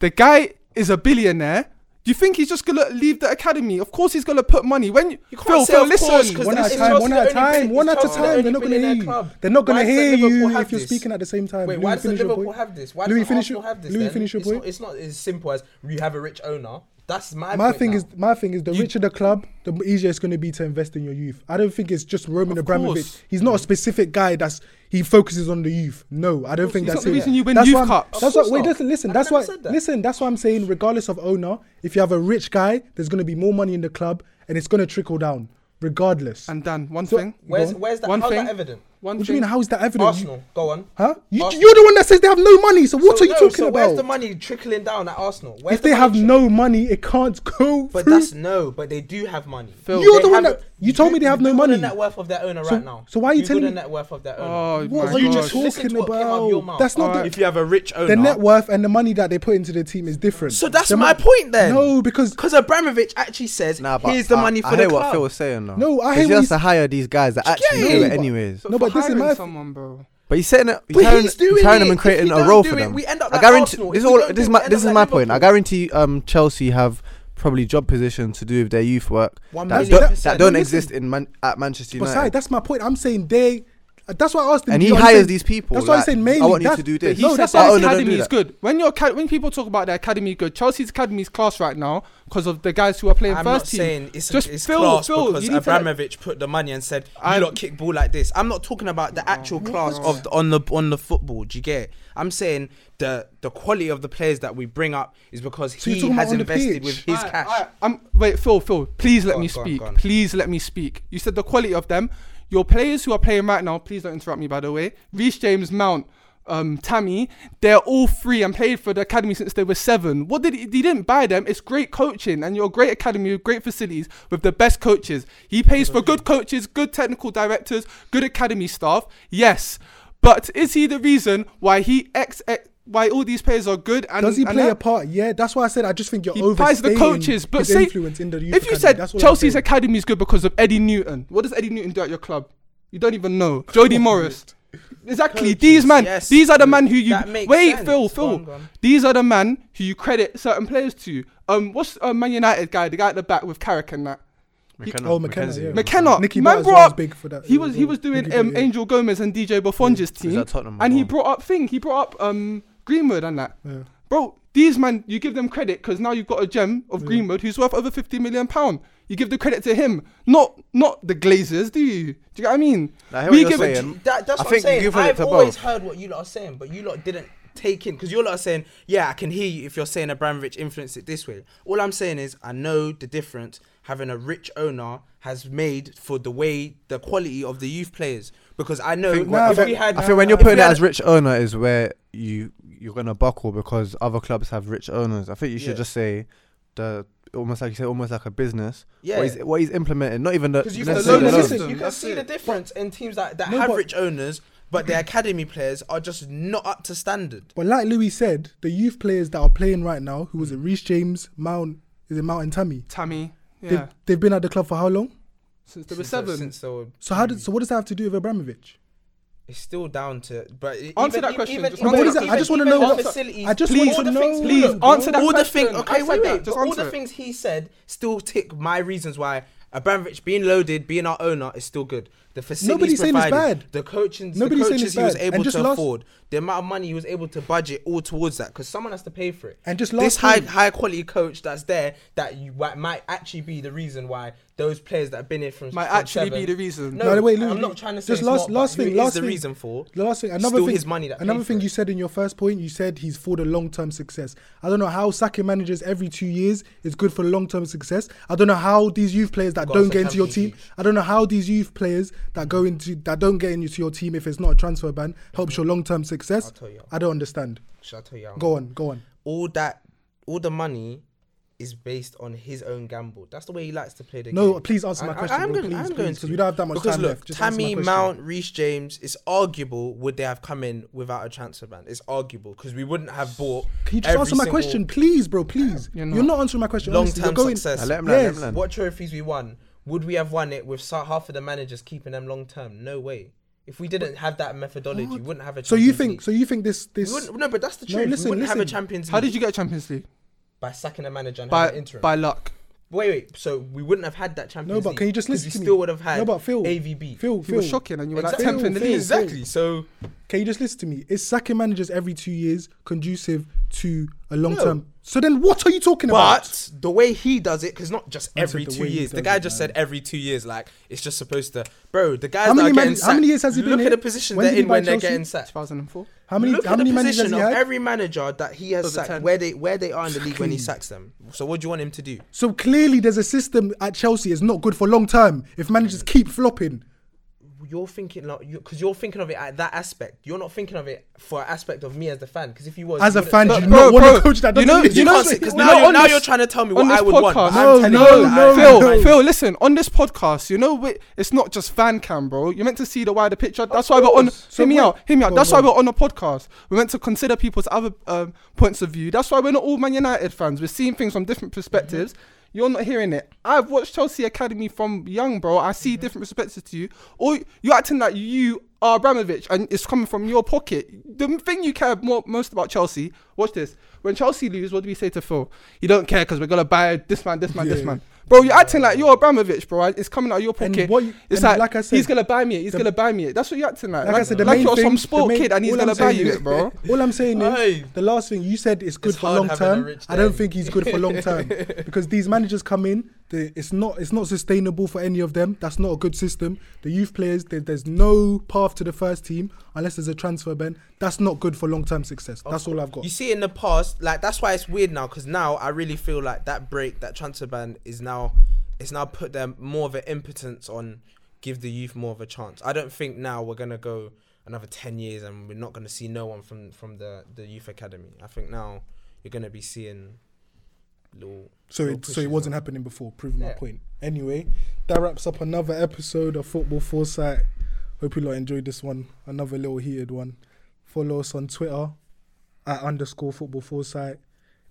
S2: The guy is a billionaire. Do you think he's just gonna leave the academy? Of course, he's gonna put money. When you,
S3: You can't
S2: Phil,
S3: say
S2: Phil,
S3: of course,
S2: listen.
S3: 'cause
S1: One at a
S3: It's
S1: time,
S3: Chelsea
S1: one
S3: the
S1: at a
S3: only
S1: time,
S3: big-
S1: one at a
S3: Chelsea the
S1: time.
S3: only
S1: They're not going to hear
S3: billionaire
S1: you.
S3: club.
S1: They're not going
S3: Why
S1: to
S3: does
S1: hear
S3: Liverpool
S1: you
S3: have
S1: if you're
S3: this?
S1: speaking at the same time.
S3: Wait,
S1: Louis,
S3: why does
S1: finish your
S3: Liverpool
S1: point.
S3: have this? Why
S1: Louis,
S3: does
S1: finish
S3: Arsenal
S1: your-
S3: have this?
S1: Louis,
S3: then?
S1: finish your
S3: it's
S1: point.
S3: Not, it's not as simple as you have a rich owner. That's my
S1: My
S3: point
S1: thing
S3: now.
S1: is, my thing is, the
S2: You-
S1: richer the club, the E easier it's going to be to invest in your youth. I don't think it's just Roman
S2: Of
S1: Abramovich.
S2: course.
S1: He's not a specific guy that's he focuses on the youth. No, I don't think
S2: he's
S1: that's
S2: not the
S1: it.
S2: reason you win
S1: that's
S2: youth
S1: why I'm-
S2: cups.
S1: That's
S3: Of
S1: why.
S3: course
S1: Wait,
S3: not.
S1: listen, listen.
S3: I've
S1: that's
S3: never
S1: why.
S3: said that.
S1: Listen, that's why I'm saying, regardless of owner, if you have a rich guy, there's going to be more money in the club, and it's going to trickle down, regardless.
S2: And Dan, one
S1: So-
S2: thing,
S1: Where-
S3: where's
S1: Go on.
S3: where's that?
S2: One
S3: how's
S2: thing.
S3: that evident?
S2: one
S1: what do
S2: thing.
S1: you mean? How is that evident?
S3: Arsenal, go on.
S1: You- huh? You,
S3: Arsenal.
S1: you're the one that says they have no money. So what
S3: So
S1: are you
S3: no,
S1: talking
S3: so
S1: about?
S3: Where's the money trickling down at Arsenal? Where's
S1: if
S3: the
S1: they
S3: money
S1: have
S3: tri-
S1: no money, it can't go
S3: but
S1: through.
S3: that's no, but they do have money.
S2: Phil.
S1: You're
S3: They
S1: the one
S3: have
S1: that-
S3: a-
S1: you told me they have no
S3: Google
S1: money.
S3: The net worth of their owner
S1: So-
S3: right now.
S1: so why are you
S3: Google
S1: telling
S3: the
S1: me-
S3: net worth of their owner?
S2: Oh
S1: What
S2: my
S1: are you
S2: God.
S1: just
S3: Listen
S1: talking
S3: to what came out of your
S1: about?
S3: mouth.
S1: That's not
S2: Alright.
S1: the,
S3: If you have a rich owner,
S1: the net worth and the money that they put into the team is different.
S3: So that's
S1: The
S3: my
S1: mo-
S3: point then.
S1: No, because
S3: because Abramovich actually says,
S4: Nah, but
S3: "Here's the
S4: I-
S3: money
S4: I
S3: for
S4: hear
S3: the
S4: what
S3: club."
S4: Phil was saying though.
S1: No, I
S4: 'Cause
S1: hear
S4: he
S1: what
S4: has
S1: he's-
S4: to hire these guys that actually
S3: Yeah,
S4: do
S1: no,
S4: it
S1: but-
S4: anyways.
S1: No, but this is
S2: hiring
S1: my f-
S2: someone, bro.
S4: But he's setting it. He's
S3: But
S4: hiring,
S3: he's doing
S4: hiring
S3: it.
S4: them and
S3: If
S4: creating
S3: we
S4: a
S3: don't
S4: role
S3: do
S4: for
S3: it,
S4: them.
S3: we end up
S4: I
S3: like
S4: guarantee.
S3: Arsenal.
S4: This is
S3: If we
S4: all.
S3: don't
S4: This is
S3: do it,
S4: my.
S3: we end
S4: This
S3: up
S4: is
S3: like
S4: my point. I
S3: Liverpool.
S4: guarantee um, Chelsea have probably job positions to do with their youth work
S3: One
S4: that
S3: million
S4: don't, that
S3: percent.
S4: don't
S1: Listen.
S4: exist in Man- at Manchester
S1: but sorry,
S4: United.
S1: that's my point. I'm saying they. That's why I asked him.
S4: And
S1: do
S4: he
S1: you know what I'm
S4: hires
S1: saying?
S4: these people,
S1: That's why I'm
S4: like,
S1: saying mainly.
S4: I want you
S1: that's-
S4: to do this.
S2: He
S1: No,
S2: said
S1: that's
S4: that
S1: why
S2: their
S4: Oh,
S1: I'm
S4: no, don't
S2: academy
S4: do
S2: is
S4: that.
S2: good. When your acad- when people talk about their academy good, Chelsea's academy is class right now because of the guys who are playing
S3: I'm
S2: first
S3: not
S2: team.
S3: saying it's,
S2: Just
S3: it's
S2: Phil,
S3: class
S2: Phil,
S3: because
S2: you need to let-
S3: Abramovich put the money and said, "You
S2: I-
S3: lot kick ball like this." I'm not talking about the actual class of the, on the on the football. Do you get? it? I'm saying the the quality of the players that we bring up is because
S1: So you're
S3: he
S1: talking
S3: has
S1: about on the
S3: invested
S1: pitch?
S3: with his
S2: Alright,
S3: cash.
S2: alright, I'm, wait, Phil, Phil, please let
S3: Go
S2: me
S3: on, go on,
S2: speak.
S3: go on.
S2: Please let me speak. You said the quality of them. Your players who are playing right now, please don't interrupt me, by the way. Reece James, Mount, um, Tammy, they're all free and played for the academy since they were seven. What did he, he didn't buy them? It's great coaching and your great academy with great facilities with the best coaches. He pays for good coaches, good technical directors, good academy staff. Yes, but is he the reason why he ex, ex why all these players are good? And
S1: Does he
S2: and
S1: play
S2: that-
S1: a part? Yeah, that's why I said I just think you're
S2: he buys
S1: overstating
S2: the coaches, but
S1: his
S2: say
S1: influence in the youth
S2: if you
S1: academy.
S2: said
S1: That's all I'm
S2: Chelsea's
S1: saying.
S2: academy is good because of Eddie Newton, what does Eddie Newton do at your club? You don't even know. Jody Morris. Exactly.
S3: Coaches,
S2: these men.
S3: yes.
S2: These are the men who you
S3: That makes
S2: wait,
S3: sense.
S2: Phil,
S3: Go
S2: Phil.
S3: on, go on.
S2: These are the men who you credit certain players to. Um, what's uh, Man United guy, the guy at the back with Carrick and that?
S1: Oh, McKenna, yeah.
S2: McKenna.
S1: Nicky
S2: man
S1: Butt as
S2: brought
S1: well is
S2: up-
S1: big for that.
S2: He was he was doing
S1: Nicky Butt,
S2: um,
S1: yeah.
S2: Angel Gomez and DJ Buffon's
S4: He's
S2: team,
S4: at Tottenham
S2: and he
S4: as well.
S2: brought up thing. He brought up um Greenwood and that.
S1: Yeah.
S2: Bro, these man, you give them credit because now you've got a gem of
S1: Yeah.
S2: Greenwood who's worth over fifty million pound. You give the credit to him, not not the Glazers, do you? Do you get what I mean?
S4: I hear what you're
S2: it-
S4: saying.
S3: That, that's
S4: I
S3: what
S4: think
S3: I'm saying.
S4: you give it
S3: I've
S4: to
S3: always
S4: both.
S3: heard what you lot are saying, but you lot didn't take in because you lot are saying, "Yeah, I can hear you if you're saying Abramovich influenced it this way." All I'm saying is, I know the difference having a rich owner has made for the way the quality of the youth players because I know
S4: Think-
S3: if
S1: Nah, but-
S3: we had.
S4: I think when you're
S3: if we
S4: putting it
S3: had-
S4: as rich owner is where you you're gonna buckle because other clubs have rich owners. I think you should
S3: Yeah.
S4: just say the almost like you said almost like a business.
S3: yeah.
S4: What he's what he's implemented, not even the.
S3: Because you,
S1: No,
S3: can
S1: no,
S3: see,
S4: necessarily
S1: no,
S3: the,
S4: the
S1: listen,
S4: loan.
S3: you can
S2: That's
S3: see
S2: it.
S3: the difference in teams that, that
S1: No,
S3: have
S1: but-
S3: rich owners, but their academy players are just not up to standard.
S1: But like Louis said, the youth players that are playing right now, who was it, Reece James, Mount, is it Mount and Tammy?
S2: Tammy, yeah,
S1: They've, they've been at the club for how long?
S2: since there were
S3: Since they-
S2: seven.
S3: Since they were
S1: So how did
S2: Mm.
S1: so what does that have to do with Abramovich?
S3: It's still down to, but it-
S2: Answer
S3: even-
S2: that
S3: e-
S2: question,
S3: Even,
S2: just
S3: even-
S2: answer that
S3: even-
S2: question. I
S1: just wanna
S3: even
S1: know
S3: the
S1: what-
S3: facilities.
S1: I just
S3: all
S1: want
S3: the
S1: to
S3: things-
S1: know-
S2: Please
S1: bro.
S2: answer that
S3: all the
S2: question.
S3: things. Okay,
S2: I said
S3: wait,
S2: that.
S3: wait.
S2: Just
S3: all
S2: answer
S3: the
S2: it.
S3: things he said still tick my reasons why Abramovich being loaded, being our owner, is still good. the facilities
S1: Nobody's saying it's
S3: provided,
S1: bad.
S3: the coaching, the
S1: Nobody's saying
S3: coaches
S1: it's
S3: he was
S1: bad.
S3: able
S1: And just
S3: to
S1: last-
S3: afford, the amount of money he was able to budget all towards that, because someone has to pay for it.
S1: And just
S3: this
S1: last
S3: high
S1: week-
S3: high quality coach that's there that you wa- might actually be the reason why those players that have been here from
S2: Might
S3: from
S2: actually
S3: seven-
S2: be the reason.
S1: No, wait,
S3: I'm
S1: look,
S3: not trying to say
S1: just
S3: it's
S1: last-
S3: not, but
S1: last
S3: who
S1: thing,
S3: is
S1: last
S3: the
S1: thing.
S3: reason for
S1: The last thing, another
S3: Still
S1: thing,
S3: his money that paid
S1: another
S3: for
S1: thing
S3: it.
S1: you said in your first point, you said he's for the long term success. I don't know how sacking managers every two years is good for long term success. I don't know how these youth players that
S3: Got us
S1: don't
S3: a
S1: get into your
S3: Champions
S1: team. I don't know how these youth players that go into that don't get into your team if it's not a transfer ban helps your long term success.
S3: I'll tell you.
S1: I don't understand.
S3: Shall I tell you? how?
S1: Go on, go on.
S3: All that, all the money is based on his own gamble. That's the way he likes to play the game.
S1: No, please answer my
S3: I-
S1: question,
S3: I, am
S1: bro.
S3: going,
S1: Please,
S3: I'm
S1: please,
S3: going
S1: 'cause
S3: to.
S1: we don't have that much
S3: because
S1: time
S3: look,
S1: left. Just answer my
S3: Tammy
S1: question.
S3: Mount, Reece James. It's arguable would they have come in without a transfer ban? It's arguable because we wouldn't have bought.
S1: Can you just
S3: every
S1: answer my
S3: single
S1: question, please, bro? Please.
S2: You're
S1: You're
S2: not.
S1: not, answering my question. honestly. You're
S3: Long-term
S1: going-
S3: success.
S4: Ah, let him land, let him
S1: Yes.
S4: land.
S3: What trophies we won? Would we have won it with so- half of the managers keeping them long term? No way. If we didn't have that methodology, we wouldn't have a.
S1: So you
S3: Champions
S1: think?
S3: League.
S1: So you think this?
S3: We
S1: This?
S3: wouldn't, no, but that's the
S1: No,
S3: truth.
S1: listen,
S3: we wouldn't have a
S1: listen.
S3: Champions League
S2: How did you get Champions League?
S3: by sacking a manager and having an
S2: By
S3: interim.
S2: by luck.
S3: Wait, wait. So we wouldn't have had that Champions
S1: No, but
S3: League
S1: can you just
S3: 'cause
S1: listen
S3: we
S1: to me?
S3: still would have had
S1: No, but Phil,
S3: AVB.
S1: Phil,
S2: You were
S1: Phil.
S2: shocking and you were like
S3: Exactly.
S2: tenth in the
S1: Phil,
S2: league.
S1: Phil.
S3: Exactly. So
S1: Can you just listen to me? Is sacking managers every two years conducive to a long term? So then, what are you talking about?
S3: But the way he does it, because not just
S1: Man
S3: every
S1: said the
S3: two
S1: way he
S3: years. The
S1: does
S3: guy
S1: it,
S3: just
S1: man.
S3: said every two years, like it's just supposed to. Bro, the guys
S1: How
S3: that
S1: many
S3: are getting
S1: man- how many years has he been
S3: Look
S1: here?
S3: at the position
S1: When did
S3: they're
S1: he
S3: in
S1: buy
S3: when they're
S1: Chelsea?
S3: getting sacked.
S2: 2004.
S1: How many?
S3: Look
S1: How
S3: at
S1: many
S3: the
S1: managers has
S3: position
S1: he
S3: of
S1: had?
S3: every manager that he has
S2: Over
S3: sacked,
S2: 10.
S3: where they where they are in the league when he
S1: Fucking-
S3: sacks them. So what do you want him to do?
S1: so clearly, there's a system at Chelsea. It's not good for long term. If managers keep flopping,
S3: You're thinking like because you're thinking of it at that aspect. You're not thinking of it for an aspect of me as the fan. Because if you was
S1: as a
S3: you
S1: fan,
S3: wouldn't-
S1: do you
S2: Bro,
S1: not want
S2: bro,
S1: a coach that
S2: you
S1: doesn't
S2: know-
S1: listen?
S2: you know-
S3: Answer it, 'cause
S2: No,
S3: now, you're,
S2: on
S3: now
S2: this-
S3: you're trying to tell me
S2: on
S3: what
S2: this
S3: I would want.
S2: podcast-
S3: but I'm
S1: No,
S3: telling
S1: no,
S3: you that I
S1: no,
S3: am
S1: no.
S2: Phil,
S3: telling you.
S2: Phil, listen. On this podcast, you know, we- it's not just fan cam, bro. You're meant to see the wider picture. That's why we're on.
S1: So
S2: hear me
S1: wait-
S2: out. Hear me out.
S1: go
S2: That's
S1: on,
S2: why
S1: go
S2: we're on a podcast. We're meant to consider people's other um, points of view. That's why we're not all Man United fans. We're seeing things from different perspectives.
S1: Mm-hmm.
S2: You're not hearing it. I've watched Chelsea Academy from young, bro. I
S1: Mm-hmm.
S2: see different perspectives to you. Or you're acting like you are Abramovich and it's coming from your pocket. The thing you care more, most about Chelsea, watch this. When Chelsea lose, what do we say to Phil? You don't care because we're going to buy this man, this man, this
S1: Yeah.
S2: man. Bro, you're acting like you're Abramovich, bro. It's coming out of your
S1: And
S2: pocket.
S1: what you- and
S2: it's like,
S1: like I said,
S2: he's gonna buy me it. He's
S1: the-
S2: gonna buy me it. That's what you're acting like.
S1: Like I said, the
S2: like
S1: main
S2: you're
S1: thing,
S2: some
S1: the
S2: sport
S1: main-
S2: kid and he's
S1: all I'm
S2: gonna buy
S1: saying
S2: you
S1: is-
S2: it, bro.
S1: All I'm saying is
S3: Aye.
S1: the last thing you said is good
S3: It's
S1: for
S3: hard
S1: long
S3: having a
S1: term.
S3: rich
S1: I don't
S3: dad.
S1: think he's good for long term because these managers come in. They, it's not it's not sustainable for any of them. That's not a good system. The youth players, there, there's no path to the first team unless there's a transfer ban. That's not good for long term success. That's all I've got.
S3: You see, in the past, like that's why it's weird now. Because now I really feel like that break, that transfer ban, is now, it's now put them more of an impotence on give the youth more of a chance. I don't think now we're gonna go another ten years and we're not gonna see no one from from the the youth academy. I think now you're gonna be seeing little.
S1: So
S3: little
S1: it, so
S3: pushes
S1: it wasn't
S3: on.
S1: happening before, proving my
S3: Yeah.
S1: point. Anyway, that wraps up another episode of Football Foresight. Hope you lot enjoyed this one. Another little heated one. Follow us on Twitter at underscore football foresight,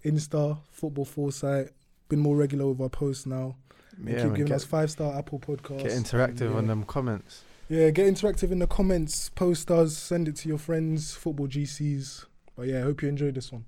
S1: Insta football foresight. Been more regular with our posts now. keep
S4: Yeah, man,
S1: giving
S4: get-
S1: us five star Apple podcasts.
S4: Get interactive
S1: Yeah.
S4: on them comments.
S1: Yeah, get interactive in the comments. Post us. Send it to your friends. Football GCs. But yeah, hope you enjoyed this one.